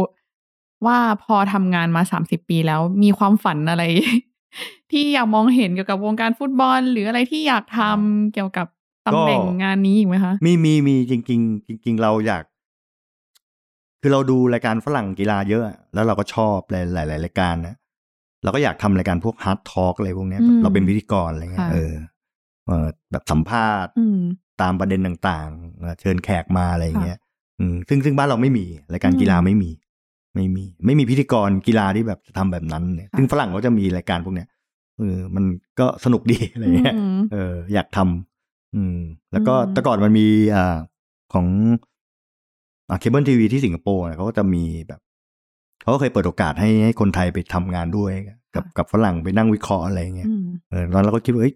ว่าพอทำงานมาสามสิบปีแล้วมีความฝันอะไร ที่อยากมองเห็นเกี่ยวกับวงการฟุตบอล หรืออะไรที่อยากทำเกี่ยวกับตำแหน่ง
ก็
งานนี้อีกไหมคะ
มีมีมีจริง ๆ จริง ๆ เราอยาก คือเราดูรายการฝรั่งกีฬาเยอะอะแล้วเราก็ชอบหลายหลายหลายรายการนะเราก็อยากทำรายการพวกฮาร์ดทอล์กอะไรพวกเนี้ย
อืม
เราเป็นพิธีกรอะไรเงี้ย
ค่ะ
เออเออแบบสัมภาษณ์
อืม
ตามประเด็นต่างๆเอ่อเชิญแขกมาอะไรอย่างเงี้ย อืมซึ่งซึ่งบ้านเราไม่มีรายการ
อืม
กีฬาไม่มี ไม่มี ไม่มีพิธีกรกีฬาที่แบบจะทำแบบนั้นเนี่ย
ค่ะ
ซึ่งฝรั่งเขาจะมีรายการพวกเนี้ยเออมันก็สนุกดี อะไรเงี้ย
อืม
เออ อยากทำอืม แล้วก็
อืม
แต่ก่อนมันมีอ่าของอ่าเคเบิลทีวีที่สิงคโปร์เนี่ยเขาก็จะมีแบบเขาก็เคยเปิดโอกาสให้ให้คนไทยไปทำงานด้วย กับกับฝรั่งไปนั่งวิเคราะห์อะไรเงี้ย
อืม
เออตอนนนเราก็คิดว่าเอ้ย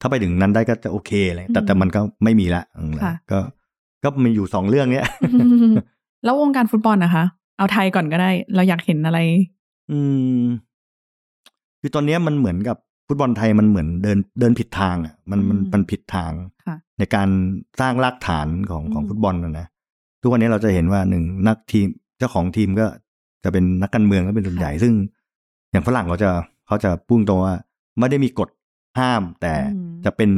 ถ้าไปถึงนั้นได้ก็จะโอเคอะไร
อื
แต่
ม
แต่มันก็ไม่มีละอืม
ค่ะ
ก็ก็มีอยู่สองเรื่องเนี้ย
แล้ววงการฟุตบอลนะคะ เอาไทยก่อนก็ได้ เราอยากเห็นอะไร
อืม คือตอนเนี้ยมันเหมือนกับฟุตบอลไทยมันเหมือนเดินเดินผิดทางอ่ะมันมัน
อืม
มันผิดทาง
ค่ะ
ในการสร้างรากฐานของของ
อืม
ฟุตบอลนะนะทุกวันนี้เราจะเห็นว่าหนึ่งนักทีมเจ้าของทีมก็จะเป็นนักการเมืองแล้วเป็นส่วนใหญ่ซึ่ง อย่างฝรั่งเขาจะเขาจะพูดตรงว่า ไม่ได้มีกฎห้าม แต่
อืม
จะเป็น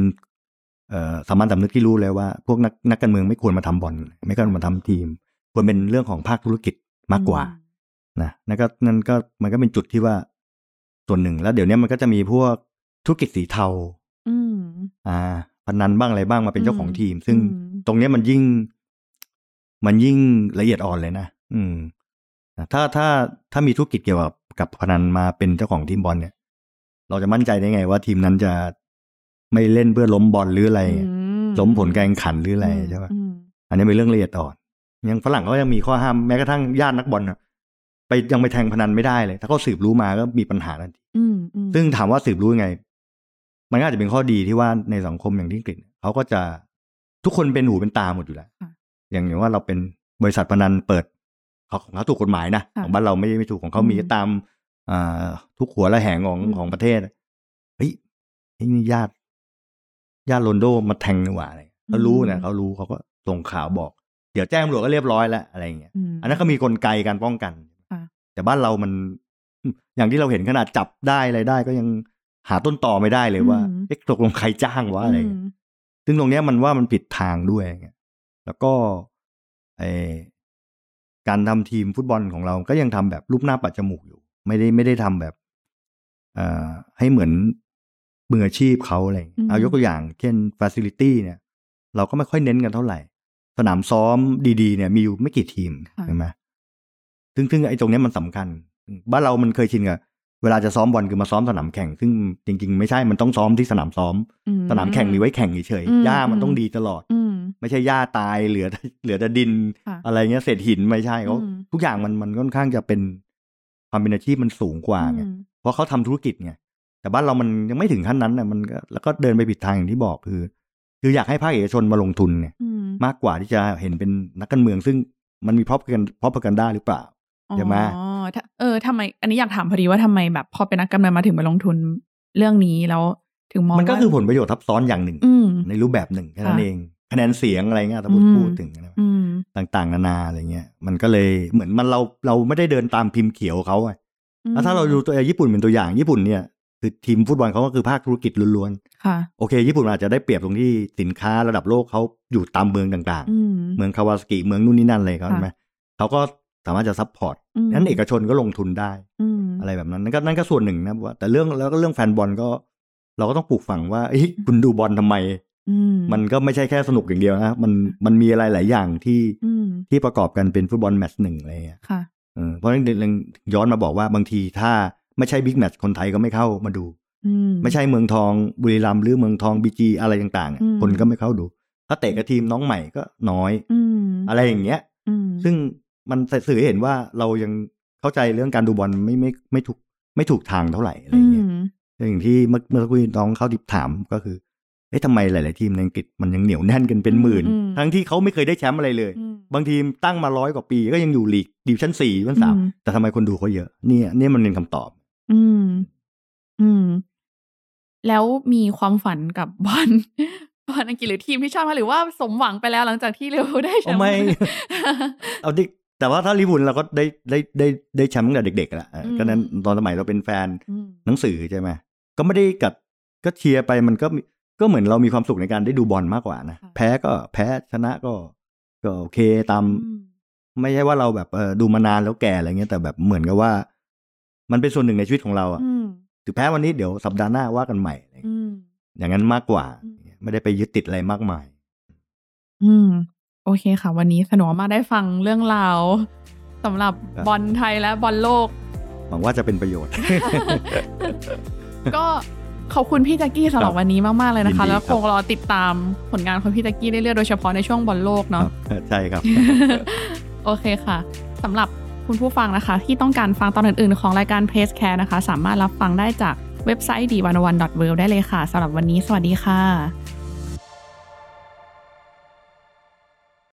เอ่อสามัญสำนึกที่รู้เลยว่า พวกนักนักการเมืองไม่ควรมาทำบอลไม่ควรมาทำทีม ควรเป็นเรื่องของภาคธุรกิจมากกว่า นะนั่นก็นั่นก็มันก็เป็นจุดที่ว่าส่วนหนึ่งแล้วเดี๋ยวเนี้ยมันก็จะมีพวกธุรกิจสีเทา
อืม
อ่าพนันบ้างอะไรบ้างมาเป็นเจ้าของทีม ซึ่ง
อืม
ตรงเนี้ยมันยิ่ง มันยิ่งละเอียดอ่อนเลยนะอืมนะถ้าถ้าถ้ามีธุรกิจเกี่ยวกับกับพนันมาเป็นเจ้าของทีมบอลเนี่ย เราจะมั่นใจได้ไงว่าทีมนั้นจะไม่เล่นเพื่อล้มบอลหรืออะไร
อื
ล้มผลการแข่งขันหรืออะไรใช่ปะ
อืม
อันนี้เป็นเรื่องละเอียดอ่อนยังฝรั่งเขายังมีข้อห้ามแม้กระทั่งญาตินักบอลน่ะไปยังไปแทงพนันไม่ได้เลย ถ้าเขาสืบรู้มาก็มีปัญหาทันที
อืมอืม
ซึ่งถามว่าสืบรู้ยังไง มันก็อาจจะเป็นข้อดีที่ว่าในสังคมอย่างที่อังกฤษเขาก็จะทุกคนเป็นหูเป็นตาหมดอยู่แล้ว
ค่ะ
อย่างอย่างว่าเราเป็นบริษัทพนันเปิดเขาของเขาถูกกฎหมายนะ
ค่ะ
ของบ้านเราไม่ไม่ถูกของเขามี
อืม
ตามอ่าทุกหัวละแหงของ
อืม
ของประเทศเฮ้ยนี่ญาติ ญาติโรนลโดมาแทงนี่หว่าอะไรเขารู้นะเขารู้เขาก็ส่งข่าวบอก เดี๋ยวแจ้งตำรวจก็เรียบร้อยแล้วอะไรอย่างเงี้ย
ม
อันนั้นก็มีกลไกการป้องกัน
ค่ะ
แต่บ้านเรามัน อย่างที่เราเห็นขนาดจับได้อะไรได้ ก็ยังหาต้นต่อไม่ได้เลยว่าเอ๊ะตกลงใครจ้างวะอะไรอย่างเงี้ย
ม
ซึ่งตรงเนี้ยมันว่ามันผิดทางด้วยอย่างเงี้ยแล้วก็ไอการทำทีมฟุตบอลของเราก็ยังทำแบบรูปหน้าปัดจมูกอยู่ ไม่ได้ไม่ได้ทำแบบเอ่อให้เหมือนมืออาชีพเขาอะไรอย่างเงี้ย
อืม
เอายกตัวอย่างเช่นฟ a ซิลิตี้เนี่ย เราก็ไม่ค่อยเน้นกันเท่าไหร่ สนามซ้อมดีๆ เนี่ยมีอยู่ไม่กี่ทีมใช่ไหมซึ่งซึ่งไอ้ตรงเนี้ยมันสำคัญ บ้านเรามันเคยชินกับ เวลาจะซ้อมบอลคือมาซ้อมสนามแข่ง ซึ่งจริง ๆ ไม่ใช่มันต้องซ้อมที่สนามซ้อม
อื
สนามแข่งมีไว้แข่งเฉย
อืม
ๆหญ้ามันต้องดีตลอด
อืม
ไม่ใช่หญ้าตายเหลือ เหลือแต่ดิน
ค่ะ
อะไรเงี้ยเศษหินไม่ใช่เขา
อืม
ทุกอย่างมันมันค่อนข้างจะเป็นความเป็นอาชีพมันสูงกว่าไง
อืม
เพราะเขาทำธุรกิจไง แต่บ้านเรามันยังไม่ถึงขั้นนั้นนะมันก็แล้วก็เดินไปผิดทางอย่างที่บอกคือ คืออยากให้ภาคเอกชนมาลงทุนเนี่ย
อืม
มากกว่าที่จะเห็นเป็นนักการเมือง ซึ่งมันมีพร็อพกันพร็อพกันด้าหรือเปล่า
อ๋อ
เดี๋ยวมา
ถ้าเออทำไม อันนี้อยากถามพอดีว่าทำไมแบบ พอเป็นนักการเมืองมาถึงไปลงทุนเรื่องนี้แล้วถึงมอง
มันก็
ว่า
คือผลประโยชน์ทับซ้อนอย่างหนึ่ง
อืม
ในรูปแบบหนึ่งแค่นั้น
ค่ะ
เองคะแนนเสียงอะไรเงี้ยถ้าพูด
อืม
พูดถึงนะ
อืม
ต่างๆ นานาอะไรเงี้ยมันก็เลยเหมือนมันเราเราไม่ได้เดินตามพิมพ์เขียวเขาไงแล้วถ้าเราดูตัวอย่างญี่ปุ่นเป็นตัวอย่างญี่ปุ่นเนี่ยคือทีมฟุตบอลเขาก็คือภาคธุรกิจล้วนๆ
ค่ะ
โอเค ญี่ปุ่นอาจจะได้เปรียบตรงที่สินค้าระดับโลกเขาอยู่ตามเมืองต่าง
อืม
ๆ เมืองคาวาสกิเมืองนู่นนี่นั่นเลยเขา
ค่ะ
ใช่ไหมเขาก็สามารถจะซัพพอร์ตนั้นเอกชนก็ลงทุนได้
อืม
อะไรแบบนั้นนั่นก็นั่นก็ส่วนหนึ่งนะว่าแต่เรื่องแล้วก็เรื่องแฟนบอลก็ เราก็ต้องปลูกฝังว่าเอ้ยคุณดูบอลทำไม
อืม
มันก็ไม่ใช่แค่สนุกอย่างเดียวนะมันมันมีอะไรหลายอย่างที่
อืม
ที่ประกอบกันเป็นฟุตบอลแมตช์หนึ่งอะไรอย่างเงี้ย
ค่ะ
เออเพราะฉะนั้นเรื่องย้อนมาบอกว่าบางทีถ้าไม่ใช่บิ๊กแมตช์คนไทยก็ไม่เข้ามาดู
อืม
ไม่ใช่เมืองทองบุรีรัมย์หรือเมืองทองบีจีอะไรต่างๆอะ
อืม
คนก็ไม่เข้าดู ถ้าเตะกับทีมน้องใหม่ก็น้อย
อืม
อะไรอย่างเงี้ย
อืม
ซึ่งมันสื่อให้เห็นว่าเรายังเข้าใจเรื่องการดูบอลไม่ไม่ไม่ถูกไม่ถูกทางเท่าไหร่อะไร
อื
เงี้ย
ม
อย่างที่เมื่อเมื่อสักครู่น้องเข้าดิบถามก็คือเอ๊ะทำไมหลาย ๆ ทีมในอังกฤษมันยังเหนียวแน่นกันเป็นหมื่น ทั้งที่เขาไม่เคยได้แชมป์อะไรเลย
อืม
บางทีมตั้งมาร้อยกว่าปีก็ยังอยู่ลีกดิวชั่นสี่ดิวชั่นสาม
อืม
แต่ทำไมคนดูเขาเยอะเนี่ยเนี่ยมันเป็นคำตอบ
อืม อืม แล้วมีความฝันกับบ อล บอลอังกฤษหรือทีมที่ชอบไหมหรือว่าสมหวังไปแล้วหลังจากที่เรเวอร์พูลได้แชมป์
โอ้ไม่ เอาดิแต่ว่าถ้าลิเวอร์พูลเราก็ได้ได้ได้ได้แชมป์ตั้งแต่เด็กๆแล้วเออ
อืม
ก็นั้นตอนสมัยเราเป็นแฟน
อืม
หนังสือใช่ไหมก็ไม่ได้กัดก็เชียร์ไปมันก็มีก็เหมือนเรามีความสุขในการได้ดูบอลมากกว่านะแพ้ก็แพ้ชนะก็ก็โอเคตาม
อืม
ไม่ใช่ว่าเราแบบเออดูมานานแล้วแก่อะไรเงี้ยแต่แบบเหมือนกับว่า มันเป็นส่วนหนึ่งในชีวิตของเราอะ
อืม
ถึงแพ้วันนี้เดี๋ยวสัปดาห์หน้าว่ากันใหม่
อืม
อย่างนั้นมากกว่า
อืม
ไม่ได้ไปยึดติดอะไรมากมาย
อืม โอเคค่ะ วันนี้สนุกมากได้ฟังเรื่องราวสำหรับ
ครับ
บอลไทยและบอลโลก
หวังว่าจะเป็นประโยชน์
ก็ขอบคุณพี่แจ็กกี้สำหรับ
ครับ
วันนี้มาก ๆ เลยนะ
ยินดีครั
คะ
บ
แล้วคงรอติดตามผลงานของพี่แจ็กกี้เรื่อย ๆ โดยเฉพาะในช่วงบอลโลก
ค
เนาะ
รับใช่ครับ
โอเคค่ะสำหรับคุณผู้ฟังนะคะ ที่ต้องการฟังตอนอื่น ๆ ของรายการ p r e s s Care นะคะ สามารถรับฟังได้จากเว็บไซต์ d 1 1 w o r l d ได้เลยค่ะสำหรับวันนี้สวัสดีค่ะ